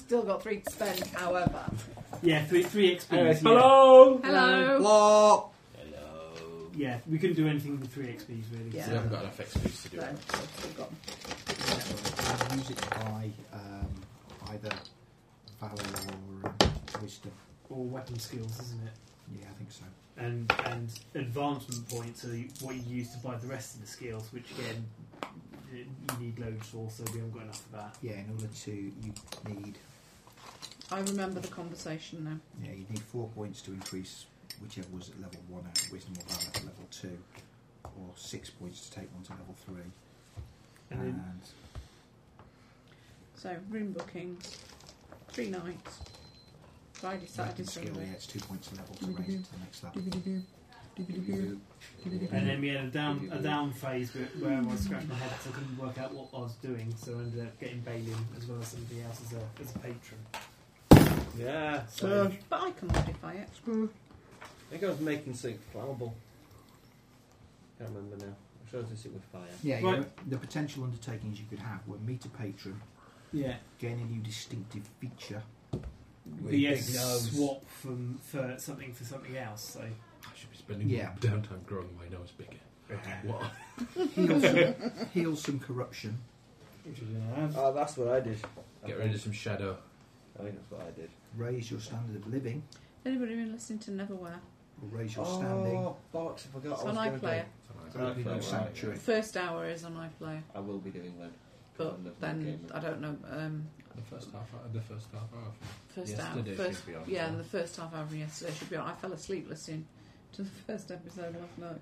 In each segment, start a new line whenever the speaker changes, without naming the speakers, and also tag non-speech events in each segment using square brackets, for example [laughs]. still got three to spend, however.
Yeah, three three
Anyway,
XP.
hello.
Hello.
Hello.
Hello.
Yeah. yeah, we couldn't do anything with three XPs really.
Yeah.
We haven't got enough XPs to do
So,
it.
we've got-
I'll use it by um, either valor or um, wisdom.
Or weapon skills, isn't it?
Yeah, I think so.
And and advancement points are what you use to buy the rest of the skills, which again you need loads for, so we haven't got enough of that.
Yeah, in order to you need
I remember the conversation now.
yeah you need four points to increase whichever was at level one at wisdom or valor to level two, or six points to take one to level three.
And
And
then
So, room booking, three nights, Friday, Saturday,
weapon skill,
Sunday.
yeah, it's two points to level to raise it to the next level. Ah.
and then we had a down a down phase where, where I was scratching my head because I couldn't work out what I was doing, so I ended up getting Balin as well as somebody else as a as a patron.
Yeah.
So-
But I can modify it.
I think I was making something flammable. Can't remember now. I'm sure I was doing something with fire.
Yeah, you
Right.
know, the potential undertakings you could have were meet a patron,
Yeah.
gain a new distinctive
[laughs]
feature.
With
the
big nose.
swap from for something for something else. So
I should be spending
Yeah.
more downtime growing my nose bigger. What?
heal some, heal some corruption.
which we didn't have.
Oh, that's what I did. I
Get rid of
think.
some shadow.
I think that's what I did.
raise your standard of living
Anybody been listening to Neverwhere?
or raise your standing.
Oh, bollocks! I forgot.
It's
I was
on
gonna
iPlayer.
do-
Something like
Right,
Opening of
right,
sanctuary.
First hour is on iPlayer,
I will be doing that. 'cause
but
I'm not
then
gaming.
I don't know. Um,
that. The first half hour. The first half hour.
first
Yesterday
hour, first
should be on,
yeah,
yeah.
and the first half hour from yesterday should be on. I fell asleep listening to the first episode last night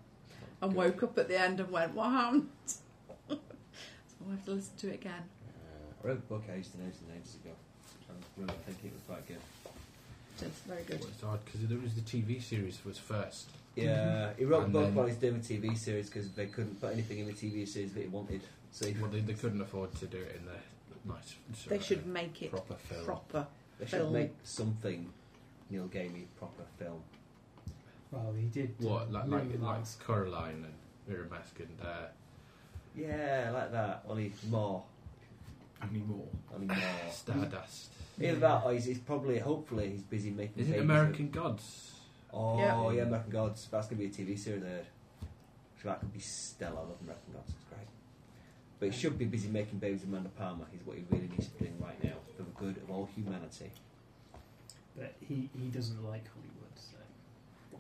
and
Good.
woke up at the end and went, "What happened?" [laughs] so I have to listen to it again.
Uh, I read a book ages and ages and ages ago. I really think it was quite good.
So it's very good.
Well, it's odd because there was the TV series was first.
Yeah, he wrote
And
a book
then-
while he's doing a TV series because they couldn't put anything in the TV series that he wanted. So he,
Well, they, they couldn't afford to do it in the nice. sort
They
of
should make it
proper film.
proper.
they should
Film.
make something Neil Gaiman proper film.
Well, he did. uh,
What like like
Moonrise.
like Coraline and Miramask and uh,
Yeah, like that. Only more.
Only more.
Only more.
Stardust.
Either that, or he's, he's probably, hopefully, he's busy making.
Is it
babies
American Gods?
with- Oh
Yeah.
yeah. American Gods. That's gonna be a TV series. I heard. So that could be stellar. I love American Gods. It's great. But he should be busy making babies with Amanda Palmer. Is what he really needs to be doing right now for the good of all humanity.
But he, he doesn't like Hollywood, so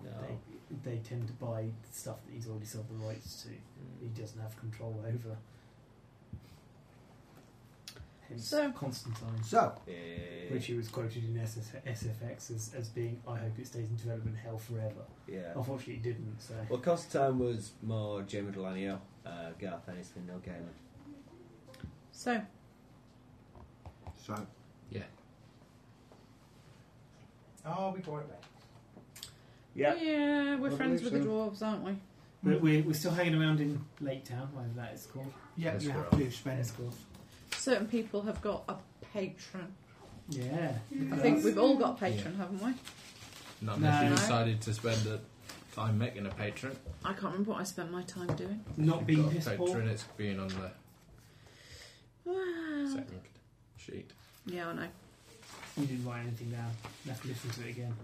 No.
they, they tend to buy stuff that he's already sold the rights to. He doesn't have control over. Hence
So-
Constantine,
So,
Eh,
which he was quoted in SS, SFX as, as being, "I hope it stays in development hell forever."
yeah.
Unfortunately, it didn't. So
Well, Constantine was more Jamie Delanio, uh, Garth Ennis, and Neil Gaiman.
So
so
Yeah.
oh, we brought it back.
yeah,
Yeah.
we're
I
friends with
believe
the
so.
dwarves, aren't we?
we're, we're, we're still hanging around in Lake Town, whatever that is called.
Yeah,
Let's
you
go
have
on.
to spend.
Certain people have got a patron.
Yeah,
I think we've all got a patron, haven't we?
Not unless
No.
you decided to spend the time making a patron.
I can't remember what I spent my time doing.
not being
Got a
piss poor.
patron, it's being on
[sighs]
the second sheet.
yeah, I know. [sighs]
You didn't write anything down. You have to listen to it again.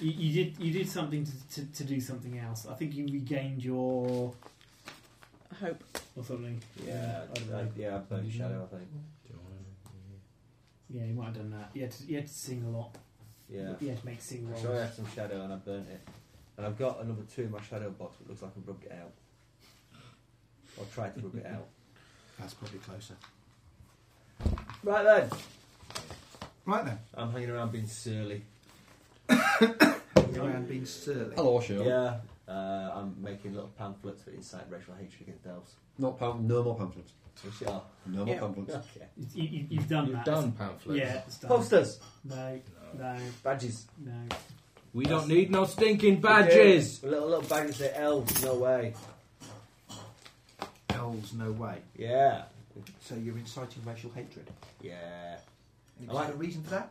You, you did. You did something to, to, to do something else. I think you regained your
I hope.
or something.
Yeah,
I don't
I,
know.
yeah, I played Shadow, I think.
Do you want
Yeah, you might have done that. You had to, you had to sing a lot.
Yeah.
You had to make sing rolls.
So I had some Shadow and I burnt it. And I've got another two in my Shadow box, but looks like I've rubbed it out. Or tried to rub it out.
That's probably closer.
[laughs] Right then,
Right then,
I'm hanging around being surly.
you're around being surly.
Hello, Sean.
Yeah. Uh, I'm making little pamphlets that incite racial hatred against elves.
Not pam- no more pamphlets.
For sure.
No more
Yeah.
pamphlets.
[laughs] Okay.
You, you, you've done
You've
that.
done pamphlets.
Yeah, it's done.
Posters,
No, no,
badges.
no.
We don't need no stinking badges.
Yeah. Little little badges that say elves, no way.
Elves, no way.
Yeah.
So you're inciting racial hatred.
Yeah.
Is
I like-
there a reason for [sighs] that?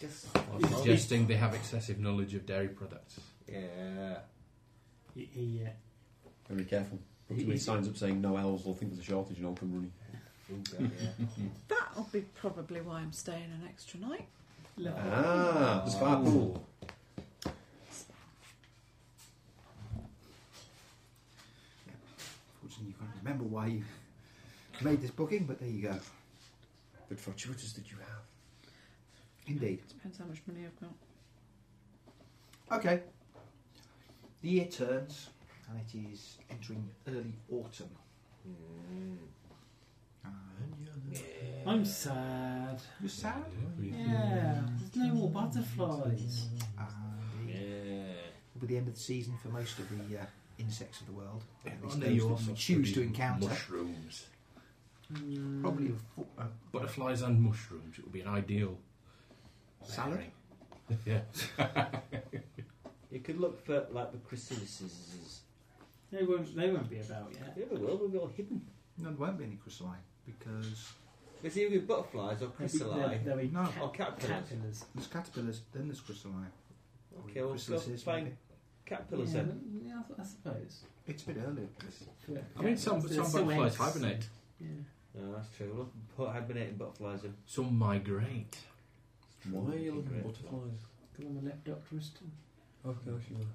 Just.
Or suggesting they have excessive knowledge of dairy products.
Yeah.
He, he, uh,
Very careful. Put too many signs up saying no elves, they'll think there's a shortage and all come running.
Ooh, God, yeah.
That be probably why I'm staying an extra night.
Level.
[laughs] Ah, spa pool.
Fortunately, you can't remember why you [laughs] made this booking, but there you go.
But fortuitous that you have.
Indeed.
Depends how much money I've got.
Okay. The year turns, and it is entering early autumn.
Mm.
I'm sad.
You're sad?
Yeah, there's no more butterflies.
And it
Yeah.
will be the end of the season for most of the uh, insects of the world. At
I
least
know
those
you
that
also
you choose to
studied
encounter.
mushrooms.
Mm.
Probably a fo- a
Butterflies and mushrooms. It would be an ideal
salad.
pairing. yeah.
You could look for like the chrysalises.
They won't. They won't be about yet.
Yeah, well, we'll be all hidden.
No, there won't be any chrysaline because
It's either butterflies or chrysali.
They'll be
No.
cat-
Or caterpillars.
caterpillars.
there's caterpillars, then there's chrysaline. Or
Okay, we'll go
chrysalises,
find
maybe.
caterpillars
yeah,
then.
yeah, I suppose.
It's
[laughs]
a bit early. Chris.
Yeah.
I mean, some,
There's
some
still
butterflies
eggs.
hibernate.
Yeah.
No, that's true. Look, put hibernating butterflies in.
Some migrate.
Why are you looking
Great.
at butterflies?
Because I'm a leptoctorist.
Of course you are.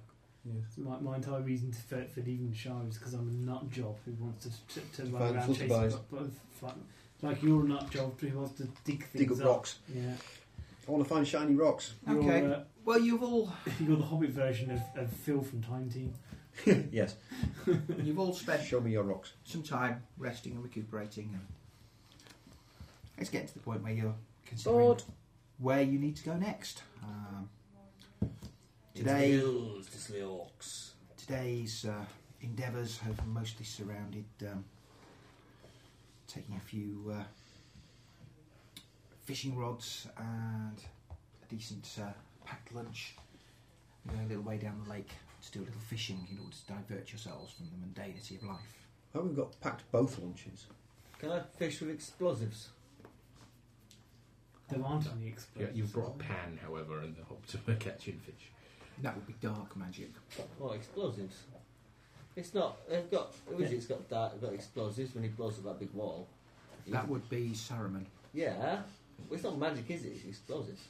My, my entire reason to- for, for leaving the Shire is because I'm a nut job who wants to, to, to
find
run around chasing
flutterbuys.
bu- bu- fun- Like you're a nut job who wants to dig things
Dig up rocks.
Yeah.
I want to find shiny rocks.
[laughs]
You're,
Okay.
Uh, [laughs]
Well, you've all
you're the Hobbit version of, of Phil from Time Team.
yes.
you've all spent
Show me your rocks.
some time resting and recuperating, and it's getting to the point where you're considering
Bored.
where you need to go next. Um,
Into
today,
the hills, to slay orcs.
today's uh, endeavours have mostly surrounded um, taking a few uh, fishing rods and a decent uh, packed lunch. and Going a little way down the lake to do a little fishing in order to divert yourselves from the mundanity of life.
Oh, we've got packed both lunches.
Can I fish with explosives?
There aren't any
Yeah,
explosions.
you've brought a pan, however, in the hope to [laughs] be catching fish.
That would be dark magic.
Well, explosives. It's not. They've got. Who is it? It's got that. It's got explosives when he blows up that big wall.
That would be Saruman.
Yeah. Well, It's not magic, is it? It's explosives.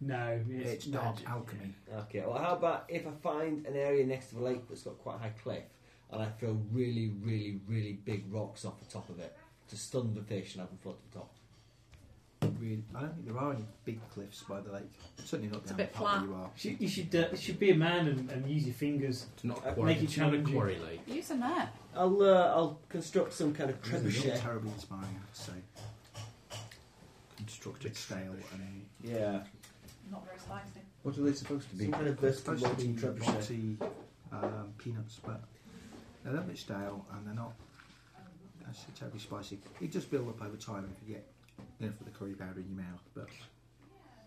No, it's,
It's, dark
magic.
alchemy.
Okay. Well, how about if I find an area next to a lake that's got quite a high cliff, and I throw really, really, really big rocks off the top of it to stun the fish and have them float to the top.
Really, I don't think there are any big cliffs by the lake. Certainly not
It's a
down
bit
the part where you are.
You should, you should, uh, should be a man and, and use your fingers.
It's not
Uh,
a quarry,
make it
it's not a
challenging.
quarry lake.
Use a net.
I'll uh, I'll construct some kind of
It's not
trebuchet.
terribly inspiring, I have to say. A
Constructed
bit stale. And
Yeah.
Not very spicy.
What are they supposed to be?
Some kind of
it's
versatile
supposed to be
molten trebuchet.
botty, um, peanuts, but they're a little bit stale and they're not actually terribly spicy. You just build up over time if you get enough of the curry powder in your mouth, but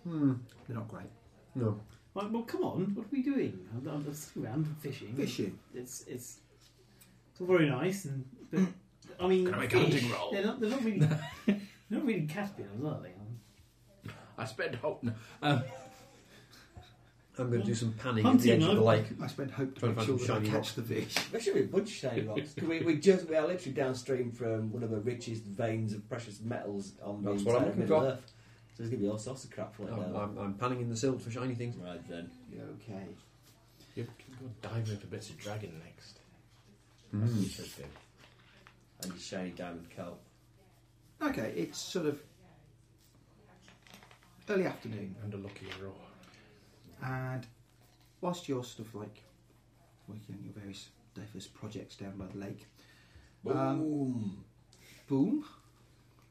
Hmm.
they're not great.
No.
Like, well, come on, what are we doing? I'm, I'm just around fishing.
Fishing.
It's it's it's all very nice, and but I mean,
Can I make a
fish,
hunting roll?
They're not, they're not really
[laughs]
they're not really caterpillars, are they?
I spent hope. No. Um,
I'm going to do some panning at
Hunting,
the edge of the
no?
lake.
I spend hope to
Trying to
make
find some
sure that I
shiny
catch
rocks.
the fish.
There should be a bunch of shiny rocks. 'cause we, we just we are literally downstream from one of the richest veins of precious metals on
That's
the
what I'm
entire
looking
Middle
for. Oh,
Earth. So there's gonna be all sorts of crap floating
I'm,
down.
I'm, I'm panning in the silt for shiny things.
Right then.
Okay.
you can go dive into bits of dragon next. That's
Mm.
interesting.
And your shiny diamond coat.
Okay, it's sort of early afternoon,
And a lucky roll.
and whilst you're sort of like working on your various diverse projects down by the lake,
Boom. Um,
boom,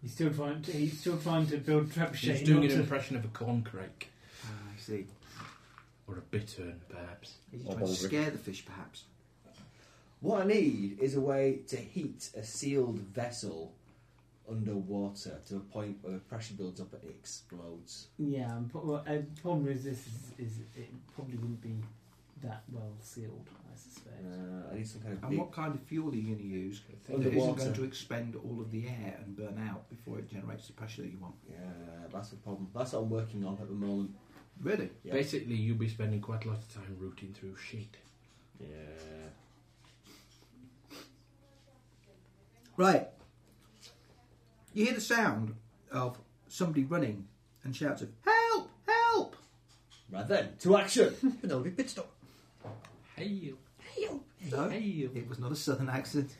He's still trying to he's still trying to build trebuchet.
She's doing
not
an
to-
impression of a corncrake
Ah, I see.
or a bittern, perhaps.
He's
Or
trying to
Baldric.
scare the fish, perhaps.
What I need is a way to heat a sealed vessel underwater to a point where the pressure builds up and it explodes.
Yeah, and pro- well, uh, the problem is this is, is it probably wouldn't be that well sealed, I suspect.
Uh, I need some kind of
And
big
what kind of fuel are you going to use that isn't
underwater.
going to expend all of the air and burn out before it generates the pressure that you want?
Yeah, that's the problem. That's what I'm working on at the moment.
Really?
Yeah.
Basically, you'll be spending quite a lot of time rooting through shit.
Yeah.
Right. You hear the sound of somebody running and shouts of help, help.
Right then, to
[laughs]
action!
Penelope Pitstop.
Hey you.
No,
Hey you.
it was not a southern accent.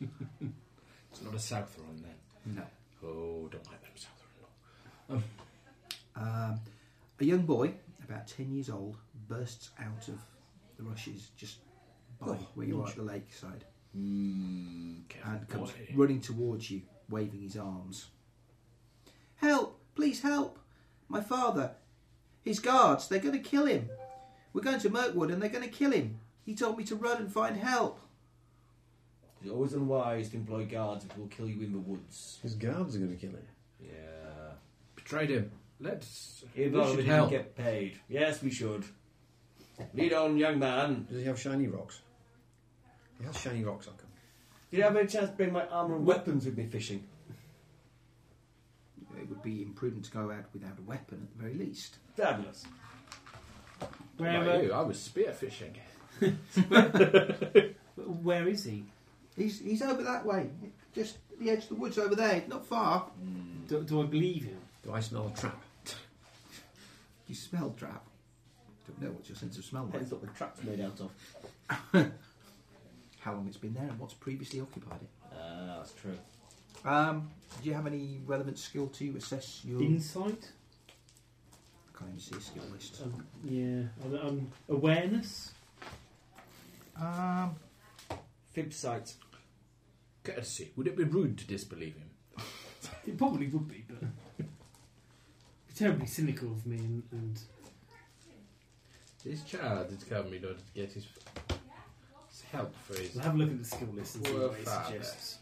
It's not a Southron then.
No.
Oh, don't like them Southron. no.
Um, a young boy, about 10 years old, bursts out of the rushes just by
Oh,
where you are
gosh.
at the lakeside
Hmm.
Careful
and comes
boy.
running towards you, waving his arms. Help! Please help! My father! His guards, they're going to kill him! We're going to Mirkwood and they're going to kill him! He told me to run and find help!
It's always unwise to employ guards which will kill you in the woods.
His guards are going to kill him.
Yeah.
Betrayed him. Let's.
Even
we
though we
should
didn't
help.
get paid. Yes, we should. Lead on, young man.
Does he have shiny rocks? He has shiny rocks, I can.
Did I have any chance to bring my armour and weapons with me fishing?
It would be imprudent to go out without a weapon at the very least.
Fabulous.
How
Where,
about
uh,
you? I was spearfishing.
where is he?
He's, he's over that way, just at the edge of the woods over there, not far.
Hmm.
Do, do I believe him?
Do I smell a trap?
You smell trap. Don't know what's your sense of smell like.
Depends what the trap's made out of.
How long it's been there and what's previously occupied it.
Ah, that's true.
Um, do you have any relevant skill to assess your?
Insight?
I can't even see a skill list.
Um, yeah. Um, awareness?
Um,
Fib sight.
[laughs] Courtesy. Would it be rude to disbelieve him?
It probably would be,
[laughs]
but. Terribly cynical of me and, and
This child is coming in order to get his his help for his.
we'll have a look at the skill list and see
Well,
what it
fab.
suggests.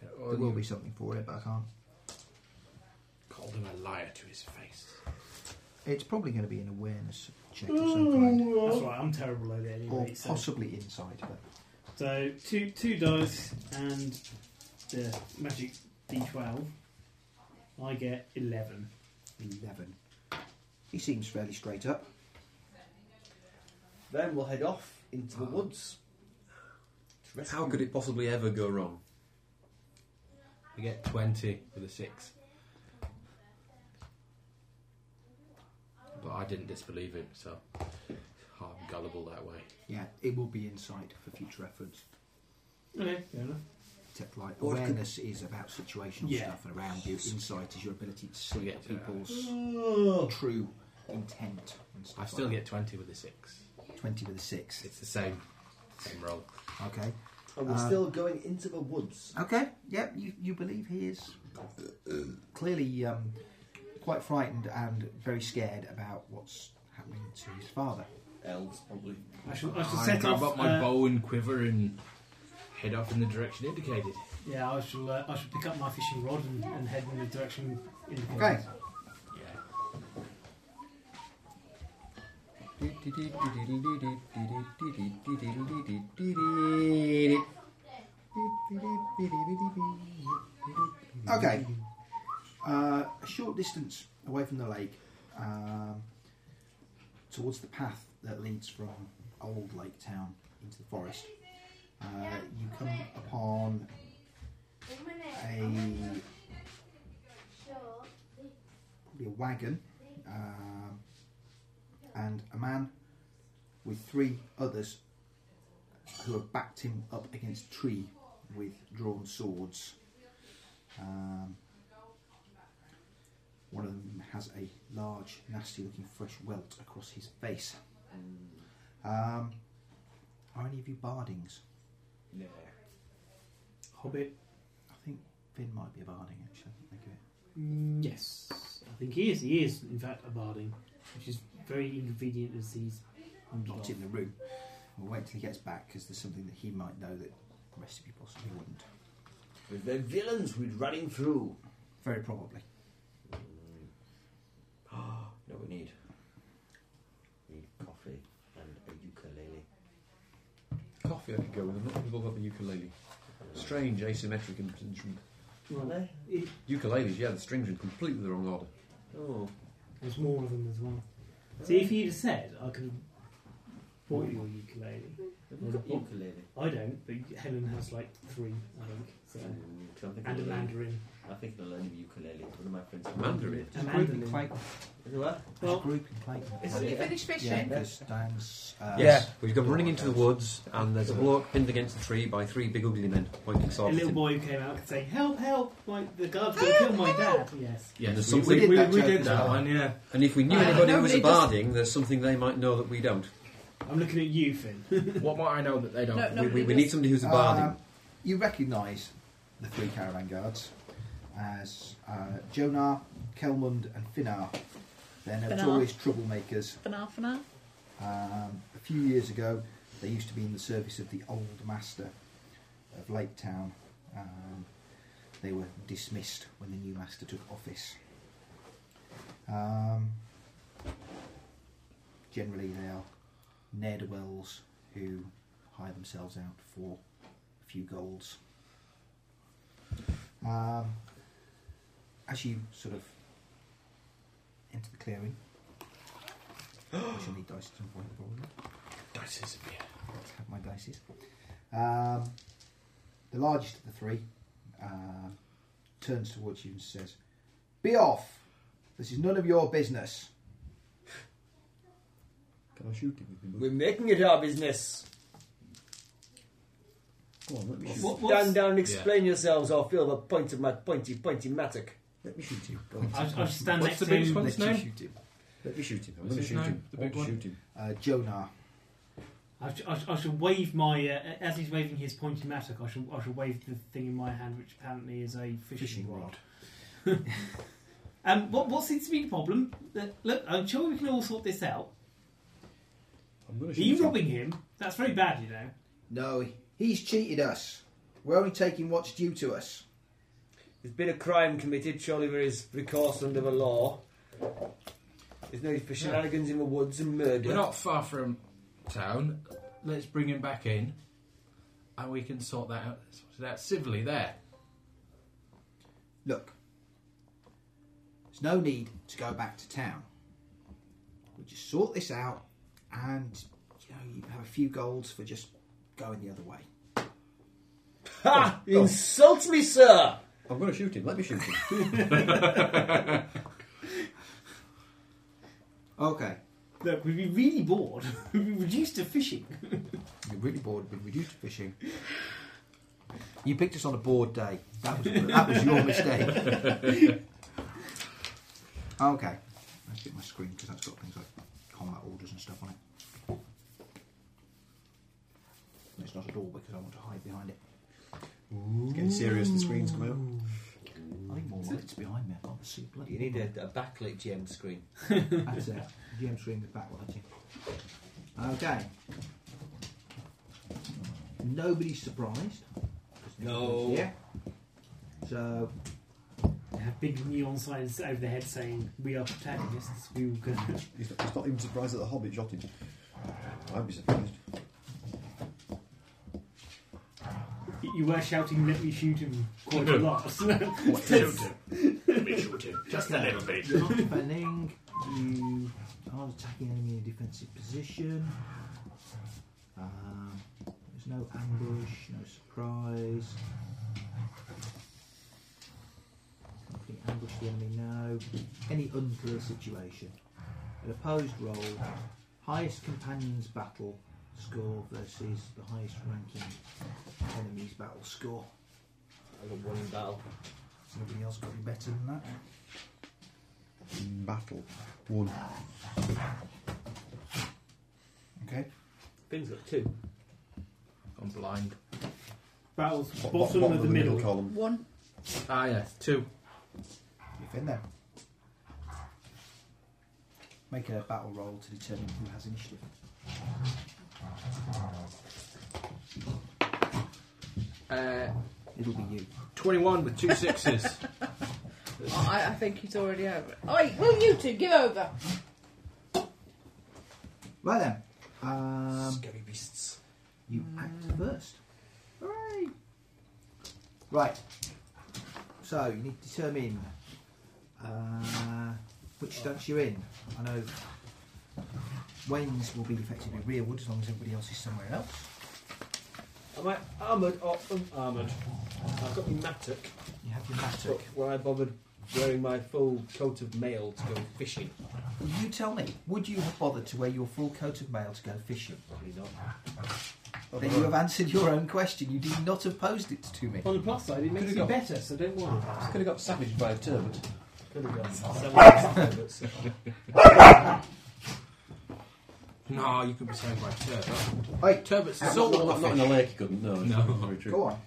there will be something for it, but I can't.
Called him a liar to his face.
It's probably going to be an awareness check of some kind,
That's right, I'm terrible at it
or
anyway. So,
possibly insight. But
so two two dice and the magic d12. I get 11.
eleven. He seems fairly straight up.
Then we'll head off into the woods. To rescue-
How could it possibly ever go wrong?
We get 20 with a 6. But I didn't disbelieve him, so I'm gullible that way.
Yeah, it will be insight for future reference.
Okay, fair enough.
Except like
Or it could-
awareness is about situational
Yeah.
stuff and around you. Insight is your ability to see
Yeah.
people's
Oh.
true intent and stuff.
I still
like
get 20 with a 6.
that. twenty with a six.
It's the same, same roll.
Okay.
And we're
Um,
still going into the woods.
Okay. Yep. You, you believe he is clearly um, quite frightened and very scared about what's happening to his father.
Elves, probably.
I shall, I shall
I
set
grab
off.
up my
uh,
bow and quiver and head off in the direction indicated.
Yeah, I shall. Uh, I shall pick up my fishing rod and, and head in the direction. Indicated.
Okay.
Yeah.
Okay. Uh, a short distance away from the lake, um, towards the path that leads from Old Lake Town into the forest, uh, you come upon a probably a wagon um, and a man with three others who have backed him up against a tree with drawn swords. Um, one of them has a large, nasty looking fresh welt across his face.
Hmm.
Um, are any of you bardings?
Yeah.
Hobbit.
I think Finn might be a barding actually. Think of it.
Mm, yes, I think he is. He is, in fact, a barding, which is very inconvenient as he's.
Not in the room. We'll wait till he gets back because there's something that he might know that the rest of you possibly wouldn't.
With the villains we'd running through.
Very probably.
[gasps] You know what we need? We need coffee and a ukulele.
Coffee I could go with. I'm not involved with the ukulele. Strange asymmetric in- instrument.
Well, it,
Ukuleles, yeah, the strings are in completely the wrong order.
Oh.
there's more of them as well. See, if he'd have said, I could have bought your ukulele.
Have we got ukulele?
I don't, but Helen has like three, I think. So So,
Um, 'cause I'm thinking
and a
of learning-
mandarin.
I'm thinking of learning ukulele. One of my friends.
Mandarin.
A
There's a group in
mandolin.
Clayton.
Is it what?
There's
Well,
a group in Clayton.
is
Have
it-
you finished
Yeah,
fishing?
because Dan's. Uh,
Yeah, we've gone running into the woods, and there's a bloke pinned against a tree by three big ugly men pointing
a
swords at
little
him.
boy who came out saying, "Help! Help! My, the guard's going to kill my dad." Yes.
Yeah,
there's
we,
something-
we,
We
we,
did
we
that
did
joke
that
as well.
one, yeah.
And if we knew
Uh,
anybody who was a
nobody does-
barding, there's something they might know that we don't.
I'm looking at you, Finn.
What might I know that they don't?
No, no.
We, we, we
Nobody
need
does.
somebody who's a
Uh,
barding.
you recognise the three caravan guards as uh, Jonar, Kelmund, and Finnar. They're
Finnar.
notorious troublemakers.
For an half an hour?
Um, a few years ago, they used to be in the service of the old master of Lake Town. Um, they were dismissed when the new master took office. Um, generally, they are ne'er wells who hire themselves out for a few golds. Um, as you sort of enter the clearing, I shall need dice at some point, probably.
Dices, yeah.
have my dices. Um, the largest of the three uh, turns towards you and says, "Be off! This is none of your business."
Can I shoot him?
We're making it our business.
Go on, let me
What- what's-
Stand down and explain yourselves or feel the point of my pointy, pointy mattock.
Let me shoot you.
I, I just stand
What's
next
the
to
biggest
him.
one?
Let
What's
you
his
shoot him. Let me shoot him.
What's
I'm going to
his
shoot
name?
him.
The
I
big
want to
one?
shoot him.
Uh, Jonar,
I, sh- I, sh- I shall wave my uh, as he's waving his pointy mattock. I shall I shall wave the thing in my hand, which apparently is a fishing,
Fishing
rod. um, what what seems to be the problem? That- Look, I'm sure we can all sort this out.
I'm going
Are
to shoot
you
him.
robbing him? That's very bad, you know.
no, he- he's cheated us. We're only taking what's due to us.
There's been a crime committed, surely there is recourse under the law. There's no need for shenanigans in the woods and murder.
We're not far from town. Let's bring him back in, and we can sort that out. Sort it out civilly there.
Look, there's no need to go back to town. We just sort this out, and you know you have a few golds for just going the other way.
Ha! Insult me, sir!
I'm going to shoot him. Let me shoot him.
Okay,
Look, we'd be really bored. [laughs] we'd be reduced to fishing.
You're really bored, been reduced to fishing. You picked us on a bored day. That was, that was your mistake. okay. Let's get my screen because that's got things like combat orders and stuff on it. And It's not at all because I want to hide behind it.
It's getting serious. The screen's come out.
I need more lights behind me. I can't see bloody
You need a, a backlit GM screen.
well. That's it. GM screen with backlighting. Okay. Nobody's surprised. 'cause
No.
nobody's here. So
They have big neon signs over their head saying, "We are protagonists. We will go."
He's not, he's not even surprised that the Hobbit shot him. I'd be surprised.
you were shouting, "Let me shoot him!" quite a lot.
Just a little bit. You're not defending. You aren't attacking enemy in a defensive position. Um, there's no ambush, no surprise. Nobody ambush the enemy now. Any unclear situation. An opposed roll. Highest companion's battle score versus the highest ranking enemy's battle score.
I got one in battle.
Has anybody else got any better than that?
Battle. One.
Okay.
Finn's got two.
I'm blind.
Battles bottom of the middle.
column.
One.
Ah, yeah, two.
If in there. Make a battle roll to determine who has initiative.
Uh,
It'll be you.
Twenty-one with two sixes.
I, I think he's already over it. Oi, will you two give over?
Right then. Um,
Scary beasts.
you act first. Hooray! Right. So you need to determine uh, which stance you're in. I know Wayne's will be effectively rearward as long as everybody else is somewhere else.
Am I Oh, armoured or unarmoured? I've got my mattock,
You have your mattock.
but when I bothered wearing my full coat of mail to go fishing,
Well, you tell me, would you have bothered to wear your full coat of mail to go fishing?
probably not.
Then you have answered your own question. You did not have posed it to me.
On the plus side, it [laughs] makes
Could've
you
got-
better, so don't worry.
Could have got savaged by a turban.
Could have gone. Seven days ago, but-
No, you could be saying by turbot.
Hey,
Turbot's
Ah,
salt
[laughs] Not, not in a lake, you couldn't. No, it's
No.
not very true.
go on.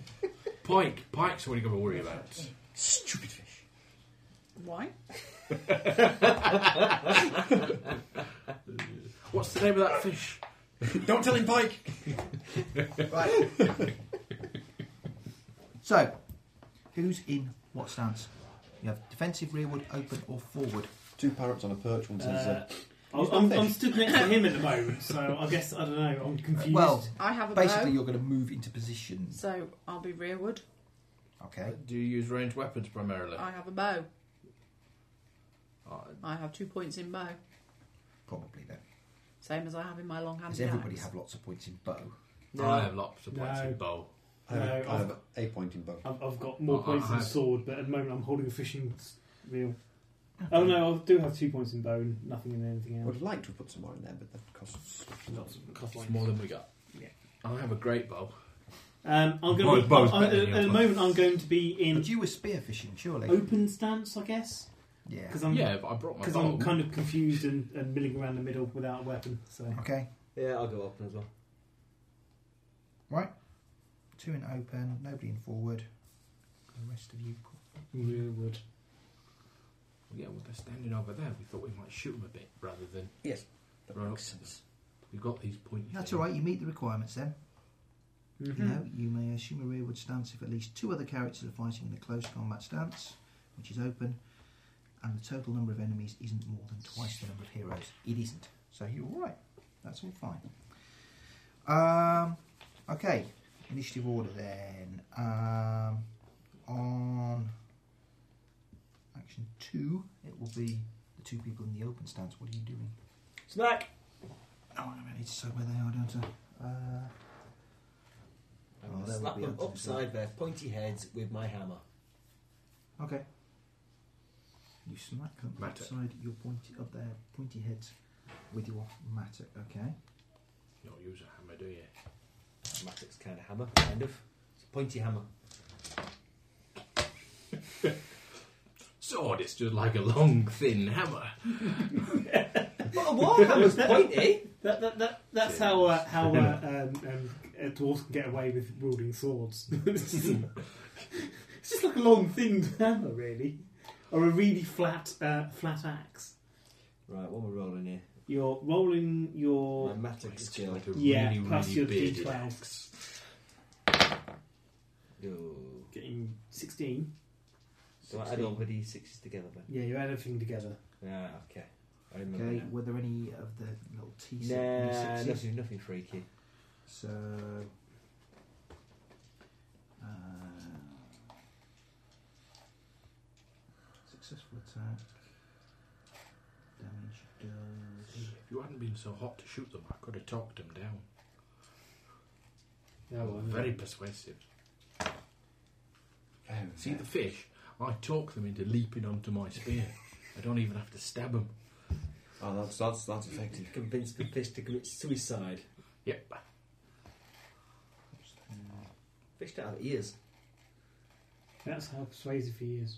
Pike. Pike's what you got to worry about.
Stupid fish.
Why?
What's the name of that fish?
Don't tell him, Pike.
Right. so, who's in what stance? You have defensive, rearward, open, or forward.
Two parrots on a perch. One says,
Uh,
uh,
I'm, I'm, I'm stood next to him at the moment, so I guess I don't know. I'm confused.
Well,
I have a bow,
basically, you're going to move into positions.
so I'll be rearward.
Okay.
Uh, Do you use ranged weapons primarily?
I have a bow.
Oh,
I have two points in bow,
Probably then.
same as I have in my long hand.
Does everybody have lots of points in bow?
I have lots of
No.
points in bow.
I have, a-
no,
I have a point in bow.
I've, I've got more
Oh,
points
I-
in sword, but at the moment I'm holding a fishing s- reel. Oh no, I do have two points in bone, nothing in anything
I
else.
would have liked to have put some more in there, but that costs.
Lots of cost
It's
lines.
more than we got.
Yeah.
I have a great bow.
Um, I'm
Well,
going to be,
bow's
I-
better
at,
than
at the
yours.
moment I'm going to be in
But you were spearfishing, surely.
open stance, I guess,
Yeah.
because I'm
yeah, oh. but I brought my
because
bow.
Um, I'm kind of confused and, and milling around the middle without a weapon. So
Okay.
yeah, I'll go open as well.
Two in open, nobody in forward. The rest of you.
rearward.
Yeah, well, they're standing over there. We thought we might shoot them a bit rather than
Yes. That
run up
makes
to them.
sense.
We've got these points.
That's all right. You meet the requirements then.
Mm-hmm.
You know, you may assume a rearward stance if at least two other characters are fighting in a close combat stance, which is open, and the total number of enemies isn't more than twice the number of heroes. It isn't. So you're all right. That's all fine. Um, okay. Initiative order then. Um, on action two, it will be the two people in the open stance. What are you doing?
Snack.
Oh, I need to say where they are, don't I? Uh,
I'm
Oh,
gonna
that would
slap
be
them
absolutely
upside their pointy heads with my hammer.
Okay. You smack them
Mattock.
outside your pointy of their pointy heads with your mattock. Okay.
You don't use a hammer, do you?
Mattock's kind of hammer, kind of. It's a pointy hammer.
Sword, it's just like a long, thin hammer.
But a war hammer's pointy.
That, that, that, that's how uh, how uh, um, um, uh, dwarves can get away with wielding swords. [laughs] it's just- it's just like a long, thin hammer, really, or a really flat uh, flat axe.
Right, what am I rolling here?
You're rolling
My
your
mattock
It's
skill.
like a
yeah
really,
plus
really
your
bearded
d12.
axe.
Ooh.
getting sixteen.
So I add all the d6s E together then.
Yeah, you add everything together.
Ah, okay. E I remember
Okay.
now.
Were there any of the little T
Nah,
sixes?
nothing, nothing freaky.
So. Uh, successful attack. Damage does.
If you hadn't been so hot to shoot them, I could have talked them down.
No, well, no.
Very persuasive.
Very
See the fish? I talk them into leaping onto my spear. I don't even have to stab them.
Oh, that's that's that's effective.
Convinced the fish to commit suicide.
Yep.
Fish don't have ears.
That's how persuasive he is.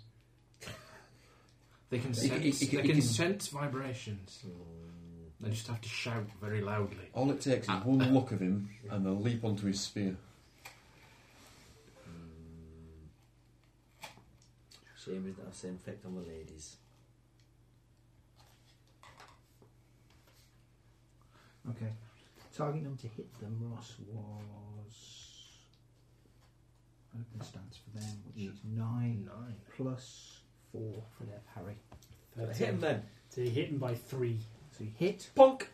They can
It- it-
sense.
it- it
they can
can-
sense vibrations.
Hmm,
They just have to shout very loudly.
All it takes is one look of him, and they'll leap onto his spear.
hmm. Shame is that has the same effect on the ladies.
Okay. Target number to hit them, Ross, was open stance for them, which
Yeah.
is nine
Nine.
plus four for their parry.
Hit him then.
So you hit him by three.
So you hit.
Punk!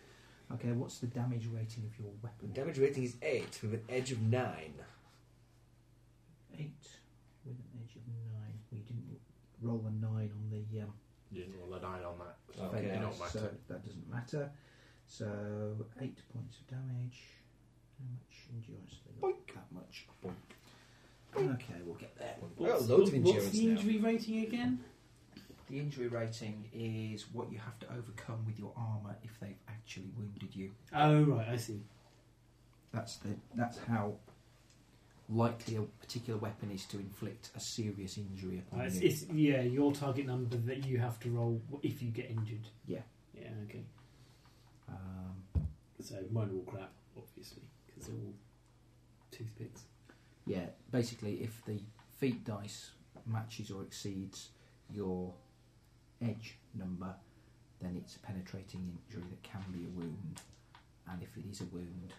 Okay, what's the damage rating of your weapon?
Damage rating is 8 with an edge of 9.
Eight with an edge of nine. We didn't roll a nine on the. Um,
You didn't roll a nine on that.
Okay,
It
thing,
don't matter.
So that doesn't matter. So eight points of damage. How much endurance? They got that much. Okay, we'll get there.
We've got
What's-
loads of
What's
insurance
the
now.
injury rating again?
The injury rating is what you have to overcome with your armour if they've actually wounded you.
Oh right, I see.
That's the that's how likely a particular weapon is to inflict a serious injury
Uh,
upon
it's,
you.
it's yeah, your target number that you have to roll if you get injured.
Yeah.
Yeah. Okay.
Um,
So mine are all crap, obviously, because they're all toothpicks.
yeah, basically, if the feet dice matches or exceeds your edge number, then it's a penetrating injury that can be a wound. And if it is a wound,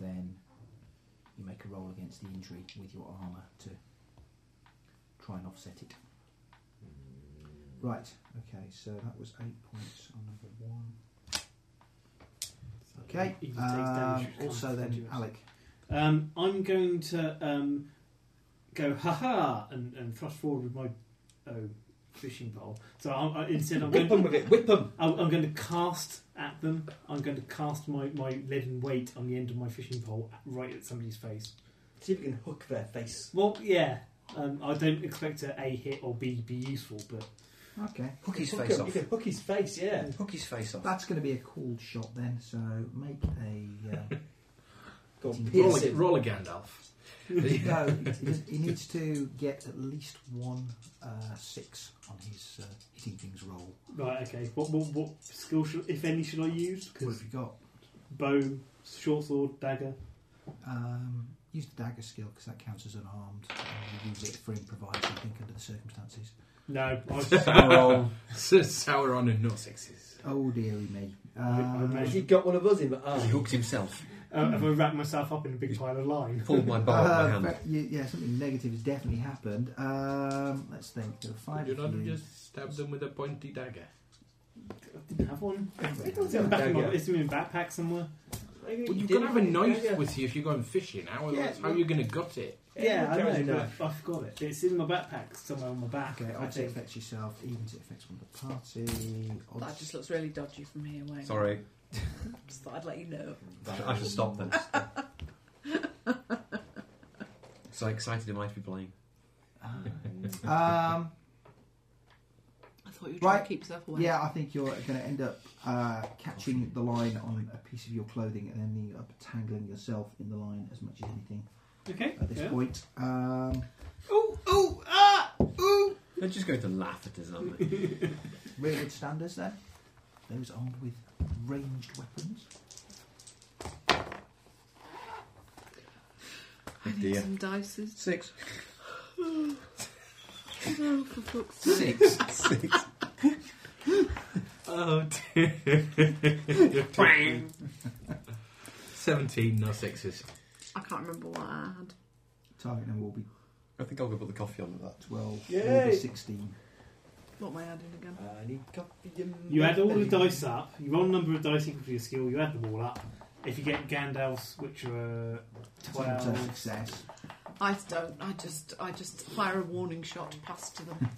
then you make a roll against the injury with your armour to try and offset it. Right, okay, so that was eight points on number one.
So
Okay,
it just takes
um,
damage, which
also
can't affect
then
you.
Alec.
Um, I'm going to um, go ha ha and, and thrust forward with my oh, fishing pole. So I'm, I, instead, I'm
Whip them
going.
with it, whip them!
I'm I'm going to cast at them. I'm going to cast my, my leaden weight on the end of my fishing pole at- right at somebody's face.
See if you can hook their face.
Well, yeah, um, I don't expect a A hit or B be useful, but
Okay.
Hook his
Hook
face
him.
off.
You can hook his Mm. face, yeah.
Hook his face off.
That's going to be a cold shot then, so make a. Um,
Go on,
Roll
Roll
pierce
a,
it.
roll a Gandalf. [laughs]
no, he does- he needs to get at least one uh, six on his uh, hitting things roll.
right, okay. What what, what skill should, if any, should I use?
What
Because
have you got?
bow, short sword, dagger.
Um, use the dagger skill because that counts as unarmed. And you use it for improvised, I think, under the circumstances.
No, I just, [laughs] uh,
Oh,
Sauron and no sixes.
oh dearie me.
I
Um,
Has he got one of us in the
He
arm?
hooked himself.
uh, have I wrapped myself up in a big pile of lime?
Pulled my bow out of my
uh,
hand.
but you- yeah, something negative has definitely happened. Um, let's think. There were five.
You're not
of you.
just stab them with a pointy dagger.
I didn't have one. It's
Everybody.
in, the back of my,
Dagger.
it's in my backpack somewhere.
Well, you've got to have a knife with you if you're going fishing. How,
Yeah,
how are you going to gut [laughs] it?
Yeah, I
carries a
know,
knife.
but I forgot it. It's in my backpack somewhere on my back.
Okay,
I
odds it
think.
affects yourself, evens it affects one of the party.
That
Odds
just looks really dodgy from here.
[laughs]
Wayne.
Sorry,
Just thought I'd let you know.
I should stop then. [laughs] so excited it might be blame.
Ah. um,
I thought you were trying
Right.
to keep yourself away.
yeah, I think you're going to end up uh, catching the line on a piece of your clothing and ending up tangling yourself in the line as much as anything
Okay.
at this
yeah.
point. Um,
Oh, oh, ah, oh! They're just going to laugh at us, aren't they?
[laughs] rearward standers then. Those armed with ranged weapons.
I need
Oh, Dear.
some dices.
Six.
Oh, for fuck's sake.
Six.
Oh dear. 17, no sixes.
I can't remember what I had.
Target number will be
I think I'll go put the coffee on at that.
12 or
Yay.
16.
What am I adding again?
I need copy in
You
my
add all the
belly.
dice up. You roll a number of dice equal to your skill. You add them all up. If you get Gandalf's, which are
That's not a
twelve,
success.
I don't. I just. I just fire a warning shot past to them.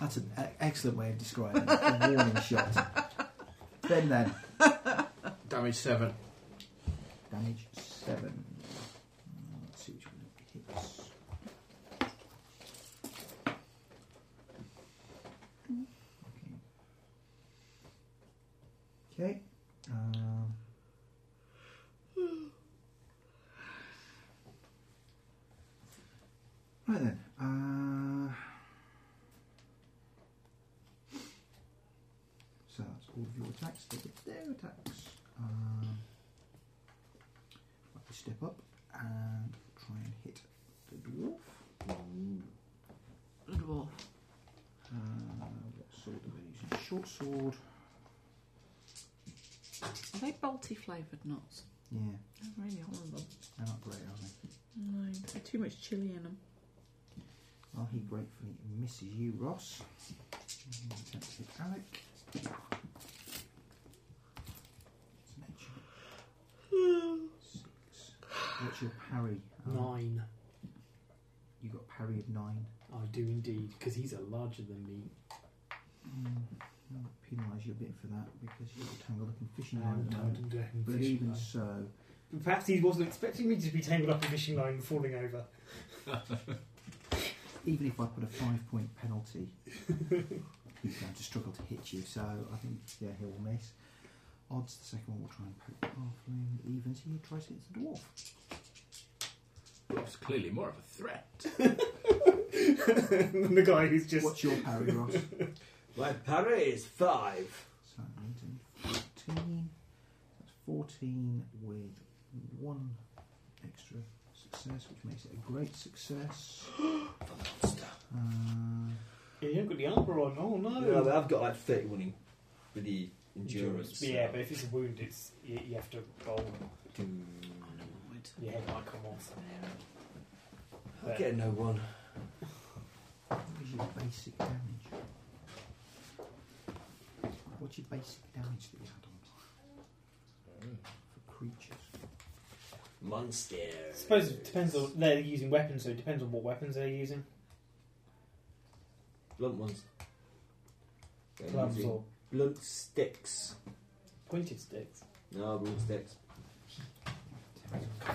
That's an e- excellent way of describing it. A warning shot. Ben then.
Damage 7.
Damage seven. Mm, Let's see which one it hits. Okay. Okay. Um, right then. Uh, so that's all of your attacks. They get their attacks. Um, I step up and try and hit the dwarf.
The dwarf.
Uh, what sword am I using? Short sword.
Are they balti flavoured nuts?
Yeah,
They're really horrible.
they're not great, are they?
No, they're too much chili in them.
Well, he gratefully misses you, Ross. And he attempts to hit Alec. It's an
uh,
edge. Six. What's your parry? Alec?
nine.
You got parry of nine.
I do indeed, because he's a larger than me.
Mm, I'll penalise you a bit for that because you're tangled up in fishing
Um,
line at the moment.
and, uh,
But
fishing
even
line.
so,
Perhaps he wasn't expecting me to be tangled up in fishing line and falling over. [laughs]
Even if I put a five point penalty, he's going to struggle to hit you. So I think, yeah, he will miss. Odds, the second one will try and poke the halfling. Evens, he tries to hit the dwarf.
It's clearly more of a threat.
and the guy who's just
What's your parry, Ross?
My parry is five.
So that means in 14. That's 14 with one extra success, which makes it a great success. Uh,
Yeah, you haven't got the armour on. Oh no.
No, but I've got like 31 in, with the endurance.
Yeah, but if it's a wound, it's you, you have to roll.
Do-
Your head might come off.
I'll get no one.
what is your basic damage? What's your basic damage that you had on for creatures?
Monster.
I suppose it depends on they're using weapons, so it depends on what weapons they're using.
Blunt ones. They're
Clubs
using
or
Blunt sticks.
pointed sticks.
No, blunt sticks.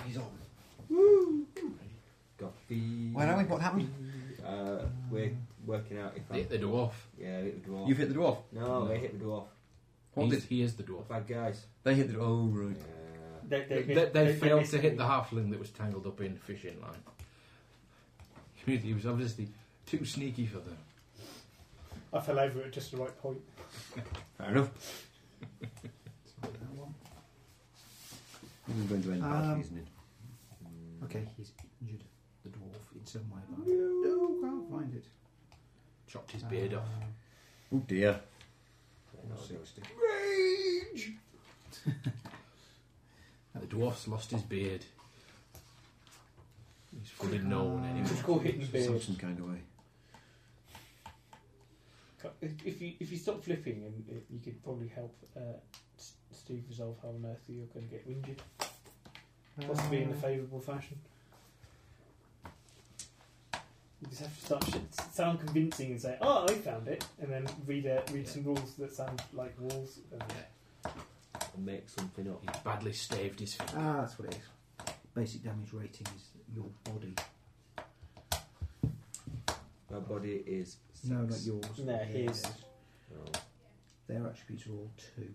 He's on.
Coffee.
Where are we? What happened?
Uh, we're working out if I.
Hit the dwarf.
Yeah, hit the dwarf.
You've hit the dwarf.
No, they hit the dwarf.
What
He's-
did
he is the dwarf.
Bad guys.
they hit? The, oh right.
Yeah.
They,
They,
they,
they failed
missed
to hit
me.
the halfling that was tangled up in the fishing line. He was obviously too sneaky for them.
I fell over at just the right point.
Fair enough.
That one.
I'm going to end
Um,
badly, isn't it?
Okay, he's injured the dwarf in some way. But no, can't find it.
Chopped his beard off.
Uh,
Oh dear.
No, they were still-
The dwarf's lost his beard. He's fully no one anymore.
It's called hitting beard.
Some kind of way.
If you if you stop flipping, and it, you could probably help uh, S- Steve resolve how on earth you're going to get injured, possibly in a favourable fashion. You just have to start sh- sound convincing and say, "Oh, I found it," and then read uh, read
Yeah.
some rules that sound like rules. And
Yeah.
I'll make something up.
He badly staved his finger.
Ah, that's what it is. Basic damage rating is your body.
My body is. Six.
No, not yours.
No, his.
Oh.
Their attributes are all two.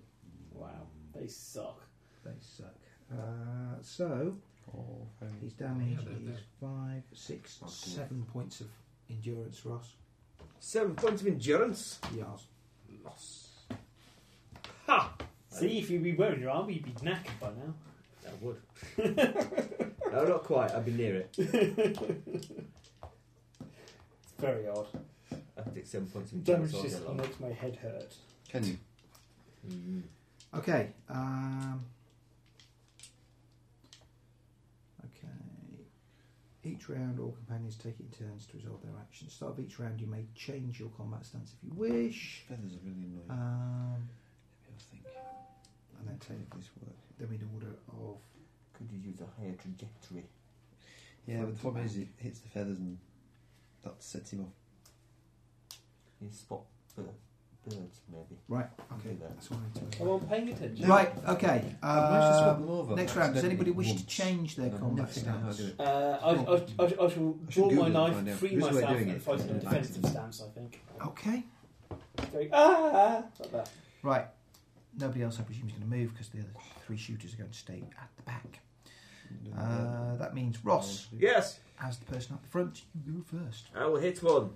Wow, they suck.
They suck. Uh, so
Oh,
his damage
Yeah, they're-
is
they're-
five, six,
Fucking
seven points of endurance. Ross,
Seven points of endurance.
yours.
Ha!
See, if you be wearing your armour, you'd be knackered by now.
I would. [laughs] no, not quite. I'd be near it.
It's very odd.
I'd take seven points of
Damage
damage.
just makes my head hurt.
Can you?
Mm.
Okay. Um, okay. Each round, all companions take it in turns to resolve their action. Start of each round, you may change your combat stance if you wish.
Feathers are really annoying.
Um,
I think.
and then take
If this works.
them in order of
Could you use a higher trajectory?
Yeah, but the problem is it hits the feathers and that sets him off.
You spot bir- birds, maybe.
right.
Do
Okay,
that.
that's what I'm doing.
Come on, paying attention.
Right, okay.
managed to swap
Um,
them over
next round, does
accidentally
anybody wish to
once.
change their
No,
combat
that's not how I
stance?
do it.
Uh, I, I, I, I shall
I should
draw
Google
my
it and
knife,
find
free
out. This way of
myself,
doing
and
it
fight
is
in a
an
defensive
accident.
stance, I think.
Okay,
Going, ah! Like that.
right. Nobody else, I presume, is going to move because the other three shooters are going to stay at the back. Uh, that means Ross,
Yes,
as the person up the front, you go first.
I will hit one.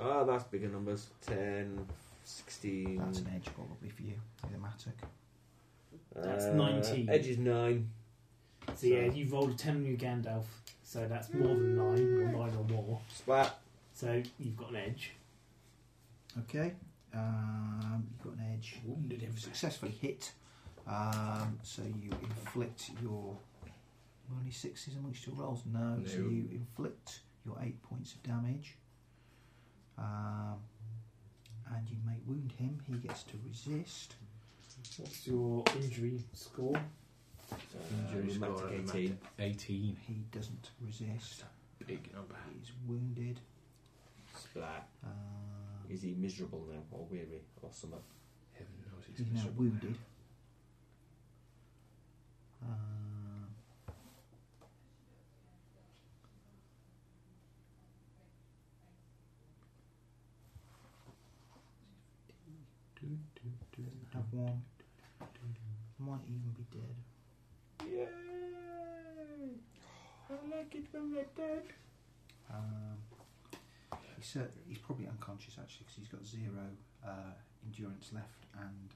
Ah, that's bigger numbers. 10, 16.
That's an edge probably for you, with a mattock.
That's
uh,
19.
Edge is 9.
So yeah, you rolled a 10 on your Gandalf, so that's more than 9, or 9 or more.
Splat.
So you've got an edge.
Okay, um, you've got an edge.
Wounded him.
Successfully hit. Um, so you inflict your. were Only sixes amongst your rolls? No. So
No.
you inflict your eight points of damage. Um, and you may wound him. He gets to resist.
What's your injury score?
Injury
Uh,
score
romantic
at
18.
18.
He doesn't resist.
Big number.
He's wounded.
Splat.
Um,
Is he miserable now, or weary, or something?
Heaven knows
he's
he's
now
miserable.
wounded. Um, Doesn't have one. Might even be dead.
Yay! I like it when they're dead.
Um, he's, cer- he's probably unconscious actually because he's got zero uh, endurance left and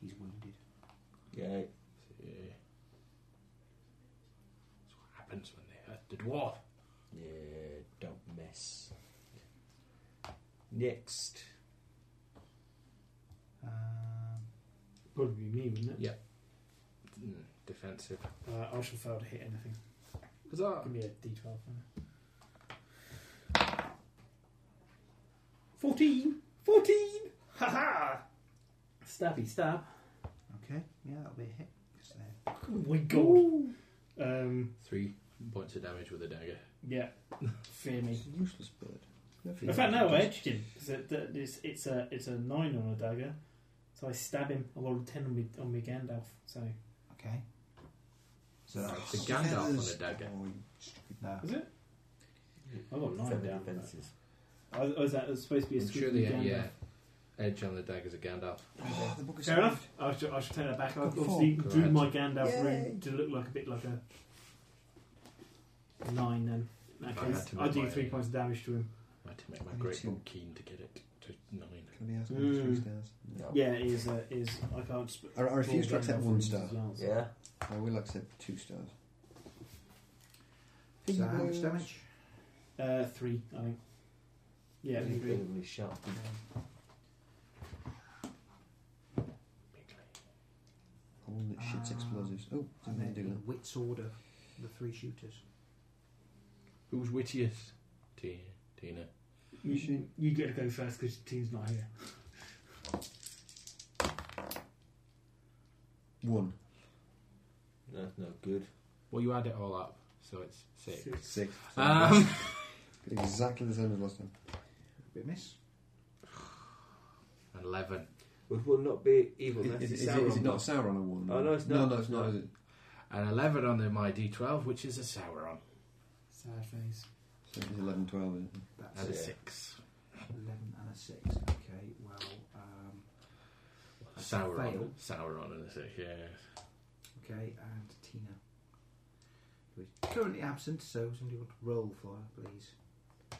he's wounded.
Yeah.
Yeah. That's what happens when they hurt the dwarf.
Yeah, don't mess. Next.
Um,
Probably be me, wouldn't it?
Yeah. Mm, defensive.
Uh, I shall fail to hit anything.
Because I.
Give me a d12. now. 14! 14! Haha! Stabby stab.
okay, yeah, that'll be a hit. 'cause they're-
Oh my god. Um,
Three points of damage with a dagger.
[laughs]
yeah. Fear me.
It's a useless bird.
In fact, no, I edged him. 'cause it- that- It's, it's, a, it's a 9 on a dagger. So I stab him. I rolled a 10 on me, on me Gandalf. So.
Okay. So that's
The Gandalf on
feathers.
a dagger.
Oh, you stupid- no.
Is it? I got 9
Seven
down.
defenses.
Oh, is that it's supposed to be a
And
squeaky
surely,
Gandalf?
yeah. Edge on the dagger's a Gandalf.
Oh, the book is
Fair enough. I should, I should take that back. I
Good
obviously
form.
drew
Correct.
my Gandalf
Yay.
rune to look like a bit like a nine. Then in that
I had
case,
to
I
make
do
my
three
own.
points of damage to him.
I had to make my
I need
great
two.
bow keen to get it to nine.
Can I be asked
Mm.
mm. three stairs?
No.
Yeah, it is uh, it is I can't. Sp-
I, I refuse to
roll
accept
Gandalf
one
runes
star.
as well, so-
Yeah.
I will accept two stars.
So how much damage?
Uh, three, I think. Yeah,
Really,
three.
really sharp.
The one that shits
Ah.
explosives. Oh,
And
didn't mean
then
to do
in
that.
wits order, the three shooters.
Who's wittiest? Tina. Tina.
You, should, you get to go first because your team's not here.
One.
That's no good.
Well, you add it all up, so it's six.
Six.
Um,
[laughs] exactly the same as last time.
Bit miss.
eleven.
Which will not be evil.
Is,
that's
is- is
the
it, is
Sauron
it not
one.
Sauron or one?
Oh, no, it's
No,
not.
no, it's not, is it?
And eleven on the my D12, which is a Sauron.
Sad face.
So it's 11, 12, isn't it?
At
That's
a
it.
six.
Eleven and a six. Okay. Well. Um, that's a fail.
Sauron. Sauron and a six. Yeah.
Okay, and Tina, who is currently absent, so somebody want to roll for her, please.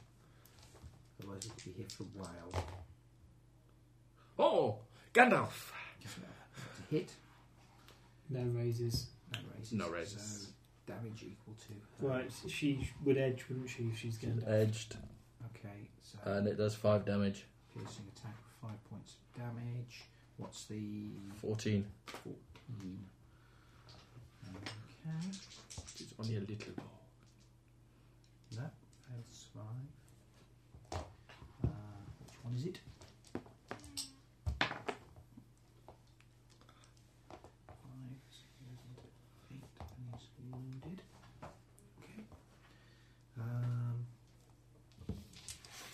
Otherwise, we could be here for a while.
Oh, Gandalf.
Just about to hit.
No raises.
No raises.
No raises.
So damage equal to.
Right, she would edge, wouldn't she? If she's Gandalf.
Edged,
Okay, so
it does five damage.
piercing attack for five points of damage. What's the
Fourteen.
fourteen? Okay,
It's only a little ball.
no, that's five. Uh, which one is it? Five, six, eight, and he's wounded. Okay. Um,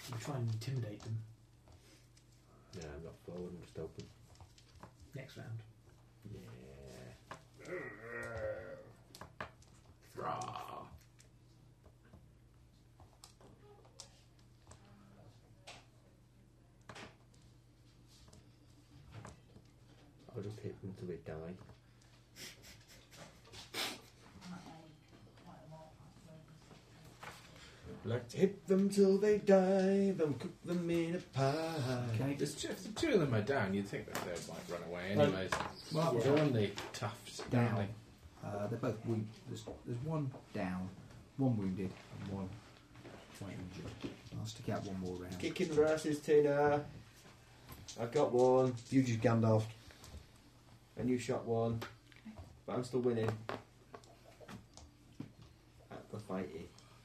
You try and intimidate them
No, I'm not forward. I'm just open.
next round.
Yeah.
Rah.
I'll just hit them till they die. Like to hit them till they die, then cook them in a pie.
okay.
There's two, if the two of them are down, you'd think that they might run away anyways. Well,
yeah.
they're only toughs,
Down.
down. They?
Uh, they're both wound. There's, there's one down, one wounded, and one quite injured. I'll stick out one more round.
Kicking their asses, Tina. I got one,
You just Gandalf.
and you shot one, but I'm still winning.
At the fighty.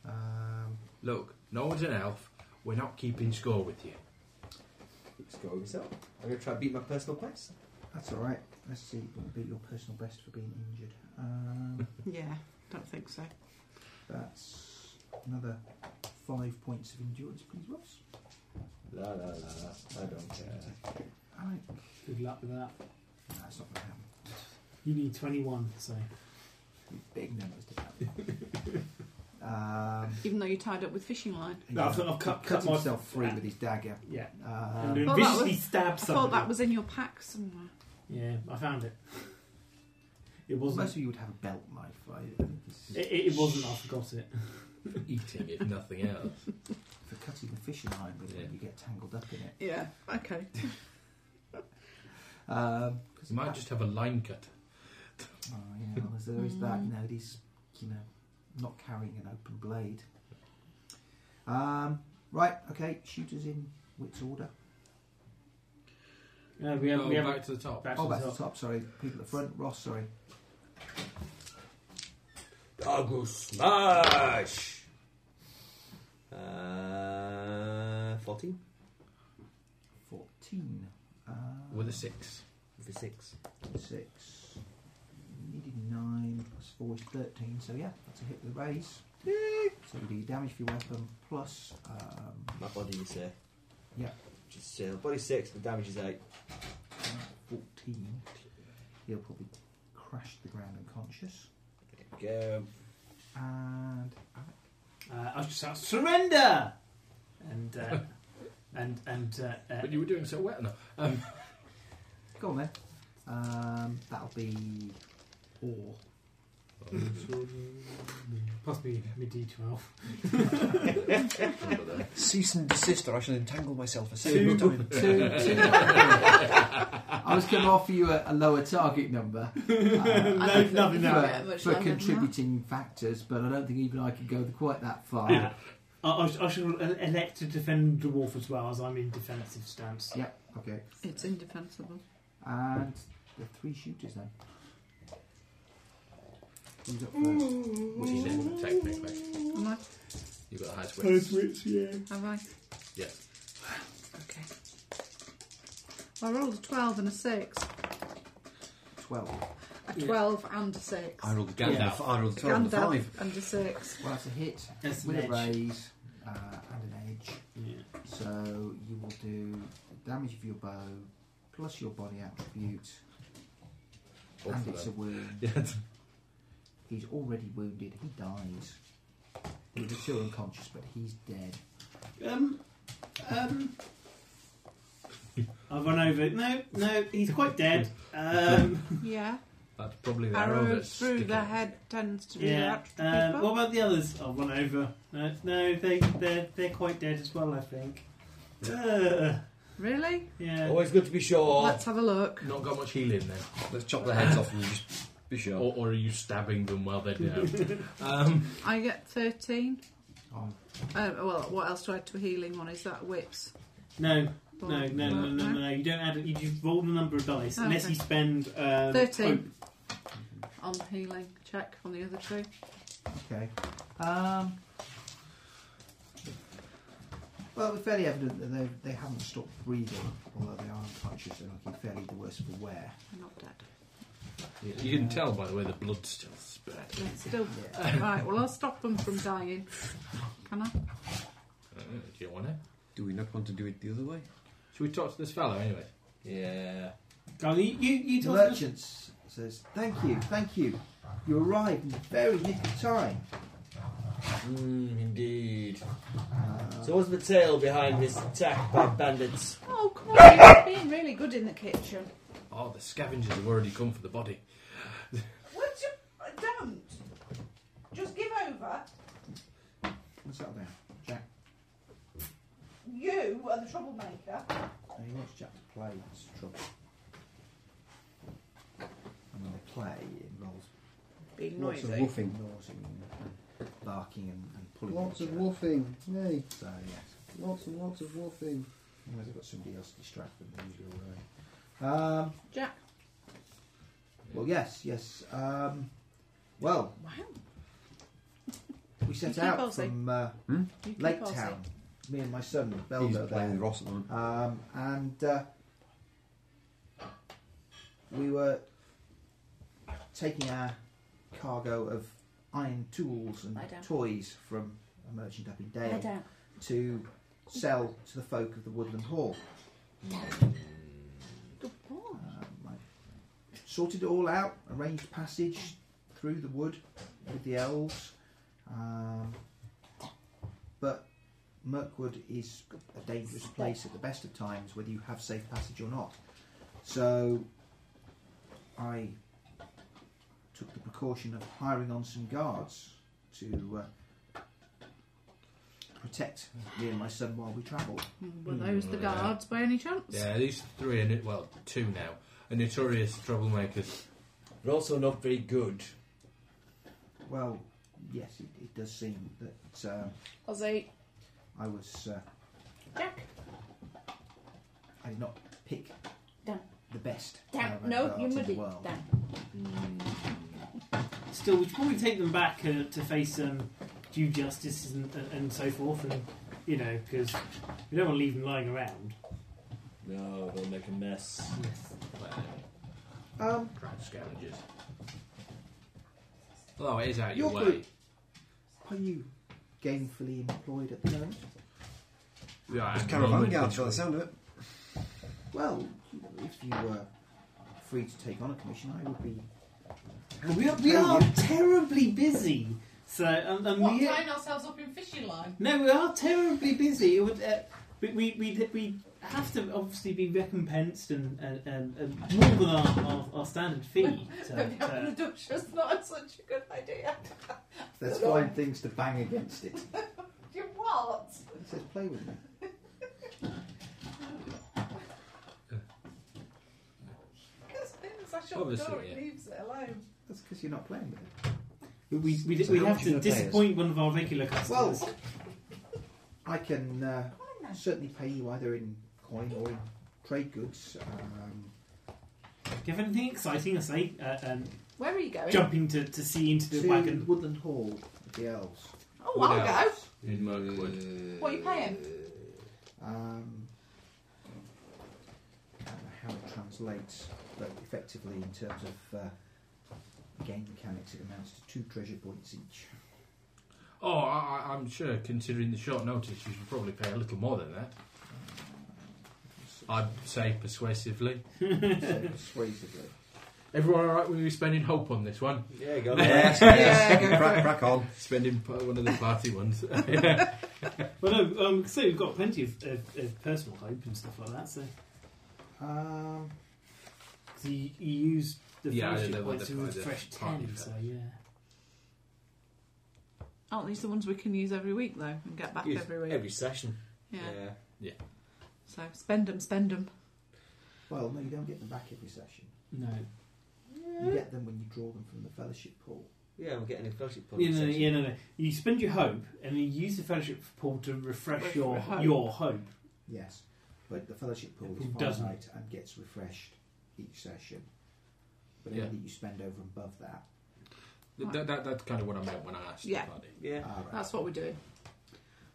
Um,
Look, no one's an elf. We're not keeping score with you.
Let's go with yourself. I'm gonna try and beat my personal best.
that's all right. Let's see. Beat your personal best for being injured. Um,
Yeah, don't think so.
that's another five points of endurance, please, Ross.
La la la. I don't care.
All right.
Good luck with that.
That's not going to happen.
You need 21, so.
Big numbers to happen. [laughs] Um,
Even though you're tied up with fishing line.
No, I've- I've
he
cut-
cuts
cut my-
himself free with his dagger.
Yeah. And
Um,
then
Well, that
viciously
was-
stab
I thought
somebody.
that was in your pack somewhere.
Yeah, I found it. It
most of
wasn't.
you would have a belt knife. I think this is
It, it wasn't. I forgot it.
Eating, if nothing else.
for cutting the fishing line with it
Yeah.
when you get tangled up in it.
Yeah. Okay.
Um,
You might just have a line cut.
Oh, yeah, well, there's, there is that. You
Mm.
know, it is, you know, not carrying an open blade. Um, right, okay, shooters in which order?
No, Uh, we have.
Oh,
We have.
back to the top.
back
oh,
to the
that's the
top.
top, sorry. People at the front. Ross, sorry.
Dago smash. Uh, fourteen
14. Uh,
With a six.
for six.
6. Needed 9 plus 4 is 13, so yeah, that's a hit with raise. So you do your damage for your weapon plus. Um,
My body, you say?
Yeah.
Just say body six. The damage is eight.
14. He'll probably crash to the ground unconscious.
Go.
And
Uh, I was just out. Surrender. And
[laughs]
uh, and and uh, uh,
But you were doing so well enough. Um,
Go on then. Um, that'll be or
Oh,
plus me me d twelve.
Cease and desist, or I shall entangle myself a
two,
second
two,
time.
two. I was going to offer you a, a lower target
[laughs]
number uh,
No, nothing
for,
now. Yeah, much
for
lower than
contributing factors, but I don't think even I could go quite that far.
I, I, sh- I shall elect to defend the dwarf as well as I'm in defensive stance.
yep. Okay.
It's indefensible.
And the three shooters then. Who's up first?
which is in technically.
Am I?
You've got the highest wits.
yeah.
Have I?
Yes.
Okay. I rolled a 12 and a 6.
Twelve. Well,
A
Yeah.
12 and a 6.
I rolled the Gandalf. I rolled the twelve and the
Gandalf
five.
and a 6.
that's a hit
That's an
with
edge.
a raise uh, and an edge.
yeah.
So you will do the damage of your bow plus your body attribute,
Both
and
of
it's a
them.
wound.
Yeah.
He's already wounded. He dies. He's still unconscious, but he's dead.
Um, um, [laughs] I run over. No, no, he's quite dead. Um,
Yeah.
That's probably the arrow,
Arrow
that's
through
sticking.
the head tends to be
yeah.
attribute
Um, what about the others? I'll run over. No, no, they they're they're quite dead as well. I think. Uh,
Really?
yeah.
Always good to be sure.
Let's have a look.
Not got much healing then.
Let's chop their heads off and just be sure.
Oh.
Or, or are you stabbing them while they're down?
[laughs]
um,
I get 13.
Oh,
Uh, well, what else do I add to a healing one? Is that whips?
No,
Or-
no, no, no, no, no, no. You don't add it. You just roll the number of dice
Oh,
unless
okay.
you spend um,
13 on healing check on the other two.
okay. Um, well, it's fairly evident that they, they haven't stopped breathing, although they are unconscious and looking fairly the worse for wear.
They're not dead.
you can tell by the way the blood's still spread.
They're still.
[laughs]
right, well, I'll stop them from dying. Can I?
Uh, do you want it?
Do we not want to do it the other way?
Should we talk to this fellow anyway?
Yeah.
Oh, you you, you
The
told us-
merchant says, "Thank you, thank you. You arrived in very little time."
Mm, indeed.
Uh,
So what's the tale behind this attack by bandits?
Oh, come on, you've been really good in the kitchen.
Oh, the scavengers have already come for the body.
Would you? Don't. Just give over.
Let's settle down. Jack,
You are the troublemaker.
now he wants Jack to play. It's trouble. And when they play, it involves
Be
lots of
noisy.
woofing, nosing, and barking, and, and pulling. Lots of woofing. Yay! So yes,
Lots and lots of wolfing.
unless they've got somebody else to distract them, they're usually all right. Um,
Jack.
well, yes, yes. Um, well,
Wow.
we set
keep
out
Aussie.
from uh,
You keep
Lake
Aussie.
Town. Me and my son
He's
Beldo
playing
there.
with Ross at the moment.
Um, and uh, we were taking our cargo of iron tools and
Lie down.
toys from a merchant up in
Lie
Dale
down.
to sell to the folk of the Woodland Hall.
Good boy.
Um, I sorted it all out, arranged passage through the wood with the elves, Um, but Mirkwood is a dangerous place at the best of times, whether you have safe passage or not. So I took the precaution of hiring on some guards to uh, protect me and my son while we travelled.
Hmm.
Mm, Were those the
Yeah.
guards by any chance?
Yeah, these three and well, two now, are notorious troublemakers.
They're also not very good.
Well, yes, it, it does seem that uh,
Aussie.
I was. Uh,
Jack.
I did not pick
Dan.
the best.
Dan.
caravan
No,
guards
you're
in the
muddy.
world.
Dan.
Hmm.
Still, we should probably take them back uh, to face um, due justice and, and, and so forth, and you know, because we don't want to leave them lying around.
No, they'll make a mess.
Well,
Um,
crowd scavengers. Although it is out your
Your
way.
group. are you gainfully employed at the moment?
Yeah,
It's
I'm
caravan
Norman
guards, by the
Mitchell.
sound of it.
Well, if you were free to take on a commission, I would be.
But we are, we are terribly busy. So, um, and
What,
we,
tying ourselves up in fishing line?
no, we are terribly busy. It would, uh, we, we, we, we have to obviously be recompensed and, and, and, and more than our, our, our standard
[laughs]
fee. So,
Maybe having a
uh,
dush is not [laughs] such a good idea.
Let's find things to bang against it.
You what?
It says play with me.
Because things I shut the
Obviously,
door, it
yeah.
leaves it alone.
That's because you're not playing with it.
we, we, we,
So
we
how
have
much
to
do they pay us?
disappoint one of our regular customers.
Well, I can uh, certainly pay you either in coin or in trade goods. Um,
Do you have anything exciting? I say, uh, um,
Where are you going?
jumping to, to see into the
to
wagon.
Woodland Hall with the elves.
Oh, I'll go.
In Mirkwood.
What are you paying?
Um, I don't know how it translates, but effectively in terms of uh, game mechanics, it amounts to two treasure points each.
Oh, I, I- I'm sure, considering the short notice, you should probably pay a little more than that. [laughs] I'd say persuasively.
so persuasively.
Everyone alright with me spending hope on this one?
Yeah, go
Yes, yes. Crack, crack on.
Spending p- one of the party ones.
Well, no, um, so we've got plenty of, of, of personal hope and stuff like that. So,
Um,
'cause you, you use the
Yeah, I
fellowship
know what
points
the-
to
the
refresh
party
ten. So
fellowship.
yeah,
Aren't these the ones we can use every week, though, and get back
Use
every week?
Every session.
yeah.
yeah.
So spend them, spend them.
well, no, you don't get them back every session.
no,
You get them when you draw them from the fellowship pool.
Yeah, we're getting a fellowship point.
yeah, no, no, yeah, no, no. You spend your hope and you use the fellowship pool to refresh
Refresh
your
hope.
your hope.
Yes, but the fellowship pool
It
is
doesn't.
finite and gets refreshed each session. But
Yeah.
anything you spend over and above that,
[laughs] that, that, that's kind of what I meant when I asked.
Yeah.
about it.
Yeah,
all right.
That's what we're doing.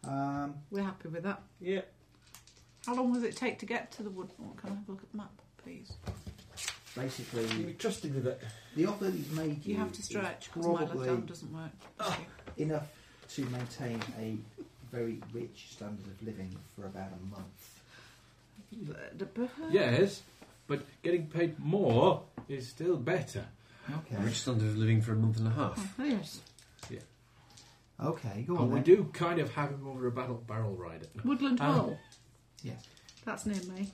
Um,
We're happy with that.
yeah.
How long does it take to get to the wood? Oh, can I have a look at the map, please?
basically,
You'd be trusted with it.
The offer that he's made you,
You have to
is
stretch because my left
probably
arm doesn't work.
enough to maintain a very rich standard of living for about a month.
Yes, but getting paid more is still better.
Okay.
Rich standard of living for a month and a half.
Oh, yes.
Okay, go on.
And we
then.
do kind of have him over a battle barrel rider.
Woodland
Um,
Hall.
Yes.
That's near me.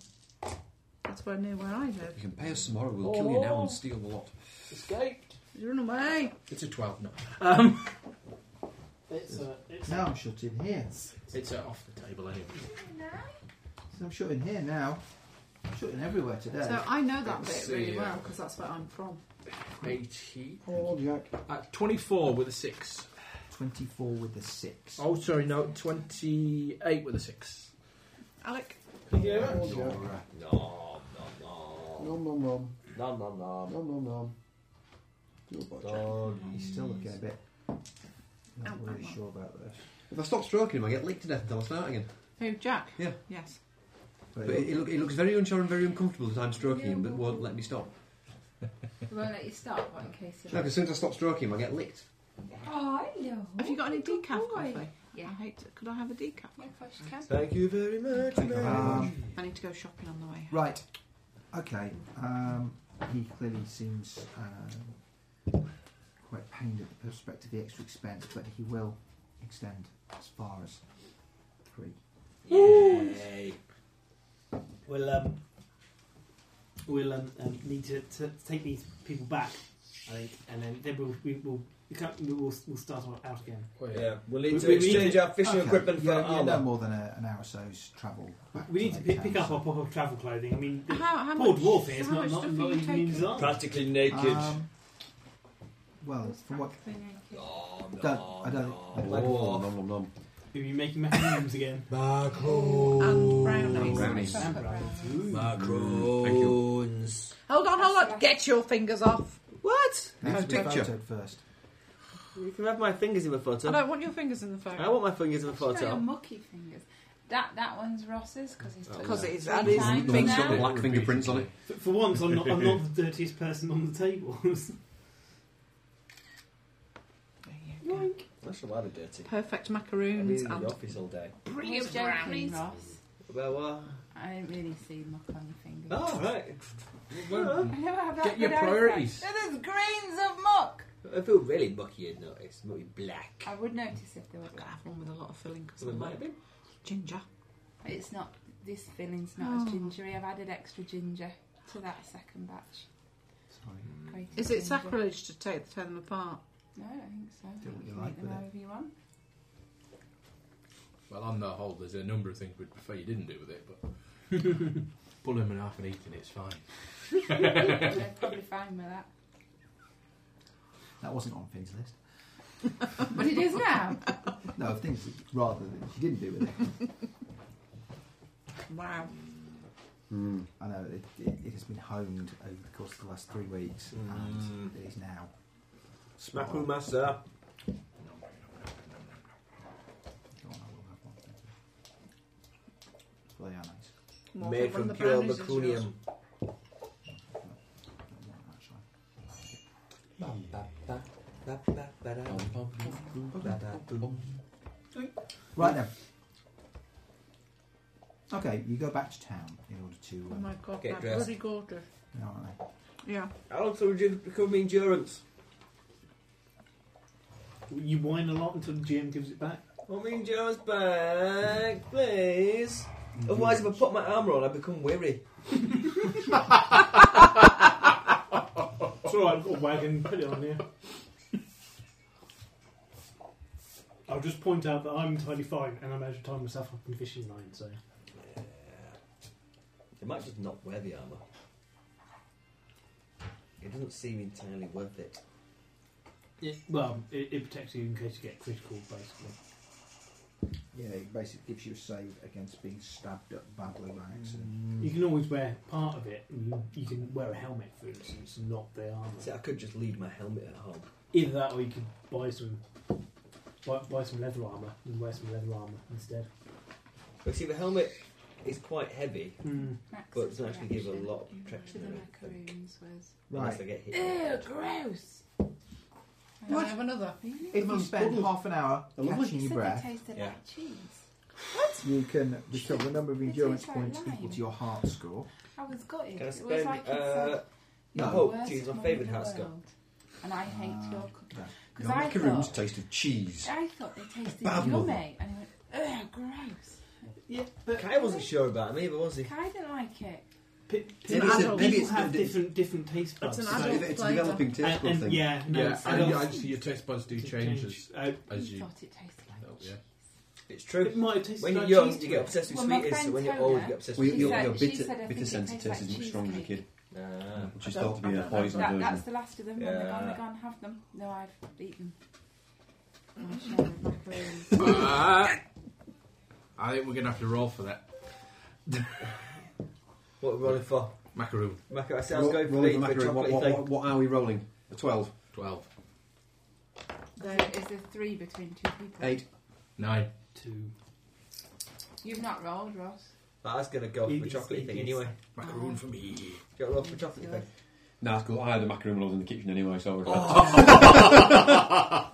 That's where near where I live.
You can pay us tomorrow, we'll kill you now and steal the lot.
Escaped.
Run away.
It's a 12 now.
It's, uh, it's
Now I'm shut in here.
It's uh, off the table anyway.
So I'm shut in here now. I'm shut in everywhere today.
So I know that
Let's
bit really
see,
well
uh,
because that's where I'm from.
80.
How old are you, Jack?
Uh, 24 with a 6.
24 with a 6.
Oh, sorry, no, 28 with a 6.
Alec,
How old you, Jack?
Nom nom
Nom nom nom.
nom nom nom nom.
Nom nom nom. Your boy, Jack. He's still looking a
Oh,
bit. Not
Ow,
really
ow, ow.
sure about this.
If I stop stroking him, I get licked to death until I start again.
who? Jack.
Yeah.
Yes.
But it, it, look, it looks very unsure and very uncomfortable that I'm stroking him, but won't let me stop.
We won't let you start, but in case
No, 'cause as soon as I stop stroking him, I get licked.
Oh, I know.
Have you got any
Good
decaf
boy.
coffee?
Yeah.
I hate. To, could I have a decaf?
Yeah, of course you can.
Thank you very much.
Um,
I need to go shopping on the way.
Right. Okay. Um, he clearly seems um, quite pained at the prospect of the extra expense, but he will extend as far as three.
Yay.
We'll um, we'll um, um, need to, to take these people back, I think, and then then we'll we will we can't, we will we'll start on- out again.
Oh, Yeah, we'll need
We-
to
we need
exchange
to-
our fishing
Okay,
equipment for
yeah, yeah,
armour.
no more than a, an hour or so's travel. Back
Uh, We need to
Lake
pick, pick
Town,
up
so-
our proper travel clothing. I mean, the
How, how
poor
much,
dwarf here is
how
not
much
not,
stuff
not
are you
even in
taking?
his arm.
Practically naked.
Um, well, from what
Practically naked.
Oh, no,
Don't- I don't-
no.
I
Oh,
Like
Oh.
nom nom nom.
We'll be making macaroons
[laughs]
again.
Back
And brownies.
Brownies.
Chocolate
And
brownies.
Ooh.
Macaroons.
Hold on, hold on. Get your fingers off. What?
needs to be
picture.
photoed first.
You can have my fingers in the
I
photo.
don't want your fingers in the
I
phone.
want my fingers in the
She's got your
photo.
mucky fingers. That that one's Ross's because he's
Oh,
touched
Because
yeah.
it
it is.
three
That is
times
The one's got
now.
the black fingerprints on it.
For, for once, I'm not I'm not the dirtiest person on the table. [laughs]
That's a lot of dirty.
Perfect
I've been
macaroons
in the
and
office all day.
brilliant
Who's joking,
brownies.
Ross?
Well, what?
I didn't really see muck on your fingers.
Oh, right.
[laughs] I never have that
Get your
good eyesight.
priorities.
There's grains of muck.
If it were really mucky, you'd notice. It might be black.
I would notice if there were.
I've got to have one with a lot of filling because
Well,
I
it might have
like
been.
ginger.
It's not. This filling's not
Oh.
as gingery. I've added extra ginger to that second batch.
Sorry.
Grated
Is it
ginger.
sacrilege to take tear them apart?
No, I don't think so. I
Do
think
what
you
you
can
like
eat them
with it.
however you want.
Well, on the whole, there's a number of things we'd prefer you didn't do with it, [laughs] but pull him in half and eating it's fine.
They're probably fine with that.
That wasn't on Finn's list.
But it is now.
No, of things that- rather that she didn't do with it.
Wow.
Mm.
I know it, it, it has been honed over the course of the last three weeks, and it is now.
Smack with master.
Go on, I will have one. Thank you. Well, they are nice.
More fun
Made from
than the
pure
brownies is yours.
macronium.
Not one, actually. Right then. Okay, you go back to town in order to.
Oh
Um,
my god,
Get
that's
dressed.
bloody gorgeous.
you know, aren't they?
Yeah.
How long till you become endurance?
you whine a lot until the GM gives it back.
Want me endurance back, please?
Mm-hmm.
Otherwise, if I put my armour on, I become weary.
It's all right. I've got a wagon. Put it on here. I'll just point out that I'm entirely fine, and I managed to tie myself up in the fishing line. So
They might just not wear the armour. It doesn't seem entirely worth it.
it, well, it, it protects you in case you get critical, basically.
Yeah, it basically gives you a save against being stabbed up badly by accident.
You can always wear part of it. and You, you can wear a helmet, for instance, and not the armour.
See, I could just leave my helmet at home.
Either that, or you could buy some buy, buy some leather armour and wear some leather armour instead.
But see, the helmet is quite heavy,
Max's
But it doesn't actually give a
reaction
lot of traction,
To the
I don't think.
macaroons was.
unless I
Right.
get hit.
Ew, gross.
Can I have another?
If you spend half an hour catching your
Said
breath,
They tasted
Yeah.
like cheese.
you can recover the number of
It
endurance
tastes like
points
lime.
equal to your heart score.
I was gutted.
Can I
It was
spend?
like it
uh,
said,
No.
Oh,
worst
geez, my
one
favourite
in the
house gun.
world, And I hate
Ah,
your cooking.
yeah.
Because
Your
I
macaroons
thought,
taste of cheese.
I thought they tasted
Bad mother.
yummy. And I went, ugh, gross.
Yeah, but
Kai wasn't sure about me, but was he?
I didn't like it.
p-
an
people-
adult-
maybe
people
it's-
have
it's-
different different taste buds.
It's an
so-
adult
it's a
flavour.
developing taste
and,
bud
and
thing.
yeah, no,
Yeah,
it's
and
adult-
you- actually your taste buds do
it's
change as,
changed. Uh,
as
I
you.
thought it tasted like
Oh,
cheese.
yeah. [laughs]
It's
it
true.
might have tasted
When you're
like
young,
cheese
you
to
get
it.
obsessed with
Well, my
sweetness, so
friend
when you're
told
old,
her-
you get obsessed
Well,
with
She
your,
sweetness.
your
said- she
bitter,
said I
bitter
think it
sense of
tastes
taste
like
isn't strong as a kid,
"Mm."
Ah.
which is
I don't-
thought to be
I
a
don't know.
poison
That,
version.
that's the last of them. When they're gone,
Yeah.
they're gone. Have them. No, I've eaten. My share of macaroons.
[laughs] Ah! I think we're going to have to roll for that.
What are we rolling for?
Macaroon,
Maca- I said I was
Roll-
going for the,
rolling for
the
macaroon. What,
chocolate
what,
thing.
what, what are we rolling? A 12.
12,
There is a three between two people.
8.
9.
Two.
You've not rolled, Ross.
I was going to go for the
Yes,
chocolate thing
yes.
anyway.
Macaroon for me.
Do you want to roll for the chocolate
Yeah.
thing?
Nah, it's cool. I had a macaroon when I was in the kitchen anyway, so I was oh.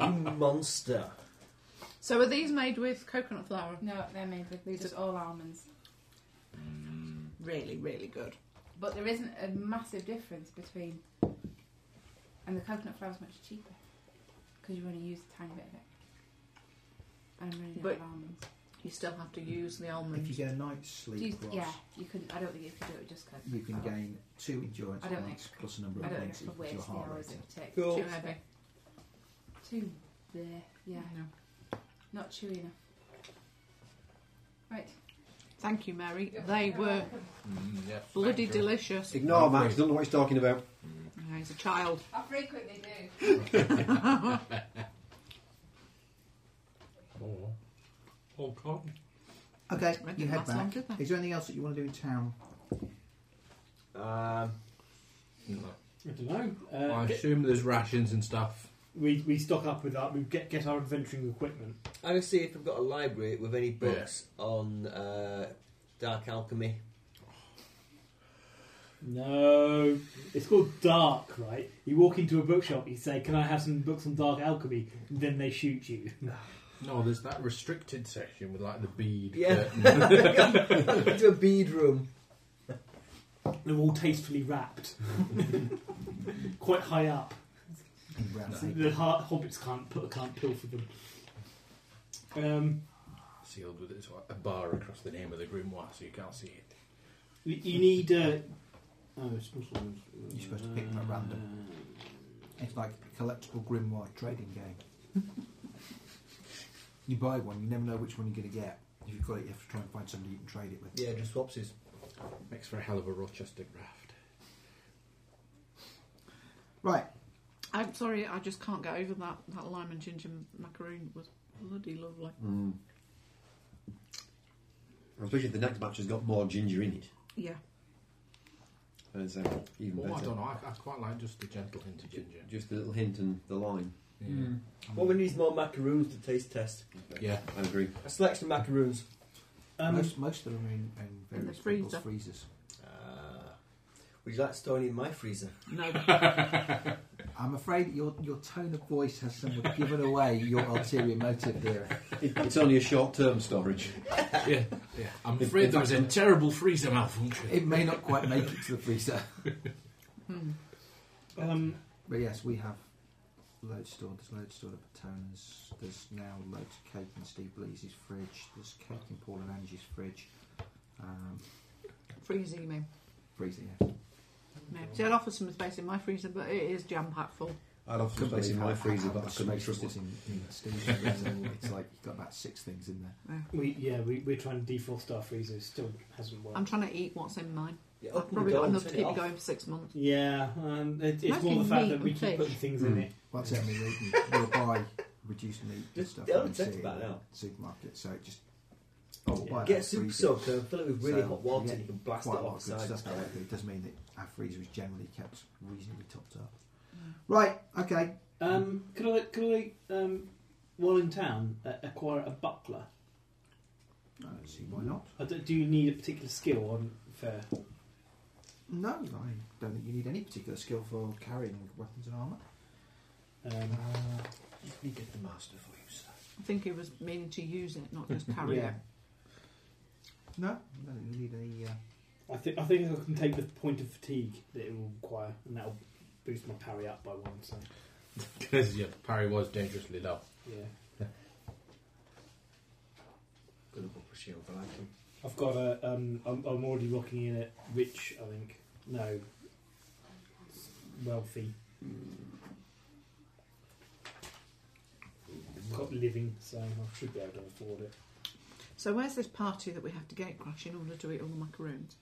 You monster.
So are these made with coconut flour?
No, they're made with
These
just all almonds.
Really, really good.
But there isn't a massive difference between. And the coconut flour is much cheaper. because you want to use a tiny bit of it. And I'm running out
But-
of almonds.
You still have to use the
If you
almond.
get a night's
Do you,
sleep, Ross,
yeah, you could. I don't think you could do it just because.
you can gain two endurance
Oh. I don't
points
think-
plus a number
I
of
don't
points
think I could
equal to your
waste the
heart
hours
rating.
it would take.
Cool.
Too heavy.
Too there, yeah,
No.
not chewy enough. Right,
Thank you, Mary. They were
Mm, yeah,
bloody
thank you.
[laughs]
delicious.
Ignore Max, don't know what he's talking about.
Yeah, he's a child.
I frequently do.
Oh, oh God.
Okay,
Didn't
you head
last long,
back.
did they?
Is there anything else that you want to do in town?
Um,
I don't know. Uh,
Mm, I assume there's rations and stuff.
we, we stock up with that. We get get our adventuring equipment.
I'm going to see if I've got a library with any books on uh, dark
[laughs]
alchemy.
No, it's called dark, right? You walk into a bookshop, you say, "Can I have some books on dark alchemy?" And then they shoot you.
No, there's that restricted section with like the bead.
Yeah.
[laughs] curtain.
Into a bead room.
They're all tastefully wrapped, quite high up.
In round
So
eight?
the har- hobbits can't put can't pilfer them. Um,
Sealed with it's like a bar across the name of the grimoire, so you can't see it.
you you need. Uh, oh, it's supposed to-
You're supposed to pick them at random. It's like a collectible grimoire trading game. you buy one, you never know which one you're going to get. If you've got it, you have to try and find somebody you can trade it with.
Yeah, just swaps his.
Makes for a hell of a Rochester graft.
Right,
I'm sorry, I just can't get over that. That lime and ginger macaroon was bloody lovely.
Mm. Especially if the next batch has got more ginger in it.
Yeah.
And it's uh, even
Oh, I
better.
don't know. I, I quite like just the gentle hint of ginger.
Just a little hint and the line.
Yeah.
Mm.
What we need is more macaroons to taste test.
Yeah.
I agree.
A selection of macaroons.
Um,
most, most of them are in, in
the
various people's
freezer.
freezers.
Uh, would you like to store any in my freezer?
No.
I'm afraid that your, your tone of voice has somewhat given away your [laughs] ulterior motive here.
It- it's only a short term storage.
yeah. Yeah. I'm afraid there was a terrible freezer malfunction. [laughs]
It may not quite make it to the freezer.
Hmm.
um,
But yes, we have loads stored. There's loads stored at Patona's. There's now loads of cake in Steve Blease's fridge. There's cake in Paul and Angie's fridge. Um,
Freezer, you mean?
freezer, yeah.
No. See, I'd offer some space in my freezer, but it is jam packed full.
I'd have some
Couldn't
space in
believe
my
how-
freezer,
how
but I
much
couldn't
space
trust
was
it.
In, in Steve's [laughs] freezer. it's like you've got about six things in there.
we yeah we we're trying to defrost our freezer. It still hasn't worked.
I'm trying to eat what's in mine.
Yeah,
I've
open the
probably
door
got
and
enough
turn
to
it
keep
off.
going for six months.
yeah, um, it, it's
Mostly
more the fact
meat
that we
and
keep
fish.
putting things in
Mm.
it.
Well, that's only we will buy reduced meat and
Just
stuff.
don't
when we see
take
it
that
in
out.
the Supermarket, so it just. Oh, we'll
Yeah.
buy it
Get
out
a
of
super
freezer.
soaker and fill it with really
So
hot water
get
and you can blast it
quite a lot
off
of good
sides.
stuff out there, but it does mean that our freezer is generally kept reasonably topped up. Right, okay.
Um, could I could I um, while in town uh, acquire a buckler?
I don't see why not.
I don't- do you need a particular skill on for?
No, I don't think you need any particular skill for carrying weapons and armour.
Um,
Let me get the master for you, sir.
I think he was meaning to use it, not just carry
yeah,
it.
No, I don't think you need any. Uh,
I think I think I can take the point of fatigue that it will require, and that'll boost my parry up by one. So
Because yeah, Parry was dangerously low.
yeah,
Gonna put a shield for Lanky.
I've got a. Um, I'm, I'm already rocking in it. Rich, I think. No, wealthy. Got living, so I should be able to afford it.
So where's this party that we have to gate crash in order to eat all the macaroons?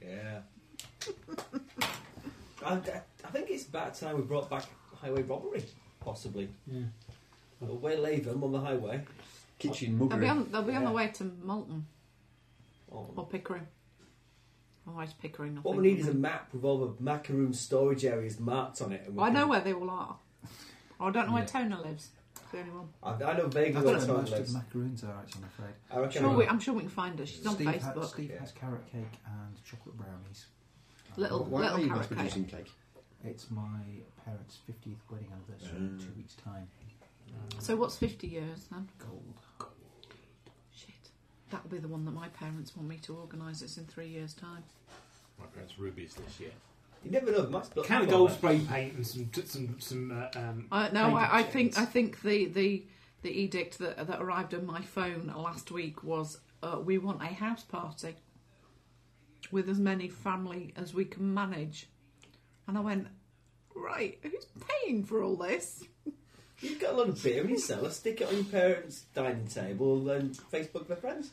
Yeah. I, I- I think it's about time we brought back highway robbery, possibly.
Yeah.
We'll waylay them on the highway.
Kitchen
They'll be
muggery.
on, they'll be on the
Yeah.
way to Malton or
Oh.
Pickering. Always Pickering. I
What
think.
we need is a map with all the macaroon storage areas marked on it. And we
I
can-
know where they all are. I don't know where
Yeah.
Tona lives. It's The only one.
I, I know vaguely
that's
where
where
Tom
most of
lives.
the macaroons are, actually, I'm afraid.
I
I'm
reckon.
sure, we, I'm sure we can find her. She's on
Steve, has-
Facebook.
Steve
Yeah.
has carrot cake and chocolate brownies. Um,
Little-
Why are
little
you
carrot
mass producing cake?
It's my parents' 50th wedding anniversary in
Uh.
two weeks' time.
So what's 50 years then?
Gold.
Shit. That'll be the one that my parents want me to organise. It's in three years' time.
My parents' rubies this year.
You never know. Max
A can of gold spray paint and some t- some some. Uh, um,
Uh, no,
painting
I, I
shades.
think I think the, the the edict that that arrived on my phone last week was uh, we want a house party with as many family as we can manage, and I went right. Who's paying for all this?
You've got a lot of beer in your cellar. Stick it on your parents' dining table and Facebook their friends.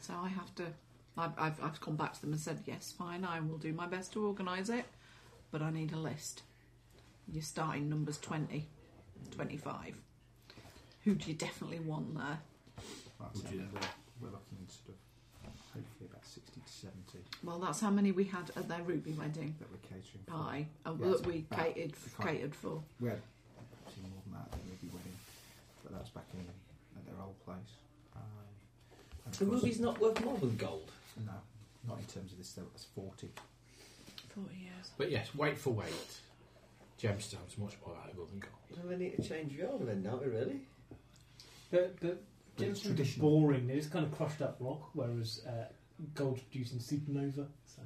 So I have to. I've, I've I've come back to them and said yes, fine. I will do my best to organise it, but I need a list. You're starting numbers 20, 25. Who do you definitely want there?
Right, so we're, we're looking sort of hopefully about 60 to 70
Well, that's how many we had at their Ruby wedding.
that we're catering for.
pie uh,
Yeah,
that we
about-
catered
we can't-
catered for.
We had seen more than that at the Ruby wedding, but that was back in at their old place. Um, and of
The
course-
movie's not worth more than gold.
No, not in terms of this though. That's forty.
Forty years.
But yes, weight for weight. Gemstones much more valuable than gold.
Well, we need to change your order then, don't we, really?
But but
It's
gemstones are
traditional.
boring. They're just kind of crushed up rock, whereas uh, gold's produced in supernova. So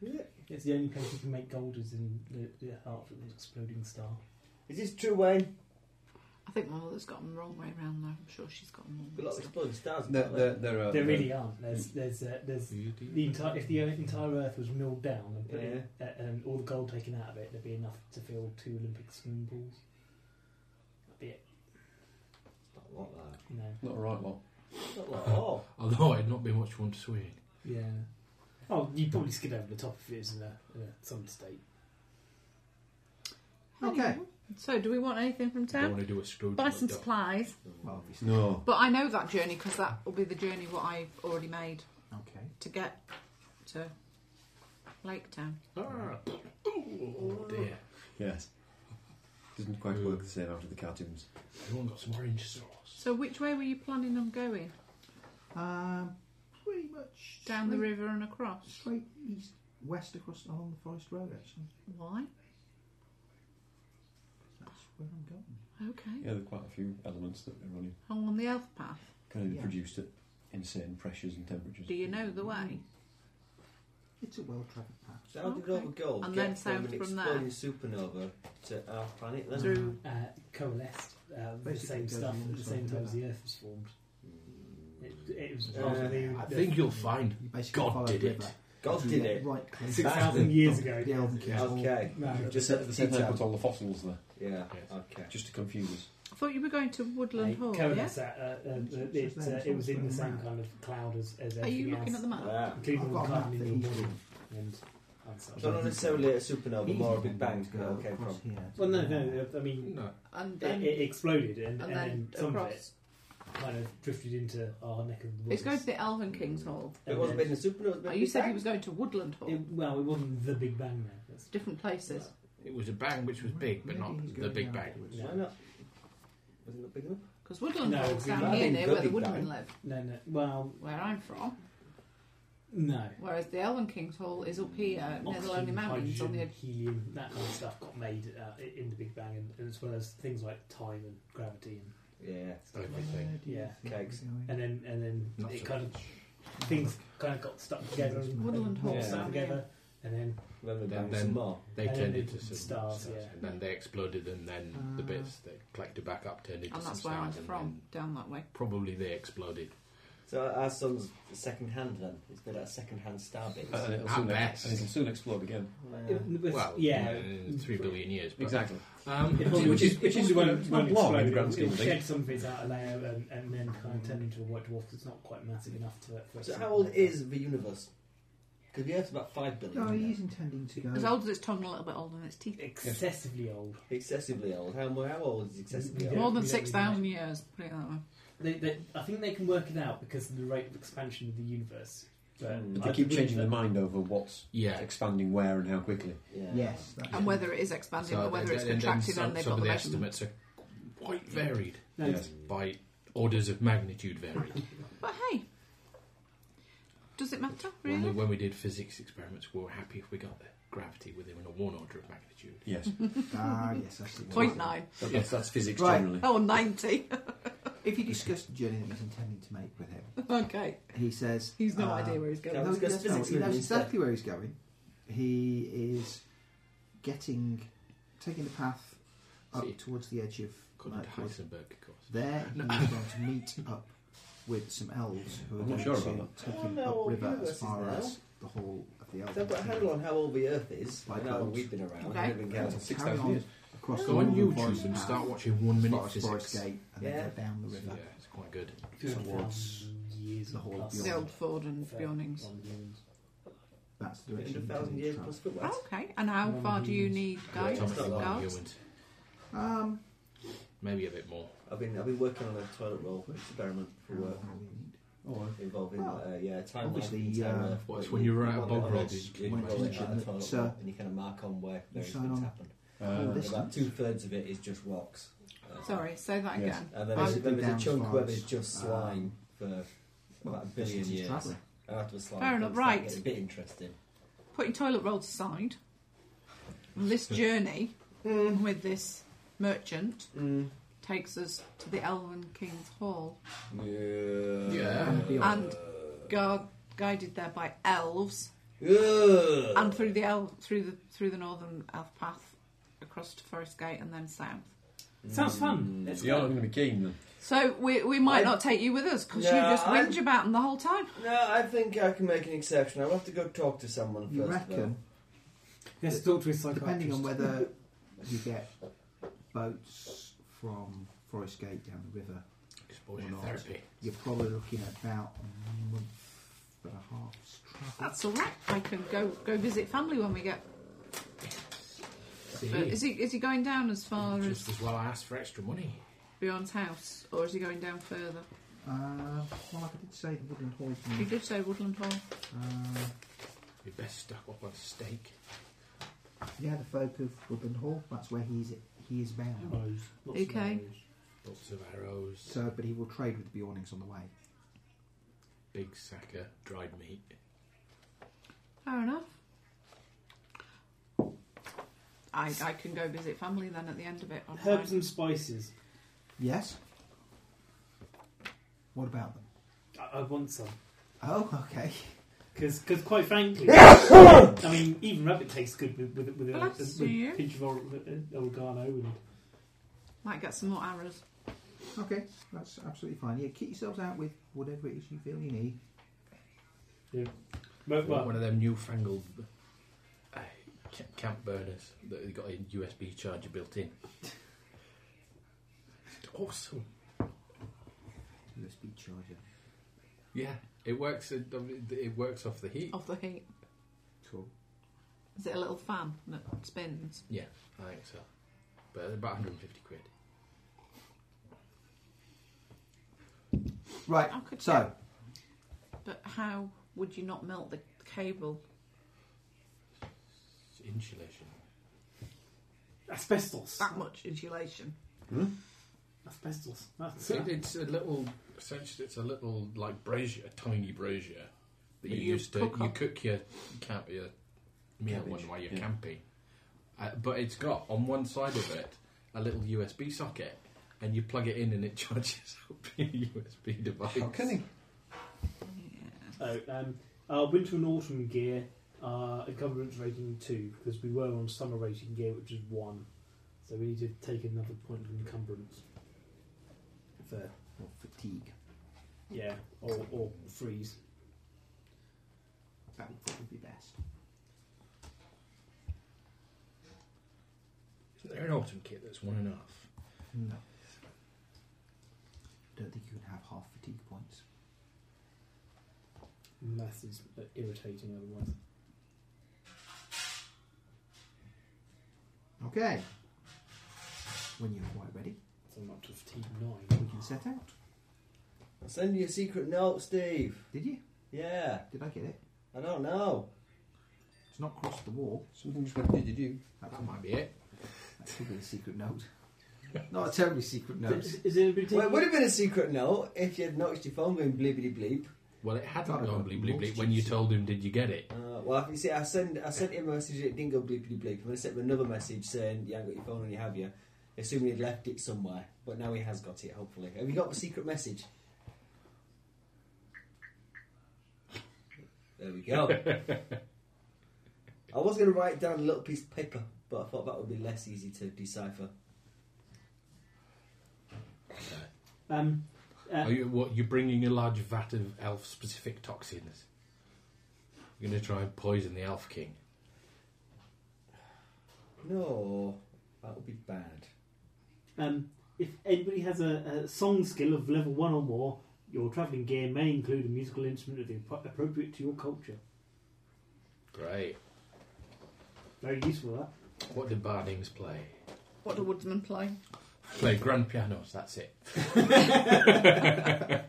Is it?
it's the only place you can make gold is in the, the heart of an exploding star.
Is this true, Wayne?
I think my mother's got them the wrong way around though. I'm sure she's got them
We've
wrong.
got of exploding stars. and
There,
that,
there, there are.
There
there-
really aren't. There's there's uh, there's the entire if the entire Earth was milled down and, put in, uh, and all the gold taken out of it, there'd be enough to fill two Olympic swimming pools. That'd be it.
Not like that.
No.
Not a right one.
Not like oh.
Although it'd not be much one to swing.
Yeah. Oh, you'd probably skid over the top if it was in a, in a solid state.
Okay.
So, do we want anything from
Don't
town?
want to do a screw.
Buy some supplies.
Well, obviously.
No.
But I know that journey because that will be the journey what I've already made
Okay.
to get to Lake Town.
Ah. Oh dear.
[laughs] Yes. Doesn't quite work the same after the cartoons.
Everyone got some orange sauce.
So, which way were you planning on going?
Um, pretty much
Down the
straight-
river and across?
straight east, west across along the forest road. Actually,
Why?
that's where I'm going.
Okay.
Yeah, there are quite a few elements that are running.
I'm on the elf path.
Kind of
Yeah.
produced at insane pressures and temperatures.
Do you know the way?
It's a well-travelled path.
Sounded
Okay.
over gold.
And
get
then
from
sound
an
from
exploding supernova to our planet. Then.
Through
Uh, coalesced uh, with the
Basically
same
goes
stuff
along
at the
the
same
side
time
of
as
the
the Earth was formed. It, it was
Uh,
part of the,
I
I
the-
think you'll find.
You basically
God
follow
did
the
it.
river.
God
You
did
get
it.
Right clear.
Six thousand years
The
ago.
Elven King's Hall.
Okay.
No.
Just
Set
set
the
the
same
detail.
time put all the fossils there,
Yeah.
Yes.
Okay.
just to confuse us.
I thought you were going to Woodland Hall, yeah?
Coalesced. Uh, uh, uh,
It's
it,
just
uh,
there,
it was in the
it's
same
on the
kind of cloud as, as
Are you
everything
looking at
else,
the map?
Ah.
including
I've
all
got
the
a map
carbon
that
in the
each
water
one.
and unsuch.
So not necessarily a supernova, more a
Easy
big bang.
to
Where
go
it came
across
from.
here to
Well, no,
there.
no. I mean,
No.
And
it,
then,
it exploded, and,
and then
some of it
across.
kind of drifted into our neck of the woods.
It's going to the Elven King's Hall.
And
It wasn't
then-
been a supernova. it was
Oh,
a
you
big
said
bang.
he was going to Woodland Hall.
It, well, it wasn't the Big Bang Man. That's,
Different places.
It was a bang which was big, but
Maybe
not
he's
the
going
big
down
bang.
afterwards.
Why not? Was it not big enough?
Because Woodland
No,
Hall's
we-
down
I
here
think
near where
that'd
the
be
woodmen
fine.
live,
no, no. Well,
where I'm from.
no.
Whereas the Elven King's Hall is up here near the Lonely
Oxygen,
Mountains on the edge.
helium, that kind of stuff got made uh, i- in the Big Bang, and, and as well as things like time and gravity, and
Yeah.
Everything.
Where do you
Yeah.
think
Cakes.
we're going?
and then and then
Not
it
so
kind of things kind of got stuck together, and
Woodland
and
Hall,
stuck
yeah.
together, and then
Remember
Then-
then,
then-
some more.
They
And
turned
then
into
the
some
stars,
stars,
yeah.
and then they exploded, and then the
Ah.
bits that collected back up turned into
And
some
that's where I'm
stars. and
from,
then
down that way.
Probably they exploded.
So our sun's second hand then. It's made out of second hand star bits.
And it'll,
At
soon,
best.
and it'll soon explode again.
Yeah.
it was-
Well,
yeah,
in three billion years. but-
Exactly.
Um,
It probably
Which is-
it
which is
probably
when-
won't-
when
won't
long in
explode,
the grand
it'll-
scheme of
it'll
things.
shed some of its outer layer and, and then kind of turn into a white dwarf that's not quite massive enough to. For
So how old is the universe? Because the Earth's about five
Oh,
billion.
No,
isn't
he
it?
is intending to
Oh.
go.
As old as its tongue, a little bit older than its teeth.
excessively old?
Excessively old. How, how old is excessively
Yeah.
old?
More
we don't
than
need
6,000 years, put it that way.
They, they, I think they can work it out because of the rate of expansion of the universe. But
Mm.
But
I
they keep
believe
changing
that-
their mind over what's
yeah.
expanding where and how quickly.
Yeah.
Yes. that's
And whether it is expanding or whether
then-
it's
then- then
contracted
some,
and they've
some
got
of
the
the
measurement.
estimates are quite varied
No,
Yes.
by orders of magnitude varied.
But hey, does it matter,
when, we,
really?
when we did physics experiments, we were happy if we got the gravity within a one order of magnitude.
Yes.
[laughs]
Ah, yes, that's the one.
Point nine.
That- that's, that's physics
Right.
generally.
Oh, 90. If you just
discuss the journey that he's intending to make with him.
[laughs] okay,
He says
he's no
Ah,
uh,
idea where he's going.
Yeah,
No,
Let's
he,
go
does know.
physics
he
with him
knows
instead.
exactly where he's going. He is getting, taking the path up
See.
towards the edge of
Couldn't
Mirkwood.
Heisenberg, of course.
There he is going to meet up with some elves who are
I'm
going
not sure
to
Oh,
about
take
I
him
don't know
up
what
river
universe
as
is
far
now.
as the hall of the elves.
They've got a handle on how old the Earth is,
Like
and how long
those.
we've been around.
Okay.
and everything else.
Carry
6,000
on
years.
Across the
Go on
Northern Forest
YouTube and
Path,
start watching One
as
Minute
far as Forest
Physics.
Gate, and then
Yeah.
go down the
Yeah,
river.
it's quite good.
Towards
years
the whole of
plus. uh,
The old Ford and
Fair.
Bjornings.
On humans.
That's the direction. he's
100,000
intending to
years
travel.
plus footwear.
Okay, and how
One
far do you
humans.
need guidance?
Atomic
not
long
Guards?
humans.
Um,
Maybe a bit more.
I've been I've been working on a toilet roll experiment for
how
work
long will we need?
involving
Oh, Well,
uh, yeah time.
obviously,
lapse and time
uh,
lapse.
Well, it's when you run out of
roll
bog roll,
it,
did you-
roll
my
it
intention
out of the
that,
toilet
uh,
roll, and you kind of mark on where various
sign
things
on.
happen.
All
Uh,
this
About two thirds of it is just rocks. Uh,
Sorry, say that
Yes.
again.
And then
I
there's,
would
then
be
there's
down
a chunk
as
where
far
there's
as,
just
um,
slime for about
well,
a billion
distance he's
years.
travelling.
And after the slime,
Fair enough,
comes down,
right.
It's a bit interesting.
Put your toilet rolls aside. This journey
Mm.
with this merchant
Mm.
takes us to the Elven King's Hall,
Yeah.
Yeah.
and gu- guided there by elves,
Ugh.
and through the el- through the through the northern elf path, across to Forest Gate, and then south.
Sounds fun.
Mm.
Let's
You're not
go.
going to be keen then.
So we, we might
I-
not take you with us because you
No,
just
I-
whinge about them the whole time.
No, I think I can make an exception. I'll have to go talk to someone first.
You
though.
reckon?
Let's talk to his psychiatrist.
Depending on whether you get boats from Forest Gate down the river,
Exposure
Not.
therapy.
you're probably looking at about a month and a half's travel.
That's all right. I can go go visit family when we get.
See?
But is he is he going down as far as
Just as well I asked for extra money.
Beyond's house, or is he going down further?
Uh, well, like I did say, the Woodland Hall.
You did say Woodland Hall.
Uh,
You best stock up on steak.
yeah, the folk of Woodland Hall. That's where he's he is bound.
Arrows. Lots of
Okay.
arrows.
Lots of arrows.
So, but he will trade with the Bjornings on the way.
big sacker. Dried meat.
Fair enough. I, I can go visit family then at the end of it. I'm
Herbs
fine.
and spices.
Yes. What about them?
I, I want some.
Oh, [laughs] okay.
Because quite
[laughs]
frankly, I mean, even rabbit tastes good with, with, with, a,
Bless
with
you.
a pinch of or- uh, oregano. And
Might get some more arrows.
Okay, that's absolutely fine. Yeah, kit yourselves out with whatever it is you feel you need.
well,
Want
well,
one of them newfangled uh, ca- camp burners that they got a USB charger built in. It's awesome.
USB charger.
Yeah, it works. It, it works off the
Oh.
heat.
Off the heat.
Cool.
Is it a little fan that spins?
Yeah, I think so. But they're about 150 quid.
Right.
I could
So,
But how would you not melt the cable?
It's insulation.
asbestos.
That much insulation.
Asbestos. That's
It, it's a little. Essentially, it's a little like brazier, a tiny brazier that you,
You
use to
cook
you
on.
cook your camp your meal
Cabbage,
on while you're
yeah.
camping. Uh, but it's got on one side of it a little USB socket, and you plug it in and it [laughs] charges up your USB device.
How can he?
Oh, um, our winter and autumn gear are encumbrance rating two because we were on summer rating gear, which is one. So we need to take another point of encumbrance.
for well, fatigue,
Yeah, or, or freeze.
that would probably be best.
Isn't there an autumn kit that's one and a half?
No. Don't think you can have half fatigue points.
Math is uh, irritating otherwise.
Okay. When you're quite ready,
So I'm up to fatigue
we
nine.
can set out.
I'll send you a secret note, Steve.
Did you?
Yeah,
Did I get it?
I don't know.
It's not crossed the wall.
Something just went, did you do?
That,
That might be it.
that could be a secret note. not a terribly secret note.
Is, is anybody
Well, it
taking-
would have been a secret note if you'd noticed your phone going bleepity bleep.
Well, it hadn't
Gotta
gone
go
bleep bleep bleep when you told him. Did you get it?
Uh, well, you see, I sent I sent him a message. It didn't go bleepity bleep. And then I sent him another message saying, "You haven't got your phone on you, have you?" assuming he'd left it somewhere. But now he has got it, hopefully. Have you got the secret message? There we go. I was going to write down a little piece of paper, but I thought that would be less easy to decipher.
Um,
Are you, what, you're bringing a large vat of elf specific toxins. You're going to try and poison the elf king.
No, that would be bad.
um, if anybody has a, a song skill of level one or more, your travelling gear may include a musical instrument of the appro- appropriate to your culture.
Great.
Very useful that.
What do bardings play?
What do woodsmen play?
Play grand pianos, that's it.
I,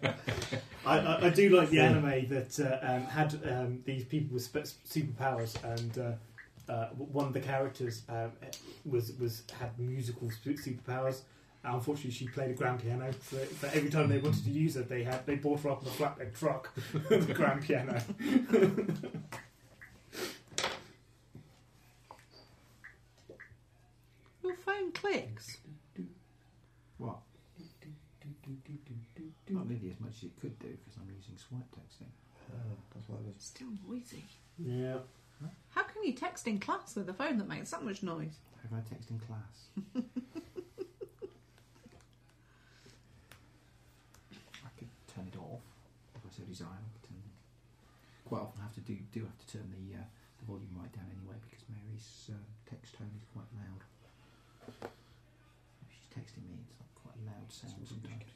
I, I do like the anime that uh, um, had um, these people with spe- superpowers, and uh, uh, w- one of the characters um, was was had musical su- superpowers. And Unfortunately, she played a grand piano, so but every time they wanted to use her, they had they bought her up on a flatbed truck [laughs] with a grand piano.
Your phone clicks.
What? Not nearly as much as it could do because I'm using swipe texting.
Oh,
Still noisy.
Yeah,
How can you text in class with a phone that makes that much noise?
Have I text in class? I could turn it off if I so desire. I could turn Quite often, I have to do do have to turn the uh, the volume right down anyway because Mary's uh, text tone is quite loud. If she's texting me, it's like quite a loud sound sometimes.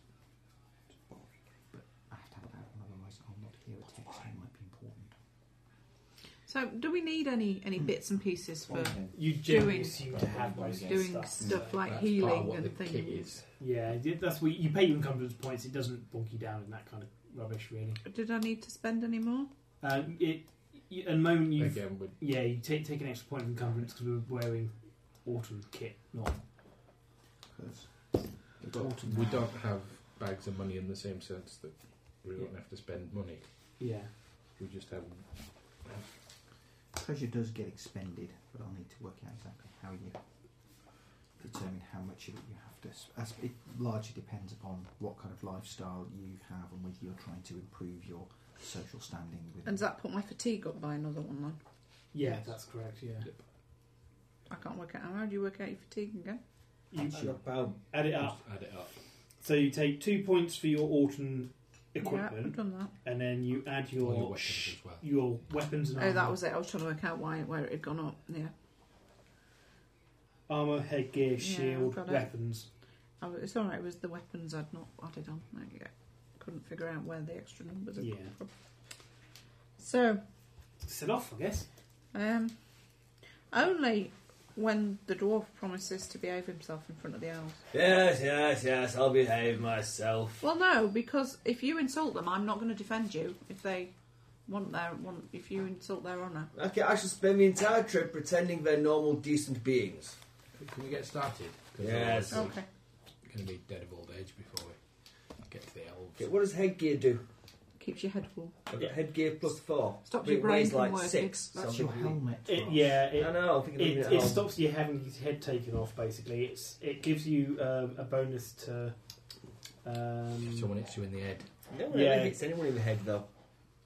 But I have to have it out, otherwise I'll not hear a text. It might be important.
So, do we need any any
Hmm.
bits and pieces for
you generally
Doing-
assume to have those
doing
stuff.
stuff like
That's part of
healing
what
and
the kit
things?
is.
Yeah, y- that's what you pay your encumbrance points. It doesn't bog you down in that kind of rubbish, really.
Did I need to spend any more?
Um, it, y at the moment you have
Again, with
Yeah, you take take an extra point of encumbrance because we were wearing autumn kit, not.
Because
But [sighs] we don't have bags of money in the same sense that we don't have to spend money.
Yeah.
We just have.
Treasure does get expended, but I'll need to work out exactly how you determine how much of it you have to. s- As it largely depends upon what kind of lifestyle you have and whether you're trying to improve your social standing. With
And does that put my fatigue up by another one then?
Yeah, that's correct. Yeah.
I can't work out. How do you work out your fatigue again?
You
Sure. Bow.
add it up.
Just add it up.
So you take two points for your autumn
Yeah, I've
equipment,
done that.
and then you add
All
your
your weapons
sh-
as well.
your weapons and
Oh,
armor,
that was it. I was trying to work out why where it had gone up. Yeah,
armor, headgear, shield,
got it.
weapons.
I was, it's all right. It was the weapons I'd not added on. There you go. Couldn't figure out where the extra numbers had
Yeah.
come from. So,
Set off, I guess.
um, only when the dwarf promises to behave himself in front of the elves.
Yes, yes, yes. I'll behave myself.
Well, no, because if you insult them, I'm not going to defend you. If they want their want, if you insult their honour,
Okay, I shall spend the entire trip pretending they're normal, decent beings.
Can we get started? 'Cause
Yes.
otherwise
okay.
We're going to be dead of old age before we get to the elves.
Okay, what does headgear do?
Keeps your head full.
I've got headgear plus four.
Stops
but
your
it
brain
weighs
from
like
working.
six. so
that's
I'm
your
thinking-
helmet.
It,
right.
yeah.
I
uh,
It,
know. I'm thinking
it, it
of leaving
um,
it at home.
stops you having your head taken off. Basically, it's it gives you um, a bonus to. Um,
Someone hits you in the head.
No one
Yeah.
ever hits anyone in the head, though.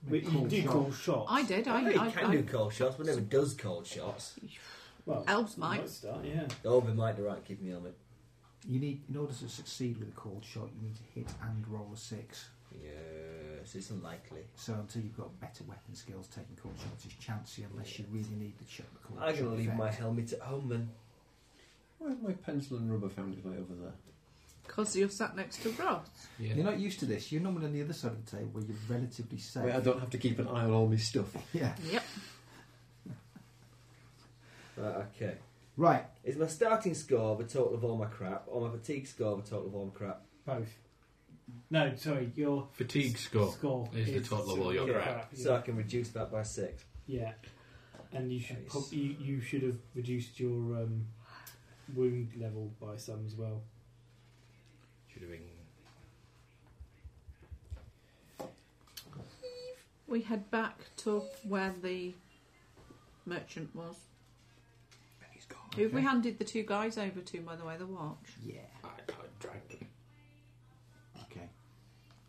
but you
Cool
do
shot.
cool shots.
I did. I,
I know you
I,
can
I-
do cold shots, but never does cold shots.
Well,
elves
might
might.
start, yeah.
Oh, they might be right keeping the helmet.
You need, in order to succeed with a called shot, you need to hit and roll a six.
Yes, it's unlikely.
So until you've got better weapon skills, taking called shots is chancy unless you really need the shot. The called
I'm
shot
going to leave my
effect.
helmet at home then.
Why have my pencil and rubber found its way over there?
Because you're sat next to Ross.
Yeah.
You're not used to this. You're normally on the other side of the table where you're relatively safe.
Wait, I don't have to keep an eye on all my stuff.
[laughs] Yeah.
Yep.
Right, okay.
Right.
Is my starting score the total of all my crap, or my fatigue score the total of all my crap?
Both. No, sorry, your
Fatigue score.
score
is the total of all your
yeah,
crap.
yeah.
So I can reduce that by six.
yeah, and you should
Nice.
prob- you, you should have reduced your um, wound level by some as well.
Should have been.
We head back to where the merchant was.
And he's gone.
Who have we handed the two guys over to, by the way, the watch?
Yeah.
I can't drag them.
Okay.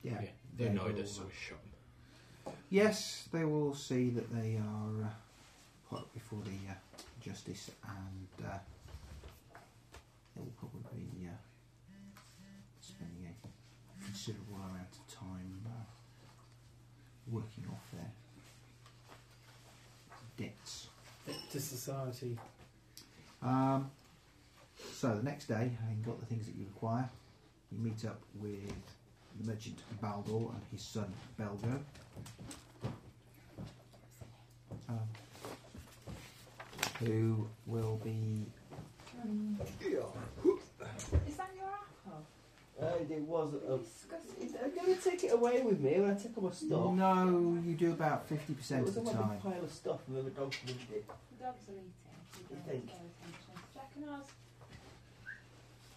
Yeah.
Yeah, they
Yeah,
annoyed
we'll,
us, so
uh,
we shot them.
Yes, they will see that they are uh, put before the uh, justice, and uh, they will probably be uh, spending a considerable amount of time uh, working off their debts.
to society.
Um, so the next day, having got the things that you require, you meet up with the merchant Baldor and his son Belgo. Um, who will be
Is that your apple?
it was.
Disgusting.
I'm going to take it away with me when I take all my stuff.
no you do about 50%
It
of
was
the
on my
time
big pile of stuff and then the dog moved it.
The dogs are eating. so You don't pay
think?
attention. Jack and Oz.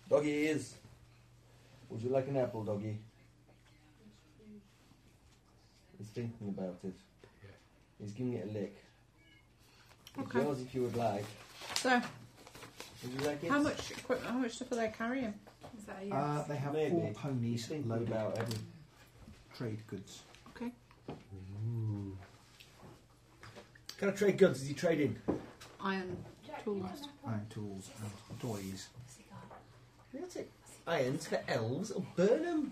Doggy ears. Would you like an apple, doggy? He's thinking about it.
Yeah.
He's giving it a lick. It's
Okay.
yours if you would like.
So,
Would you like it?
how much equip- how much stuff are they carrying?
Is that a yes?
uh, they have
Maybe.
four
He's
ponies
thinking
loaded
about it.
trade goods
Can I Hmm. trade goods? Is he trading?
Iron.
Jack, you want
tools.
an apple?
iron tools and toys
Can I take irons for elves or burn them?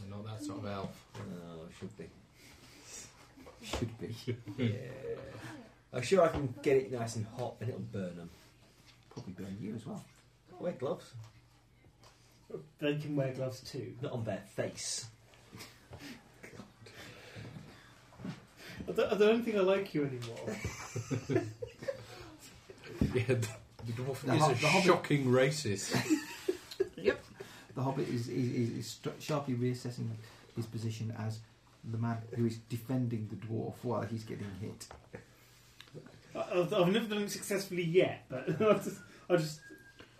They're not that sort of elf.
No, I Oh, should be. Should be. [laughs] yeah. I'm sure I can get it nice and hot and it'll burn them.
probably burn you as well
Wear gloves.
They can wear gloves too.
Not on their face.
I don't, I don't think I like you anymore.
Yeah, the, the dwarf
The
is
hob-
a
the hobbit-
shocking racist.
Yep.
The Hobbit is, is, is, is str- sharply reassessing his position as the man who is defending the dwarf while he's getting hit.
I, I've I've never done it successfully yet, but [laughs] I just, I just,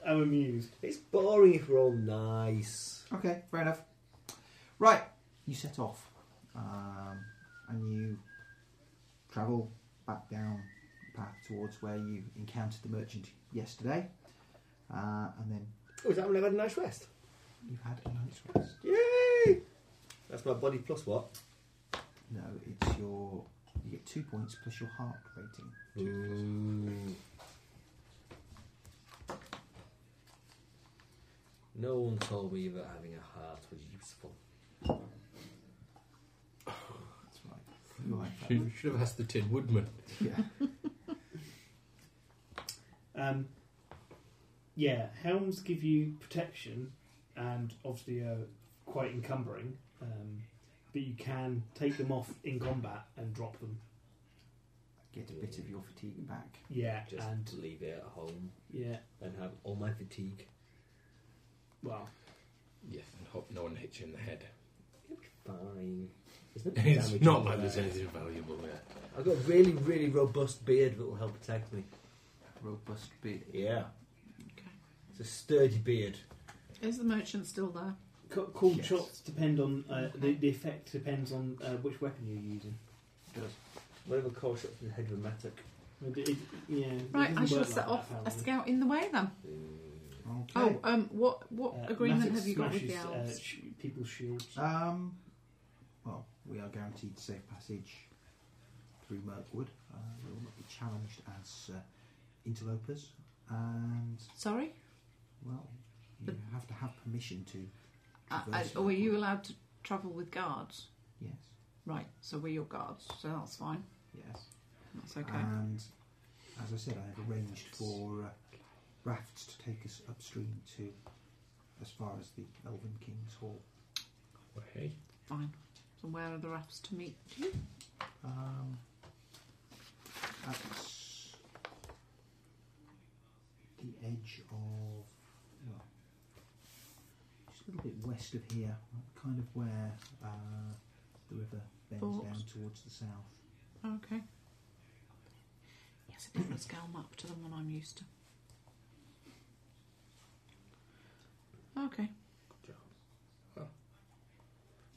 I'm amused.
It's boring if we're all nice.
Okay, fair enough. Right, you set off um, and you travel back down the path towards where you encountered the merchant yesterday. Uh, and then
Oh, is that when I've had a nice rest?
you've had a night's rest.
Yay! That's my body plus what?
No, it's your. You get two points plus your heart rating.
No one told me that having a heart was useful.
That's right. You like that.
you should have asked the Tin Woodman.
Yeah.
Um, yeah, helms give you protection and obviously are quite encumbering, um, but you can take them off in combat and drop them.
Get a bit of your fatigue back.
Yeah,
Just
and
to leave it at home
yeah,
and have all my fatigue.
well,
Yeah, and hope no one hits you in the head.
It'll be fine. There's no
[laughs] It's
damage
not
on
like there's
there.
anything valuable there.
I've got a really, really robust beard that will help protect me.
Robust bit.
Yeah.
Okay.
It's a sturdy beard.
Is the merchant still there?
c- cool
Yes.
shots depend on uh, the, the effect depends on uh, which weapon you're using.
Whatever course up to the head of a mattock.
It- it- yeah, it
Right,
doesn't
I shall
work like
set
that,
off a
apparently.
scout in the way then.
Mm.
Okay.
Oh, um, what what
Uh,
agreement
Matic
have you got with the
smashes,
elves?
Uh, sh- people's shields.
Oh.
Um, well, we are guaranteed safe passage through Mirkwood. Uh, we will not be challenged as uh, interlopers, and
Sorry,
well, you
But-
have to have permission to.
uh, uh,
Traverse
were you
Mirkwood.
allowed to travel with guards?
Yes,
Right, so we're your guards, so that's fine.
yes.
That's okay.
Uh.
And as I said, I have arranged for uh, rafts to take us upstream to as far as the Elven King's Hall.
Well, hey,
fine. So where are the rafts to meet?
Um, that's the edge of, well, just a little bit west of here, kind of where uh, the river bends
Forks.
down towards the south.
Okay. Yes, a different scale map to the one I'm used to. Okay.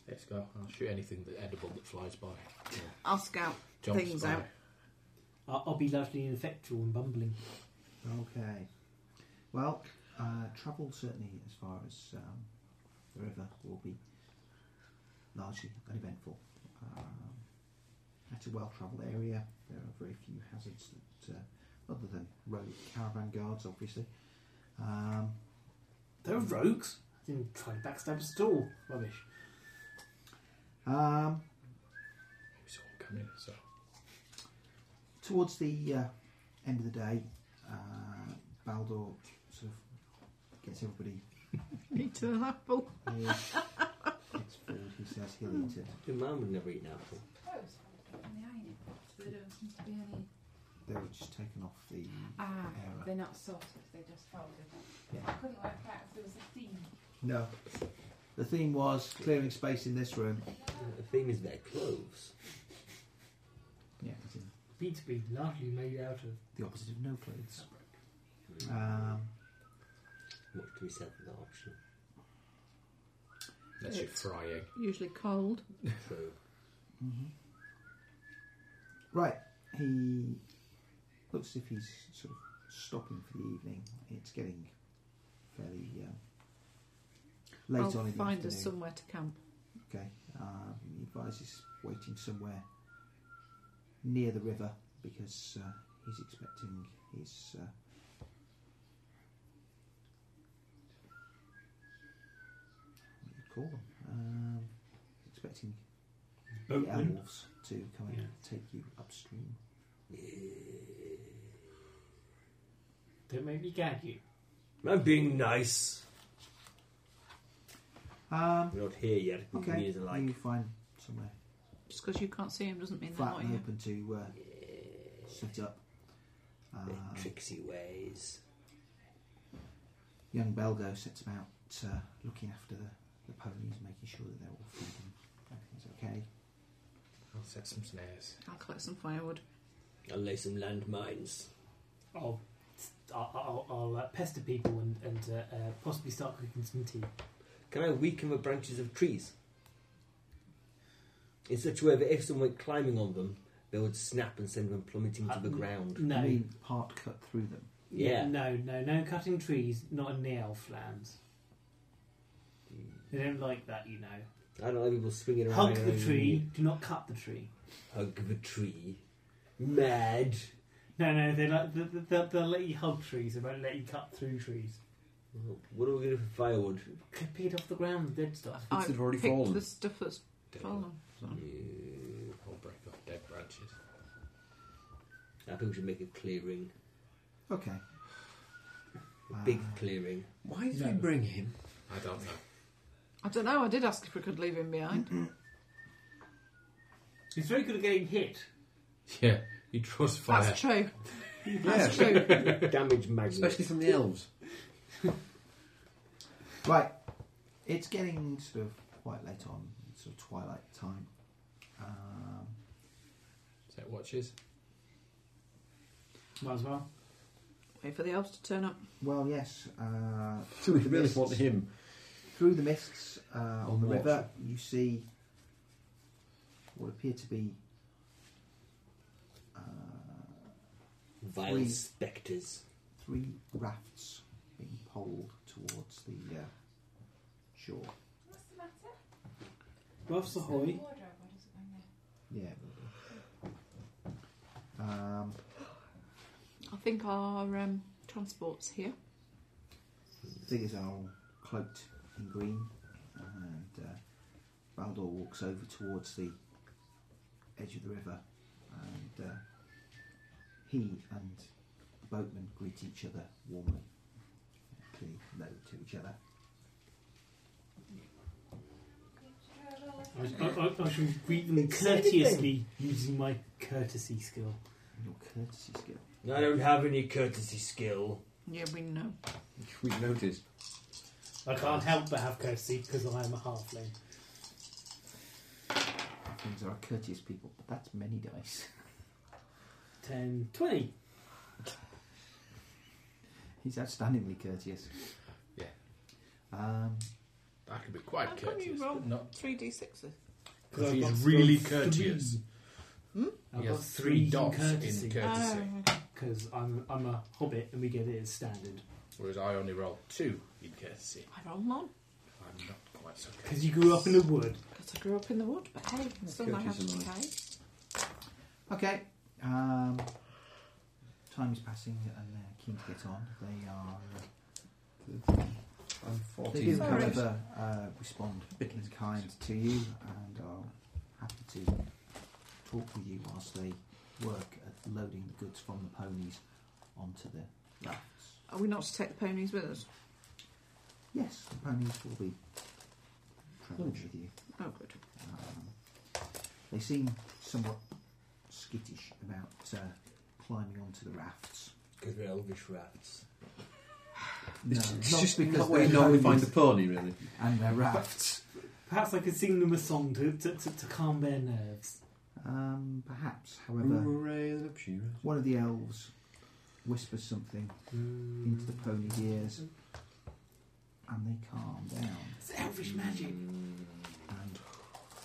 let's go. I'll shoot anything that edible that flies by.
I'll scout.
Jumps
Things
by.
out.
I'll, I'll be lovely and effectual and bumbling.
Okay. Well, uh, travel certainly as far as um, the river will be largely uneventful. Um, it's a well-travelled area. There are very few hazards that, uh, other than road caravan guards, obviously. Um,
They're rogues. Didn't try to backstab us at all. Rubbish.
um,
It's all coming, so.
towards the uh, end of the day, uh, Baldur sort of gets everybody
Eat an apple.
here. It's food. He says he'll eat it.
Your mum would never eat an apple.
They don't seem to be any.
They were just taken off the
Ah,
error.
they're not sorted, they're just folded.
Yeah.
I couldn't work out if there was a theme.
No. The theme was clearing space in this room.
The theme is their clothes.
Yeah, it's in
Need to be largely made out of
the opposite of no clothes.
Uh.
Um,
Much to be said for that option.
Unless you're
It's-
frying.
Usually cold.
True.
Mm-hmm. right, he looks as if he's sort of stopping for the evening. It's getting fairly um, late
I'll
on in the
find
afternoon.
us somewhere to camp.
Okay. Um, he advises waiting somewhere near the river because uh, he's expecting his uh, what do you call them? Um, expecting
Oh,
the
boatman.
elves to come and
Yeah.
take you upstream.
Don't make me gag you.
I'm being nice.
Um,
We're not here yet. We can
okay.
use a like.
You find somewhere
Just because you can't see him doesn't mean they're
flat
not
and
here.
open to uh, set up.
Their
Um,
tricksy ways.
Young Belgo sets about uh, looking after the, the ponies, making sure that they're all fed and everything's okay.
I'll set some snares.
I'll collect some firewood.
I'll lay some landmines.
I'll, I'll, I'll uh, pester people and, and uh, uh, possibly start cooking some tea.
Can I weaken the branches of trees? In such a way that if someone went climbing on them, they would snap and send them plummeting to the
Um,
ground.
I
No,
mean, part cut through them.
Yeah.
No, no, no cutting trees, not in the elf lands. They don't like that, you know.
I don't know, people swinging around.
Hug the tree, do not cut the tree.
Hug the tree. Mad.
No, no, they like, they, they, they'll let you hug trees, they won't let you cut through trees.
What are we going to do for firewood?
Could Pick it off the ground, dead stuff.
I
that have already
picked
fallen.
the stuff that's
Dead
fallen.
Yeah.
I'll break off dead branches.
I think we should make a clearing.
Okay.
A
Ah.
big clearing.
Why did
No.
we bring him?
I don't know. [laughs]
I don't know. I did ask if we could leave him behind.
He's very good at getting hit.
Yeah, he draws fire.
That's true.
Yeah, [laughs]
That's true.
Damage magnet.
especially from the elves.
Right. It's getting sort of quite late on, sort of twilight time. Um,
Set watches.
Might as well.
Wait for the elves to turn up.
well, yes. Uh,
[laughs] So we
the
really
mists-
want him.
Through the mists uh, on the
Watch.
river, you see what appear to be uh,
Vile
Three.
spectres.
three rafts being poled towards the uh, shore.
What's the matter?
Ruff's ahoy.
Wardrobe, why does it hang there?
Yeah. Um,
I think our um, transport's here.
figures are all cloaked in green, and uh, Baldur walks over towards the edge of the river, and uh, he and the boatman greet each other warmly. Clearly, no to each other.
I, I, I, I shall greet them courteously using my courtesy skill.
Your courtesy skill.
I don't have any courtesy skill.
Yeah, we know.
We noticed.
I can't help but have courtesy because I am a halfling.
Things are a courteous people. That's many dice. [laughs]
10, 20.
He's outstandingly courteous.
Yeah.
Um,
That could be quite
How come
courteous.
you roll
but not
three d sixes?
because
I've got
he's really
three.
courteous.
I've
He
got
has three dots in
courtesy.
Oh,
courtesy.
because I'm I'm a hobbit and we get it as standard.
Whereas I only roll two in courtesy.
I roll none
I'm not quite so good.
Because you grew up in the wood.
because I grew up in the wood. But hey, still my
Coaches
hands to
alive.
pay.
Okay. Um, time is passing and they're keen to get on. They are.
I'm
They
14.
do,
Sorry.
however, uh, respond in kind to you and are happy to talk with you whilst they work at loading the goods from the ponies onto the rafts.
Are we not to take the ponies with us?
Yes, the ponies will be travelling with you.
Oh, good.
Um, they seem somewhat skittish about uh, climbing onto the rafts.
Because we're elvish rats.
No,
It's
not
just
because
because we
they're
know we find
ponies
the pony, really.
and their rafts.
Perhaps I could sing them a song to to, to, to calm their nerves.
Um, perhaps, however,
Hooray, the She-Ra.
one of the elves whispers something into the pony's ears, and they calm down
It's elvish magic.
Mm,
and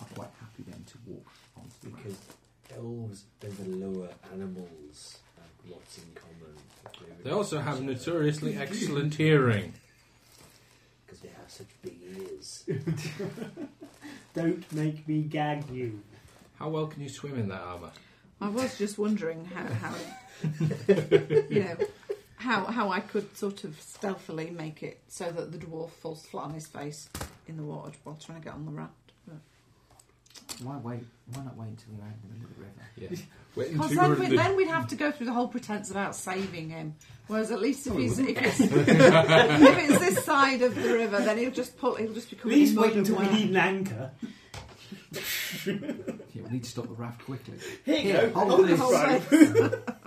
are quite happy then to walk onto the raft.
Because elves are the lower animals have lots in common.
[laughs] They also have notoriously excellent hearing.
Because they have such big ears.
Don't make me gag you.
How well can you swim in that armour?
I was just wondering how, how [laughs] you know, how how I could sort of stealthily make it so that the dwarf falls flat on his face in the water while trying to get on the raft. But
Why wait? Why not wait until you're out in the middle of the river?
[laughs]
Yes. Wait
Because then,
until we're
we,
in the-
then we'd have to go through the whole pretense about saving him. Whereas at least if he's [laughs] if it's, if it's this side of the river, then he'll just pull. He'll just
At
become.
least
mud
wait
and
until we
water.
need an anchor.
Yeah, we need to stop the raft [laughs] quickly.
Here you go.
hold
Hold
this.
this rope.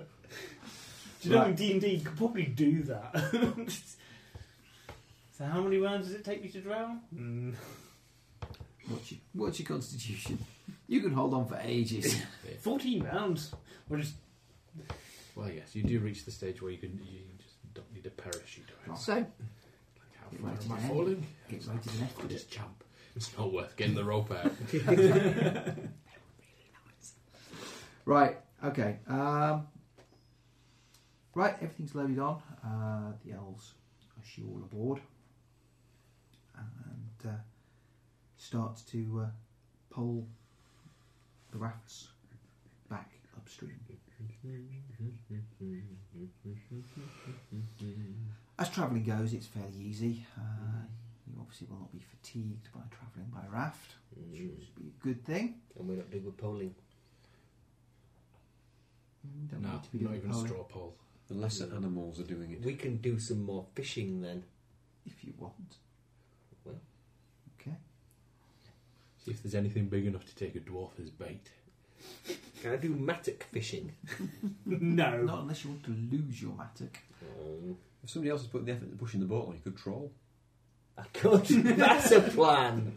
Do you know
Right.
in D and D you could probably do that. [laughs] so how many rounds does it take me to drown? Mm.
What's your, what's your constitution? You can hold on for ages.
Fourteen rounds.
[laughs]
Or just
Well, yes, you do reach the stage where you can you just don't need a parachute.
Oh,
Or anything.
So
Like, how
Get
far
right
am I
down.
falling?
Get right to the
I
left.
just jump. It's not worth getting the
[laughs]
rope out.
Right. Okay. Um, right. Everything's loaded on. Uh, the elves are you all aboard and uh, start to uh, pole the rafts back upstream. As travelling goes, it's fairly easy. Uh, you obviously will not be fatigued by travelling by raft, which would be a good thing.
And we're not big with polling.
You Mm, Don't
no,
need to be
not
doing
even a
poling
straw pole.
The lesser animals are doing it.
We can do some more fishing then.
if you want.
Well.
Okay.
See if there's anything big enough to take a dwarf as bait.
Can I do mattock fishing?
no.
Not unless you want to lose your mattock.
Oh,
If somebody else has put the effort into pushing the boat on, you could troll.
[laughs] I could. That's a plan.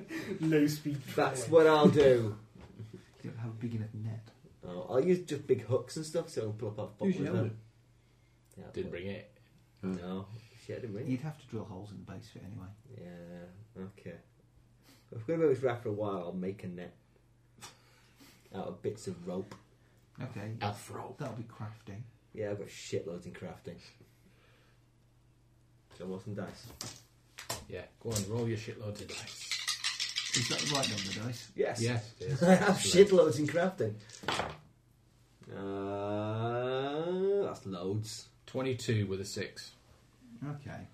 [laughs] Low speed.
That's
trolling.
what I'll do.
You don't have a big enough net.
Oh, I'll use just big hooks and stuff so I can pull up off the
Use your
bottom.
helmet.
Yeah,
Didn't bring it.
No, shit, I didn't bring it.
You'd have to drill holes in the base for it anyway.
Yeah, okay. If we're going to go with raft for a while, I'll make a net out of bits of rope.
Okay.
Elf rope.
That'll be crafting.
Yeah, I've got shitloads in crafting. So I want some dice.
Yeah, go on, roll your shitloads of dice.
Is that the right number of dice?
Yes.
Yes, it
[laughs]
is.
I
[laughs]
have shitloads in crafting. Uh, that's loads.
[laughs] 22 with a 6.
Okay.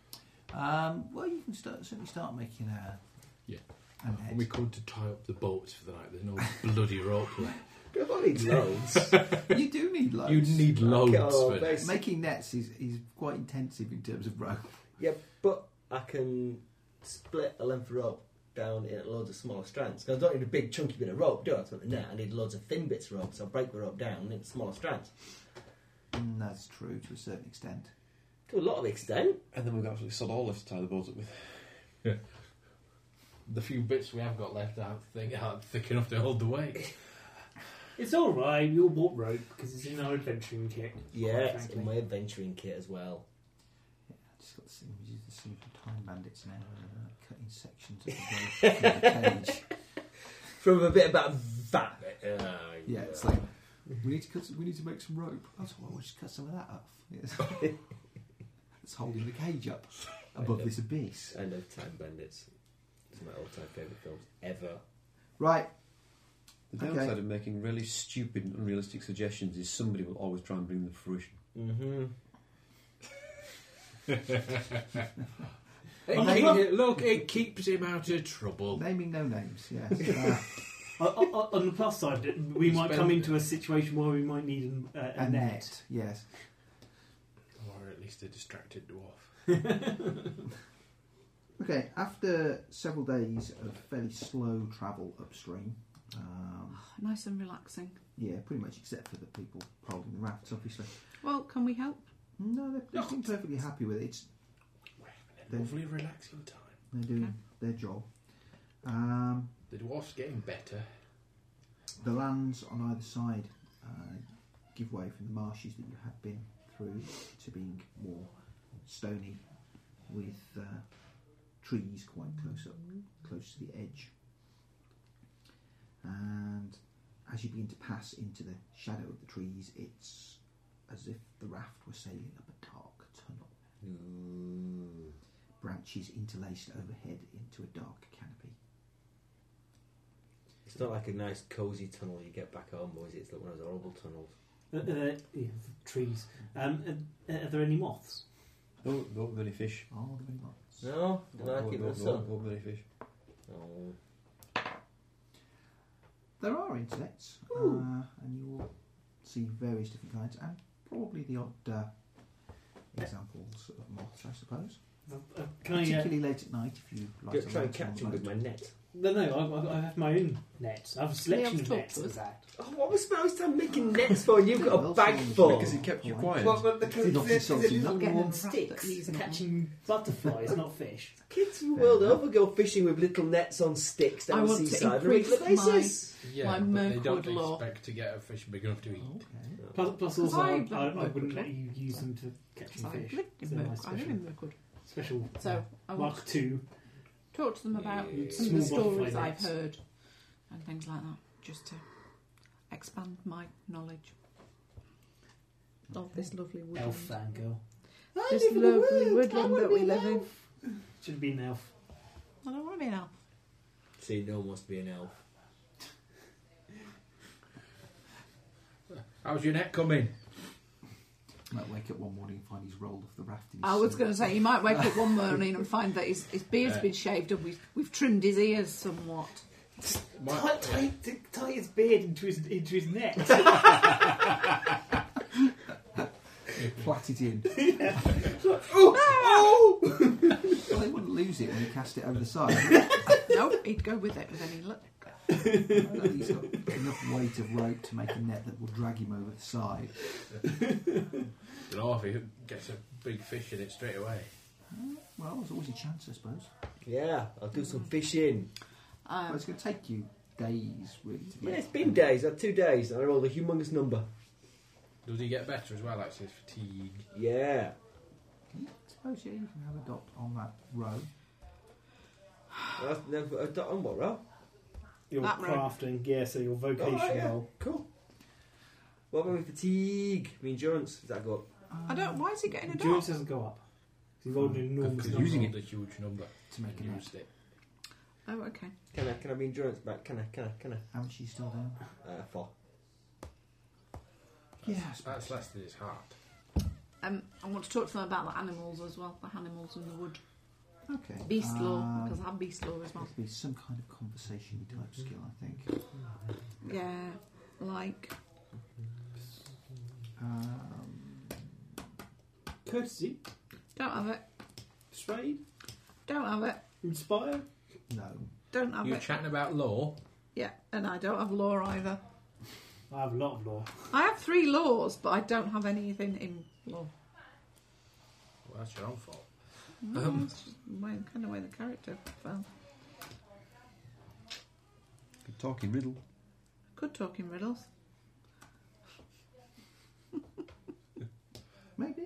Um, well, you can start, certainly start making a.
Yeah.
A
And we
net.
called to tie up the bolts for the night. There's [laughs] no bloody rope left.
If I need [laughs] loads,
[laughs] you do need loads.
You need
I'll
loads
get all
for
base.
Making nets is, is quite intensive in terms of rope.
Yeah, but I can split a length of rope down in loads of smaller strands. 'Cause I don't need a big chunky bit of rope, do I? To make the net, I need loads of thin bits of rope, so I'll break the rope down into smaller strands.
Mm, that's true to a certain extent.
To a lot of extent.
And then we've got absolutely sod all left to tie the boat up with.
The few bits we have got left aren't thick, aren't thick enough to hold the [laughs] weight.
It's all right. You'll walk rope because it's in our adventuring kit.
Yeah, it's
frankly.
in my adventuring kit as well.
Yeah, I just got the same images of the scene from Time Bandits now, where they're like cutting sections of the
[laughs]
rope from the cage.
From a bit about that bit. Uh,
Yeah, it's like We need to cut. We need to make some rope. That's why we'll just cut some of that off.
[laughs]
Yes. it's holding the cage up above this abyss.
I love Time Bandits. It's my all-time favourite films ever.
Right.
The
Okay.
downside of making really stupid, and unrealistic suggestions is somebody will always try and bring them to fruition.
Mm-hmm.
It
Okay.
keep- look, it keeps him out of trouble.
Naming no
[laughs]
names. Yes. Uh,
O- o- uh, on the plus side, we might come into a situation where we might need an, uh, a
a
net.
net. Yes.
Or at least a distracted dwarf.
Okay. After several days of fairly slow travel upstream. Um,
Nice and relaxing.
yeah, pretty much except for the people holding the rafts, obviously.
Well, can we help?
No, they- they seem perfectly happy with it. It's
We're having
Then-
a lovely, relaxing time.
They're doing
Okay.
their job. Um,
The dwarf's getting better.
the lands on either side uh, give way from the marshes that you have been through to being more stony with uh, trees quite close up, close to the edge. And as you begin to pass into the shadow of the trees, it's as if the raft were sailing up a dark tunnel. Branches interlaced overhead into a dark canopy.
It's not like a nice cosy tunnel you get back home, boys. It's like one of those horrible tunnels.
[laughs] Uh, uh, yeah, trees. Um, uh, are there any moths?
There weren't- there weren't many fish.
Are there any lights?
No,
There
do I
weren't
keep
there weren't- there
the sun?
weren't many fish.
Oh.
There are insects, uh, and you will see various different kinds, and probably the odd uh, examples of moths, I suppose.
Uh, uh, can I? Uh,
Particularly late at night, if you like
Try and catch them with my net.
no, no. I, I have my own nets. I have a selection of
talk
nets.
to
for
us.
that.
Oh, what was the most I'm making nets for? You've got a bag full.
Because it kept you quiet.
Well, well, the
Did not
the-
insult
the
you,
little
not
getting
warm
them wrapped up.
sticks.
Catching butterflies, not
[laughs]
fish.
Kids from the world over go fishing with little nets on sticks
I
down the
want to
seaside on a regular
increase my-
basis.
Yeah,
Like
but they
Mirkwood
don't
law.
expect to get a fish big enough to eat.
Okay.
Plus, plus also, I,
Because I-
I, I wouldn't let you use them to catch
I lived
fish.
in
It's a
Mirk-
nice
I live
special,
in Mirkwood.
special
So I want
Mark II.
to talk to them about
Yeah.
some of the
Small butterfly
stories I've
nets.
heard and things like that, just to expand my knowledge of this
Mm-hmm.
lovely woodland.
Elf fangirl.
This lovely woodland that we live in.
Should have been an elf.
I don't want to be an elf.
See, no one wants to be an elf.
How's your net coming?
Might wake up one morning and find he's rolled off the raft. In his
I was
sleep.
going to say, he might wake up
[laughs]
one morning and find that his, his beard's
Yeah.
been shaved and we've, we've trimmed his ears somewhat.
[laughs]
My,
Tie, tie, t- tie his beard into his into his [laughs] neck.
plaited
[laughs]
in. [laughs] well, they wouldn't lose it when you cast it over the side.
[laughs]
nope, he'd go with it with any luck.
I don't think he's got enough weight of rope to make a net that will drag him over the side.
dwarf, he gets a big fish in it straight away.
Well, there's always a chance, I suppose.
Yeah, I'll do
Mm.
some fishing.
Well,
Um,
it's going to take you days, really, to get.
Yeah, it's been days, uh, two days, and I rolled a humongous number.
Does he get better as well? Actually, his fatigue.
Yeah.
Hmm? I suppose yeah, you can have a dot on that row.
That's, that's, that's on what, row?
Your
That road.
crafting, yeah. So your vocation
Alright, yeah.
role.
Cool. What about my fatigue? My endurance? Does that go up?
I don't. Why is he getting a dog?
Endurance doesn't go up. You rolled an enormous
Because
number.
using it a huge number
to make a
and
net.
used it.
Oh, okay.
Can I, can I be endurance back? Can I, can I, can I?
How much are you still down?
Uh, four.
Yeah,
That's less than his heart.
Um, I want to talk to them about the animals as well, the animals in the wood.
okay.
Beast law,
Um,
because I have beast law as well.
It'll be some kind of conversation type
Mm-hmm.
skill, I think.
Yeah, like
Um,
Courtesy,
don't have it,
persuade,
don't have it,
inspire.
no.
don't have
You're
it.
chatting about law.
Yeah, and I don't have law either.
I have a lot of law.
I have three laws, but I don't have anything in law.
Well, that's your own fault.
No,
Um.
it's just the way, kind of way the character fell.
Good talking riddle.
Good talking riddles.
Maybe.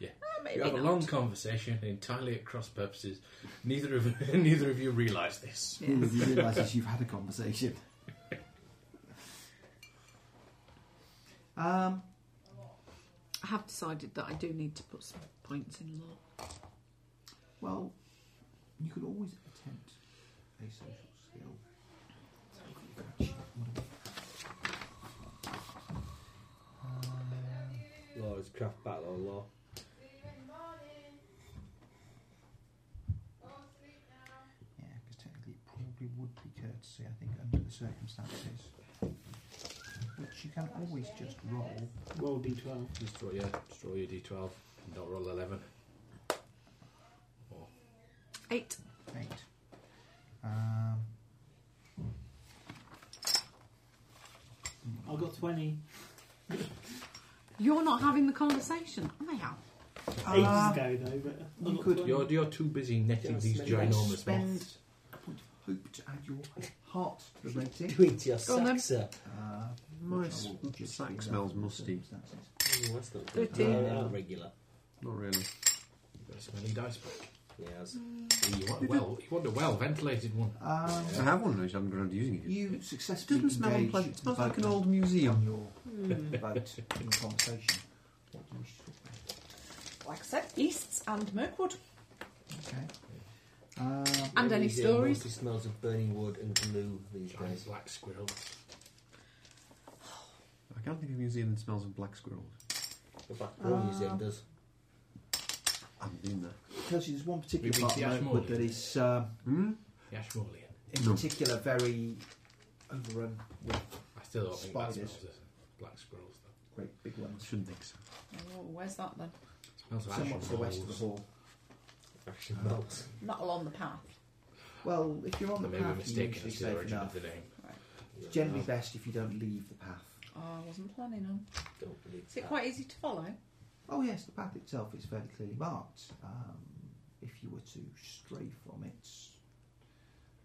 Uh, maybe
You have a
not.
long conversation entirely at cross purposes. Neither of [laughs] neither of you realise this.
[laughs] Yes.
[laughs]
Nobody realises you've had a conversation. Um,
I have decided that I do need to put some points in law.
well, you could always attempt a social skill. So if you can achieve one of them. Um,
Law is craft battle or law.
Yeah, because technically it probably would be courtesy, I think, under the circumstances. Which you can always just roll.
Roll d12.
Just draw, yeah, just roll your d12 and not roll 11. Or
Eight.
Eight. Um,
I got 20.
You're not having the conversation. I am.
Ages
uh,
ago, though, but. I
you
got
could-
20.
You're, you're too busy netting these ginormous
spend
moths.
a point of hope to add your heart to the rating.
Do it to your
Go on then.
sack, sir.
Uh,
My
which I will
s-
just
sack
do that
smells
under the
musty.
circumstances.
Mm, that's not good.
Thirteen.
No, no, regular.
Not really.
You've got a smelly dice pack.
Yeah, that's-
Mm.
You want a well, you want a well ventilated one.
Um,
I have one, I just haven't got around to using it. yet.
you
it
successfully
doesn't smell
engage
unpleasant. It
the
smells like an
boatman
old
on
museum.
your boat in the conversation. What do you wish to talk about?
Like I said, Easts and Mirkwood.
Okay. Um,
And
Maybe
any
you do
stories?
mostly smells of burning wood and glue these
Giant
days.
black squirrel.
I can't think of a museum that smells of black squirrels.
The Black Pearl
Ah.
Museum does.
I haven't been there.
Kelsey, there's one particular
We
part
reach the
of Oakwood
Ashmolean.
that is, um,
Hmm?
The Ashmolean.
in
No.
particular, very overrun with
I still don't think that
Spiders.
smells as black squirrels though.
great big
I
ones.
shouldn't think so.
Oh, where's that then?
It smells of
Somewhat to the west of the
Ashmolean.
hall.
Actually melts.
Not along the path.
Well, if you're on
I
the
may be
path, you're
mistaken
usually
as to the
safe
origin of
enough.
the name.
It's generally best if you don't leave the path.
Oh, I wasn't planning on.
Don't believe
Is it
that.
quite easy to follow?
Oh yes, the path itself is fairly clearly marked. Um, if you were to stray from it,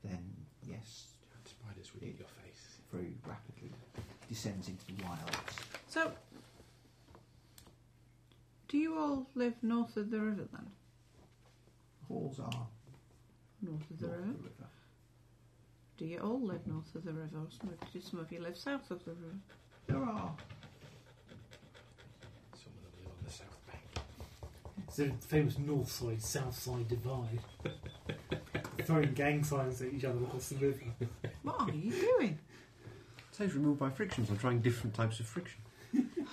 then yes,
Spiders would eat your face.
very rapidly descends into the wilds.
So, do you all live north of the river then?
Halls are
North of the
north
river?
of the river.
Do you all live north of the river? Or some of- do some of you live south of the river?
There are
Someone will live on the south bank.
It's a famous north side, south side divide. [laughs] Throwing gang signs at each other across the river.
What are you doing?
It says removed by friction, so I'm trying different types of [laughs] friction.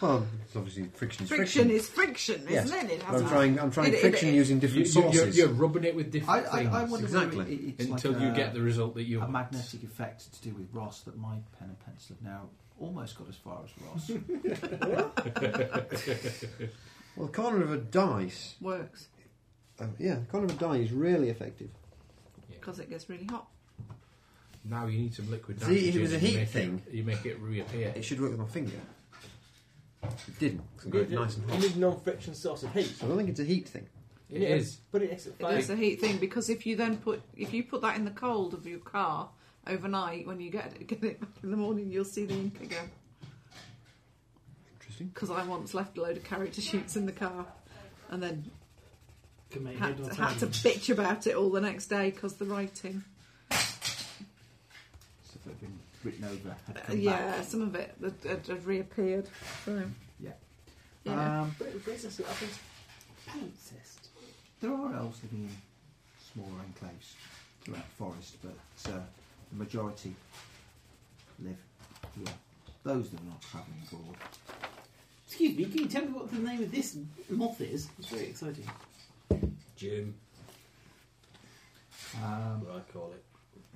well, it's obviously [laughs] friction is
Friction
friction.
is friction, isn't
Yes,
it? It
But
has
I'm
a-
trying, I'm trying
It- it-
friction
it-
using different sources.
You, are rubbing it with
I,
different
I,
things
I wonder
Exactly.
whether it- it's
until
like
you
a,
get the result that you
a
want.
magnetic effect to do with Ross that my pen and pencil have now almost got as far
[laughs]
as Ross.
Well, the corner of a dice,
Works
uh, yeah, the corner of a die is really effective.
because it gets really hot.
Now you need some liquid
See, if it
nitrogen
was a
and you
heat
make it-
thing-
you make it reappear.
It should work with my finger. It didn't. 'cause I got
You
it
need-
nice and
You
hot.
need non-friction source of heat.
So I don't think it's a heat thing.
It is.
Put it next to the
It
fire.
is a heat thing because if you then put if you put that in the cold of your car overnight, when you get [laughs] it, get it back in the morning, you'll see the ink again.
Interesting.
Because I once left a load of character sheets in the car, and then
Can make
had
head or
to, had to
tail.
bitch about it all the next day because the writing.
Stuff that had been written over had
Uh,
come
yeah,
back.
some of it had, had, had reappeared. So,
Yeah.
yeah.
Um,
But it brings us to Athens.
there are elves living in smaller enclaves throughout the forest, but uh, the majority live here. Those that are not travelling abroad.
Excuse me, can you tell me what the name of this moth is? It's very exciting.
Jim,
Um,
what I call it.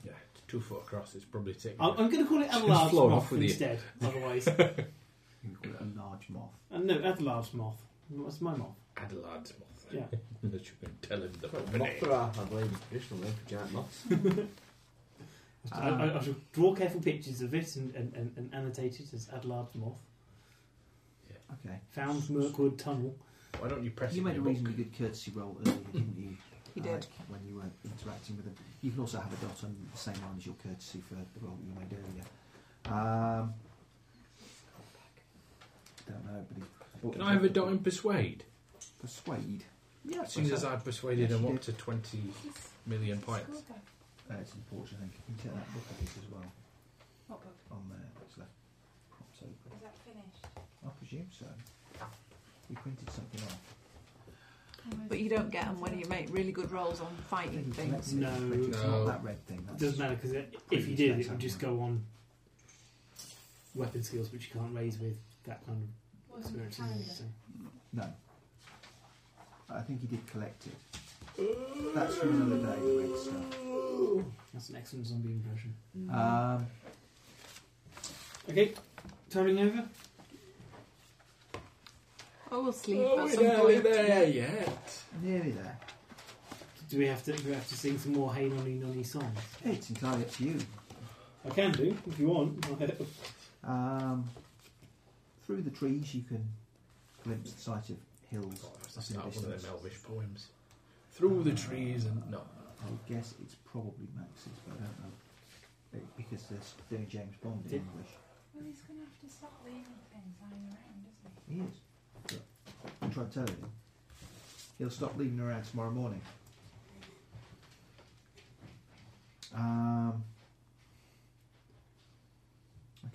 Yeah, it's two foot across. It's probably taking.
I'm,
it.
I'm going to call it
Just
Avalanche
flown
Moth
off with you.
instead, otherwise.
[laughs]
you can call it a large moth.
Uh, no, Avalanche Moth. That's my moth.
Adelard's moth.
Yeah.
that you can tell him the proper name.
Mothra, I believe, is the traditional name for
[laughs]
giant moths.
I, I, I shall draw careful pictures of it and, and, and, and annotate it as Adelard's Moth.
Okay.
Found Mirkwood Tunnel.
Why don't you press
You
it
made a
in your
reasonably
book?
good courtesy roll earlier, didn't you?
He
Uh,
did.
when you were interacting with them. You can also have a dot on the same line as your courtesy for the role you made earlier. Um, don't know, but he-
Can I have a dot in persuade?
Persuade.
Yeah, as soon as I persuaded
Yes,
him
you
up to 20 million points.
Uh, it's in Porch, I think. You can take that book of his as well
What book?
on there. It's left propped open.
that finished?
I presume so. We printed something off.
But you don't get them when you make really good rolls on
Mm,
fighting things.
No.
it's
No.
not that red thing. That's
Doesn't matter because if you did, it would just go on weapon skills, which you can't raise with that kind of
What's in the
experience.
calendar?
So.
No. I think he did collect it. That's from another day, the red stuff.
That's an excellent zombie impression.
Um,
Okay, timing over.
Oh, we'll sleep
Oh,
at
we're
some
nearly
point.
there yet.
nearly there.
Do we have to? Do we have to sing some more "Hey Nonny Nonny" songs?
It's entirely up to you.
I can do if you want. [laughs]
Um, through the trees, you can glimpse the sight of hills.
That's
in the
not one of
distance.
them Elvish poems. Through the trees and no.
I guess it's probably Max's, but I don't know. Be- Because they're s- doing James Bond in
Did-
English.
Well, he's going to have to stop leaving things lying around, isn't he?
He is. Look, I'm trying to tell you. He'll stop leaving around tomorrow morning. Um,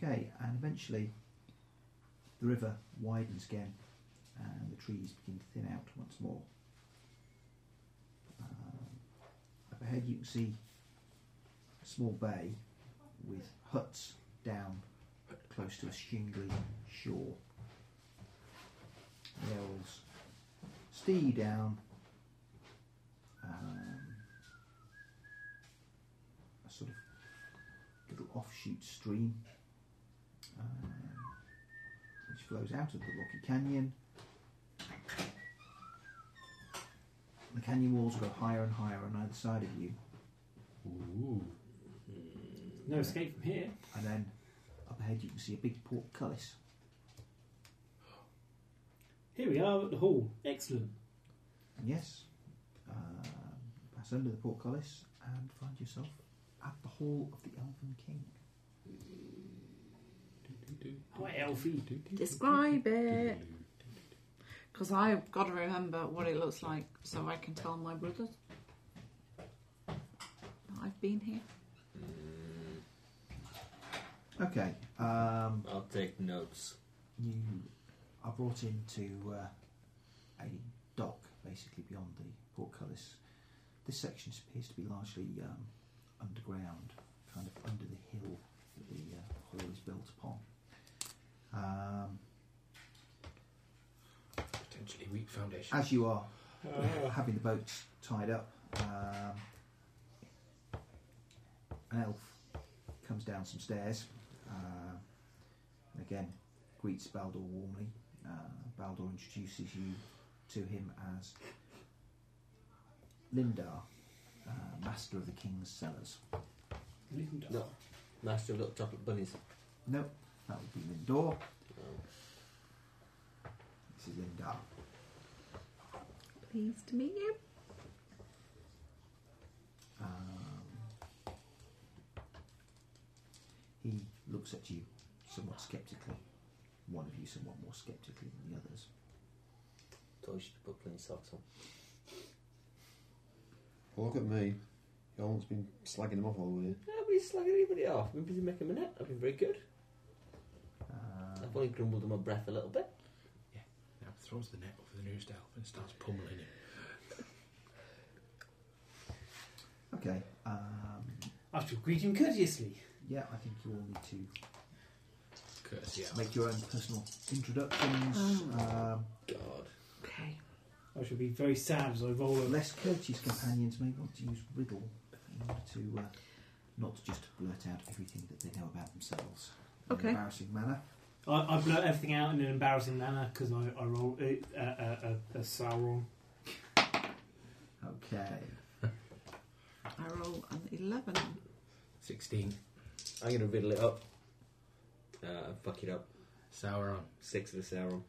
okay, and eventually the river widens again and the trees begin to thin out once more. Um, up ahead you can see a small bay with huts down close to a shingly shore the elves steer you down um, a sort of little offshoot stream um, which flows out of the rocky canyon. The canyon walls go higher and higher on either side of you,
Ooh.
no escape from here.
and then up ahead you can see a big portcullis.
Here we are at the hall. Excellent.
And yes, um, pass under the portcullis and find yourself at the hall of the Elven King.
Hi, Elfie.
Describe it. Because I've got to remember what it looks like so I can tell my brothers. that I've been here.
Okay. Um,
I'll take notes.
you are brought into uh, a dock basically beyond the portcullis. This section appears to be largely um, underground, kind of under the hill that the uh, hall is built upon. Um,
Potentially weak foundation.
as you are having the boats tied up, um, an elf comes down some stairs uh, and again greets Baldur warmly. Uh, Baldur introduces you to him as Lindar, uh, master of the king's cellars.
No. Master of Little Chocolate Bunnies.
Nope, that would be Lindor.
Oh.
This is Lindar.
Pleased to meet you.
Um, he looks at you somewhat sceptically. One of you somewhat more sceptically than the others.
Told you to put clean socks on.
Well, look at me. Y'all's been slagging them off all the way.
Nobody's slagging anybody off. We've been making a net. I've been very good.
Um,
I've only grumbled on my breath a little bit.
Now throws the net over the nearest elf and starts pummeling it.
okay. Um,
I shall greet him courteously.
yeah, I think you all need to
Courtesy elf.
make your own personal introductions. Um,
God.
Okay.
I shall be very sad as I roll over.
less courteous companions may want to use riddle in order to uh, not just blurt out everything that they know about themselves in
Okay.
an embarrassing manner.
I, I blurt everything out in an embarrassing manner because I, I roll uh, a, a, a, a Sauron.
Okay.
I roll an 11.
16.
I'm going to riddle it up. Uh, fuck it up.
Sauron.
Six of the Sauron.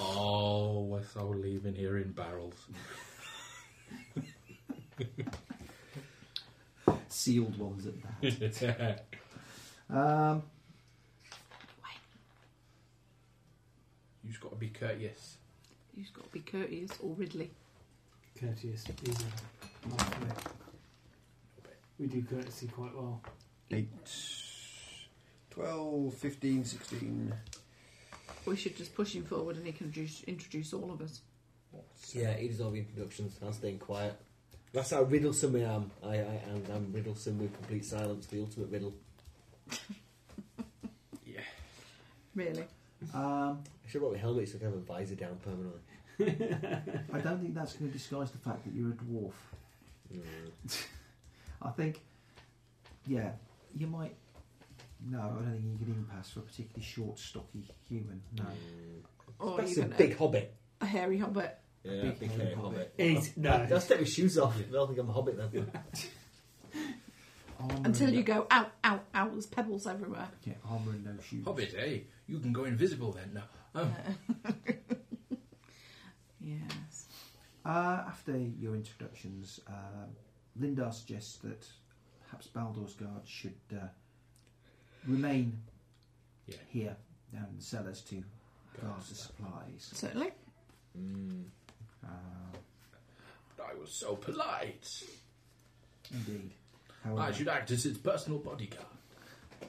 Oh, we're so leaving here in barrels.
Sealed ones at that.
That's
Um,
You've got to be courteous.
You've got to be courteous or Ridley.
Courteous. is a nice word. We do courtesy quite well.
8, 12, 15, 16,
We should just push him forward and he can introduce, introduce all of us.
Yeah, he does all the introductions. I'm staying quiet. That's how riddlesome I am. I, I and I'm riddlesome with complete silence. The ultimate riddle.
Really?
Um,
I should have brought my helmet so I can have a visor down permanently.
I don't think that's going to disguise the fact that you're a dwarf.
Mm.
I think, yeah, you might. No, I don't think you can even pass for a particularly short, stocky human. No.
Or
Mm. That's a
even
big hobbit.
a hairy hobbit.
Yeah,
big
big, hairy
hobbit.
hobbit.
Eight,
I'll, I'll
Oh, no.
take my shoes off. I don't think I'm a hobbit then.
Armour
Until
and
you
no,
go out, out, out. There's pebbles everywhere.
Yeah, armour and no shoes.
Hobbit, eh? You can go invisible then. No. Oh.
Yes.
Uh, after your introductions, uh, Lindar suggests that perhaps Baldur's Guard should uh, remain
Yeah.
here down in the cellars to guard the supplies.
Certainly.
Mm.
Uh,
I was so polite.
indeed.
I
However,
should act as its personal bodyguard.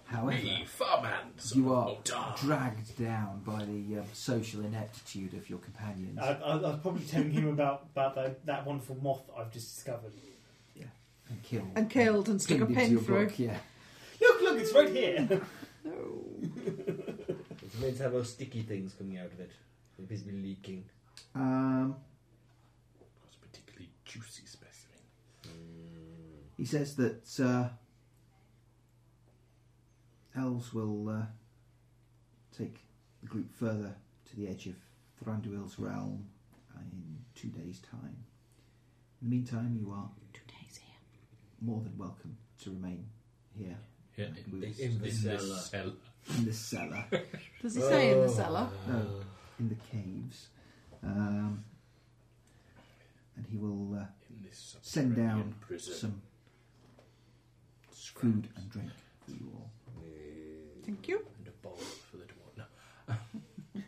however
Me, Farman, son
you
of
are
Motar.
dragged down by the um, social ineptitude of your companions.
I, I, I was probably telling him about, about that, that wonderful moth that I've just discovered.
and killed.
And killed and stuck a
Pinned into
pin
your
through.
book, yeah.
Look, look, it's right here.
No.
It's meant to have those sticky things coming out of it. They're busy leaking.
Um,
That's a particularly juicy specimen.
He says that uh, elves will uh, take the group further to the edge of Thranduil's realm in two days' time. In the meantime, you are
Two days here.
more than welcome to remain here
Yeah,
We-
in,
in the
in
cellar.
this cellar.
in the cellar,
Does he say
Oh,
in the cellar?
uh,
no, in the caves, um, and he will uh,
In this
Send down
subterranean prison.
some
Scraps
food and drink for you all.
Thank you.
and a bowl for the dwarf. No.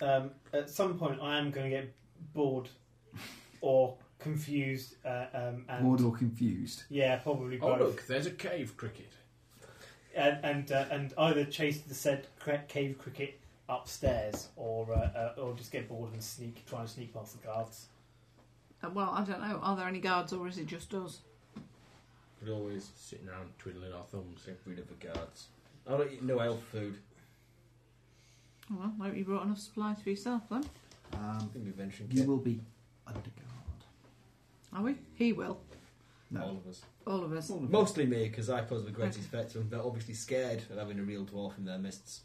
Um, at some point, I am going to get bored or confused. Uh, um, and
Bored or confused.
Yeah, probably
Oh
both.
look, there's a cave cricket.
and and, uh, and either chase the said cra- cave cricket upstairs, or uh, uh, or just get bored and sneak, try and sneak past the guards.
Uh, well, I don't know. Are there any guards or is it just us?
But always
Sitting around twiddling our thumbs.
get rid of the guards. I don't eat no elf food.
Well, I hope you brought enough supplies for yourself then.
Um,
I think we're venturing
you
kid.
will be under guard.
Are we? He will.
No,
All of us.
All of us.
Mm-hmm.
Mostly me, because I pose the greatest threat to them. They're obviously scared of having a real dwarf in their midst.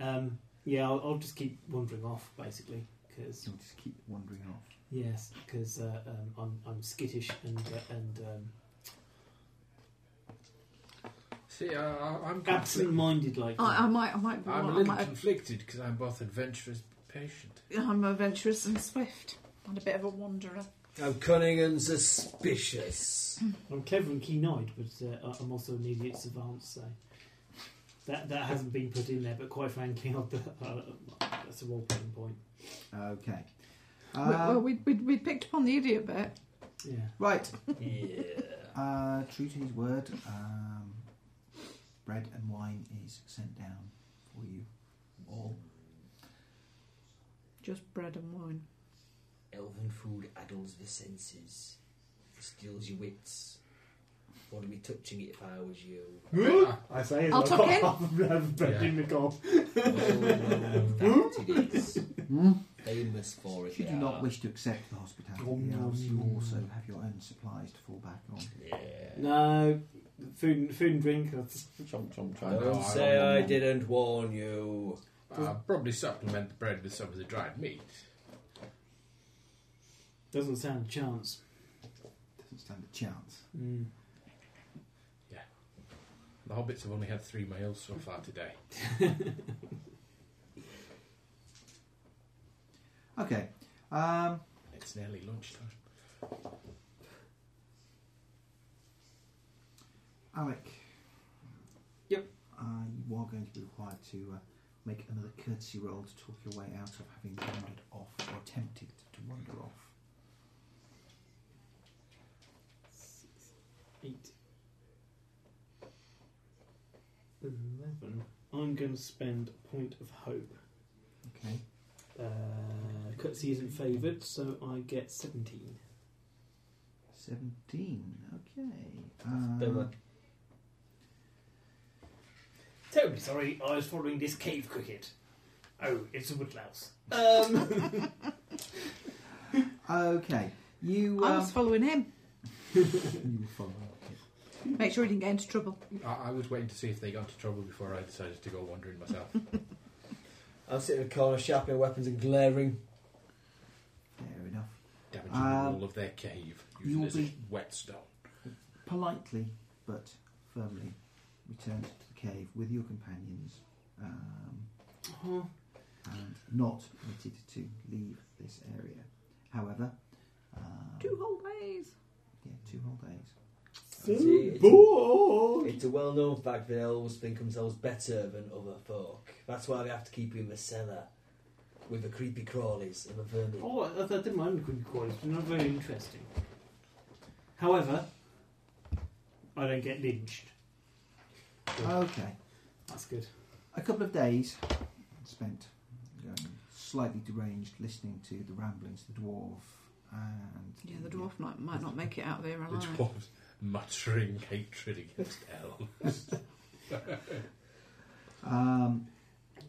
Um, yeah, I'll, I'll just keep wandering off basically because
You'll just keep wandering off.
yes, because uh, um, I'm I'm skittish and uh, and um,
See, I, I, I'm conflict-
absent-minded like.
I, I
that.
might. I might. Be,
I'm a
I
little
might
conflicted because I'm both adventurous but patient.
I'm adventurous and swift. And a bit of a wanderer.
I'm cunning and suspicious.
I'm clever and keen-eyed, but uh, I- I'm also an idiot savant. So that that hasn't been put in there, but quite frankly, [laughs] I'll, uh, that's a role playing point.
Okay.
We- well,
Um,
we, we, we picked up on the idiot bit.
Yeah.
right.
yeah.
Uh, true to his word, um, bread and wine is sent down for you all.
Just bread and wine.
Elven food addles the senses, steals your wits. Wouldn't be touching it if I was you.
I say,
I'll
I've
tuck
got
in.
half of them bred
Yeah.
in the gob.
well, well, Oh, that it is. Famous for it.
Should
they
you not
are.
wish to accept the hospitality
Oh,
of the
no,
elves, you
no,
also
no.
have your own supplies to fall back on.
Yeah.
No, food, and- food and drink. that's-
Chomp, chomp,
I know, I
chomp.
Don't say I
wouldn't-
didn't warn you.
I'll probably supplement the bread with some of the dried meat.
Doesn't sound a chance.
Doesn't stand a chance.
Mm.
The hobbits have only had three meals so far today.
Okay. Um,
It's nearly lunchtime.
Alec.
Yep.
Uh, you are going to be required to uh, make another courtesy roll to talk your way out of having wandered off or attempted to wander off.
Eight. Eleven. I'm going to spend a point of hope.
Okay.
Uh, Cutsy isn't favoured, so I get 17.
17. Okay.
Don't
Uh,
worry.
Terribly sorry, I was following this cave cricket. Oh, it's a woodlouse.
okay. You.
I
Um,
was following him.
you follow.
Make sure he didn't get into trouble.
I, I was waiting to see if they got into trouble before I decided to go wandering myself.
I'm sitting in the corner sharpening weapons and glaring.
Fair enough.
Damaging
Uh,
the wall of their cave using
you'll
it as a
be-
whetstone.
politely but firmly returned to the cave with your companions um,
Uh-huh.
and not permitted to leave this area. However, um,
Two whole days.
yeah, two whole days.
See, it's-
Bored!
It's a well known fact they always think themselves better than other folk. That's why they have to keep you in the cellar with the creepy crawlies and the vermin.
Oh, I, I didn't mind the creepy crawlies, but not very interesting. However, I don't get lynched.
Okay,
That's good.
a couple of days spent going slightly deranged listening to the ramblings of the dwarf and
Yeah, the dwarf might, might not make it out there
The
alive.
dwarves muttering hatred against
[laughs]
hell.
Um,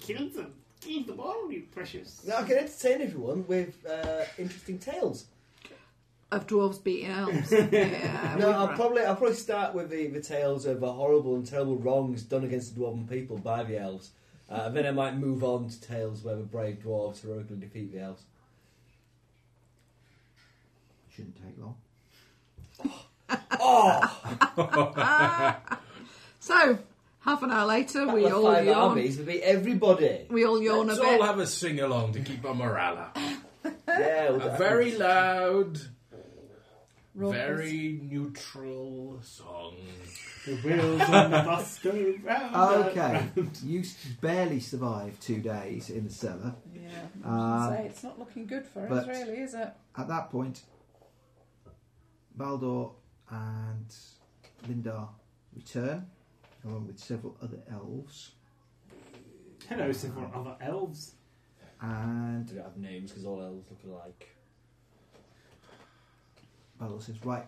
Kill them! Kill them all, you precious!
Now I can entertain everyone with uh, interesting tales.
Of dwarves beating elves. [laughs] yeah,
No,
we've
I'll
ra-
probably I'll probably start with the, the tales of the horrible and terrible wrongs done against the dwarven people by the elves. Uh, and then I might move on to tales where the brave dwarves heroically defeat the elves.
shouldn't take long.
So, half an hour later, we
Battle of
all
five
yawn.
armies, we beat
[laughs]
everybody.
We all yawn a
Let's all
bit.
have a sing along to keep our morale up.
yeah, we'll do
A
that.
very loud,
Roll
very neutral song.
The wheels on the bus go
Oh,
round.
[laughs]
Okay, you s- barely survived two days in the cellar.
Yeah.
Um,
Say, it's not looking good for
but-
us, really, is it?
At that point, Baldor and Lindar return, along with several other elves,
Hello, several other elves.
and
I don't have names because all elves look alike.
Baldor says, "Right,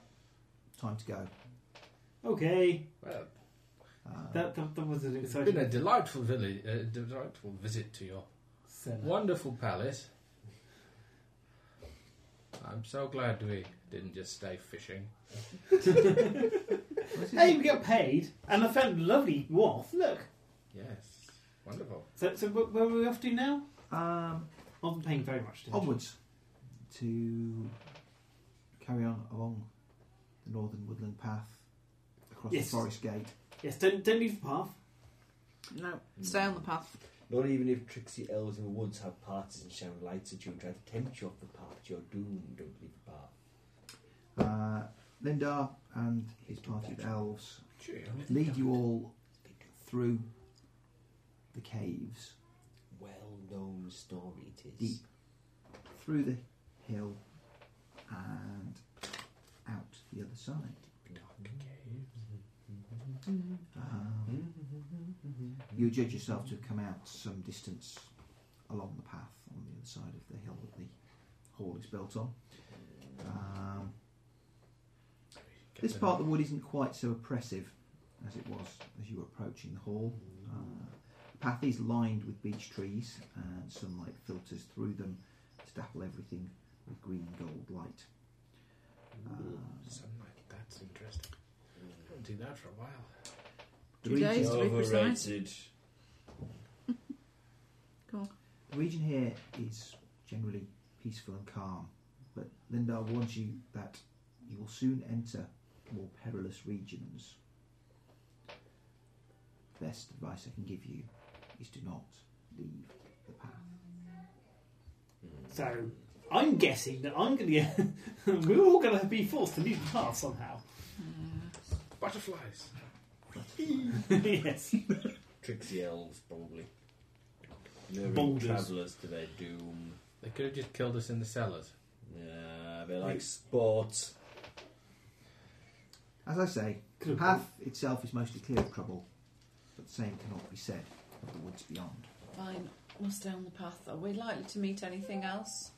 time to go."
Okay,
Well,
Uh,
that, that, that was an
it's been a
exciting
delightful, villi- uh, delightful visit to your
cellar.
wonderful palace. I'm so glad we didn't just stay fishing.
what is
Hey,
it?
we got paid, and I found a lovely wharf. Look.
Yes, wonderful.
So, so wh- where are we off to now?
Um,
I'm paying very much attention.
onwards to carry on along the northern woodland path across
Yes.
the forest gate.
Oh, Yes, don't, don't leave the path.
No, stay on the path.
Not even if tricksy elves in the woods have parties and shine lights at you and try to tempt you off the path, you're doomed. Don't leave the path.
Uh, Lindar and his party of elves
Cheerio.
lead you all through the caves
Well-known story it is.
Deep. through the hill and out the other side.
Mm-hmm.
Um, you judge yourself to have come out some distance along the path on the other side of the hill that the hall is built on. Um, this part of the wood isn't quite so oppressive as it was as you were approaching the hall. Uh, the path is lined with beech trees, and sunlight filters through them to dapple everything with green gold light. Uh,
Sunlight, that's interesting. I haven't seen that for a while.
the
Two
region,
days to be precise.
the region here is generally peaceful and calm, but Lindar warns you that you will soon enter more perilous regions. Best advice I can give you is do not leave the path.
hmm,
So, I'm guessing that I'm going to [laughs] We're all going to be forced to leave the path [laughs] somehow.
Butterflies.
yes.
Tricksy elves, probably. Luring
Boulders.
travellers to their doom.
They could have just killed us in the cellars.
Yeah, they like sport.
As I say,
Could
The path itself is mostly clear of trouble, but the same cannot be said the woods beyond.
Fine, we'll stay on the path. Are we likely to meet anything else?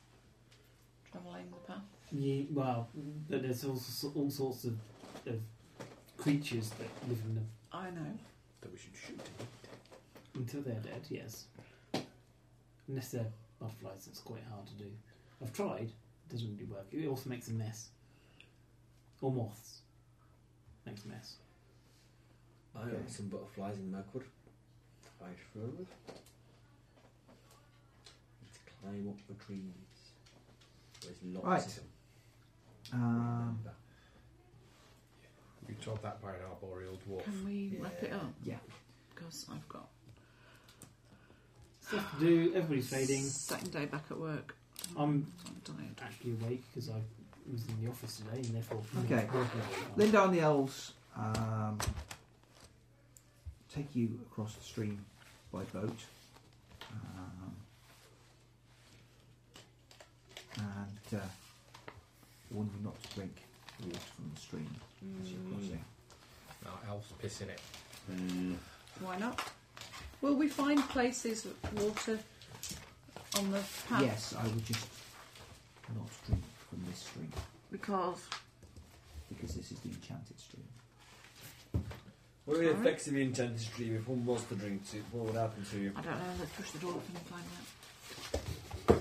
Travelling the path.
Ye well, th- there's all, s- all sorts of, of creatures that live in them
I know.
That we should shoot
until they're dead. Yes, unless they're butterflies, that's quite hard to do. I've tried; it doesn't really work. It also makes a mess. Or moths makes a mess.
I know some butterflies in Mirkwood. I throw with. Let's climb up the trees. There's lots
Right.
of them.
Um,
remember.
You told that by an arboreal dwarf.
Can we wrap it
Yeah.
up?
Yeah.
Because I've got
Stuff to do. Everybody's fading.
second day back at work.
I'm
I'm tired.
actually awake because I was in the office today and therefore
Okay.
working all the time.
Linda and the elves um, take you across the stream by boat. Um, and uh, warn you not to drink the water from the stream as you're crossing.
Now elves pissing it.
Why not? Will we find places with water on the path?
Yes, I would just not drink from this stream
Because
because this is the enchanted stream.
What are the
Alright.
effects of the enchanted stream? If one was to drink it, what would happen to you?
I don't know. Let's push the door open and find out.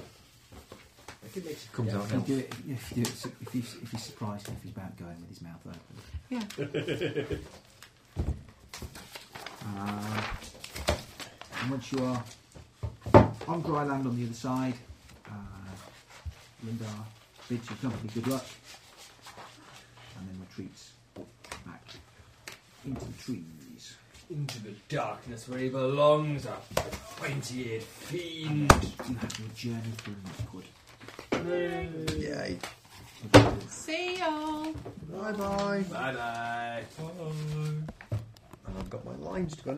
I think it
Comes
yeah,
out
If you do it, if you do it, su- if, you, if you surprise him, if he's about going with his mouth open.
Yeah.
[laughs] Uh, and once you are on dry land on the other side, uh, Lindar bids your company good luck and then retreats back into the trees.
into the darkness where he belongs, a pointy-eared
And
fiend.
you have your journey through Northwood.
Yay.
See y'all.
Bye bye.
Bye bye.
And I've got my lines to go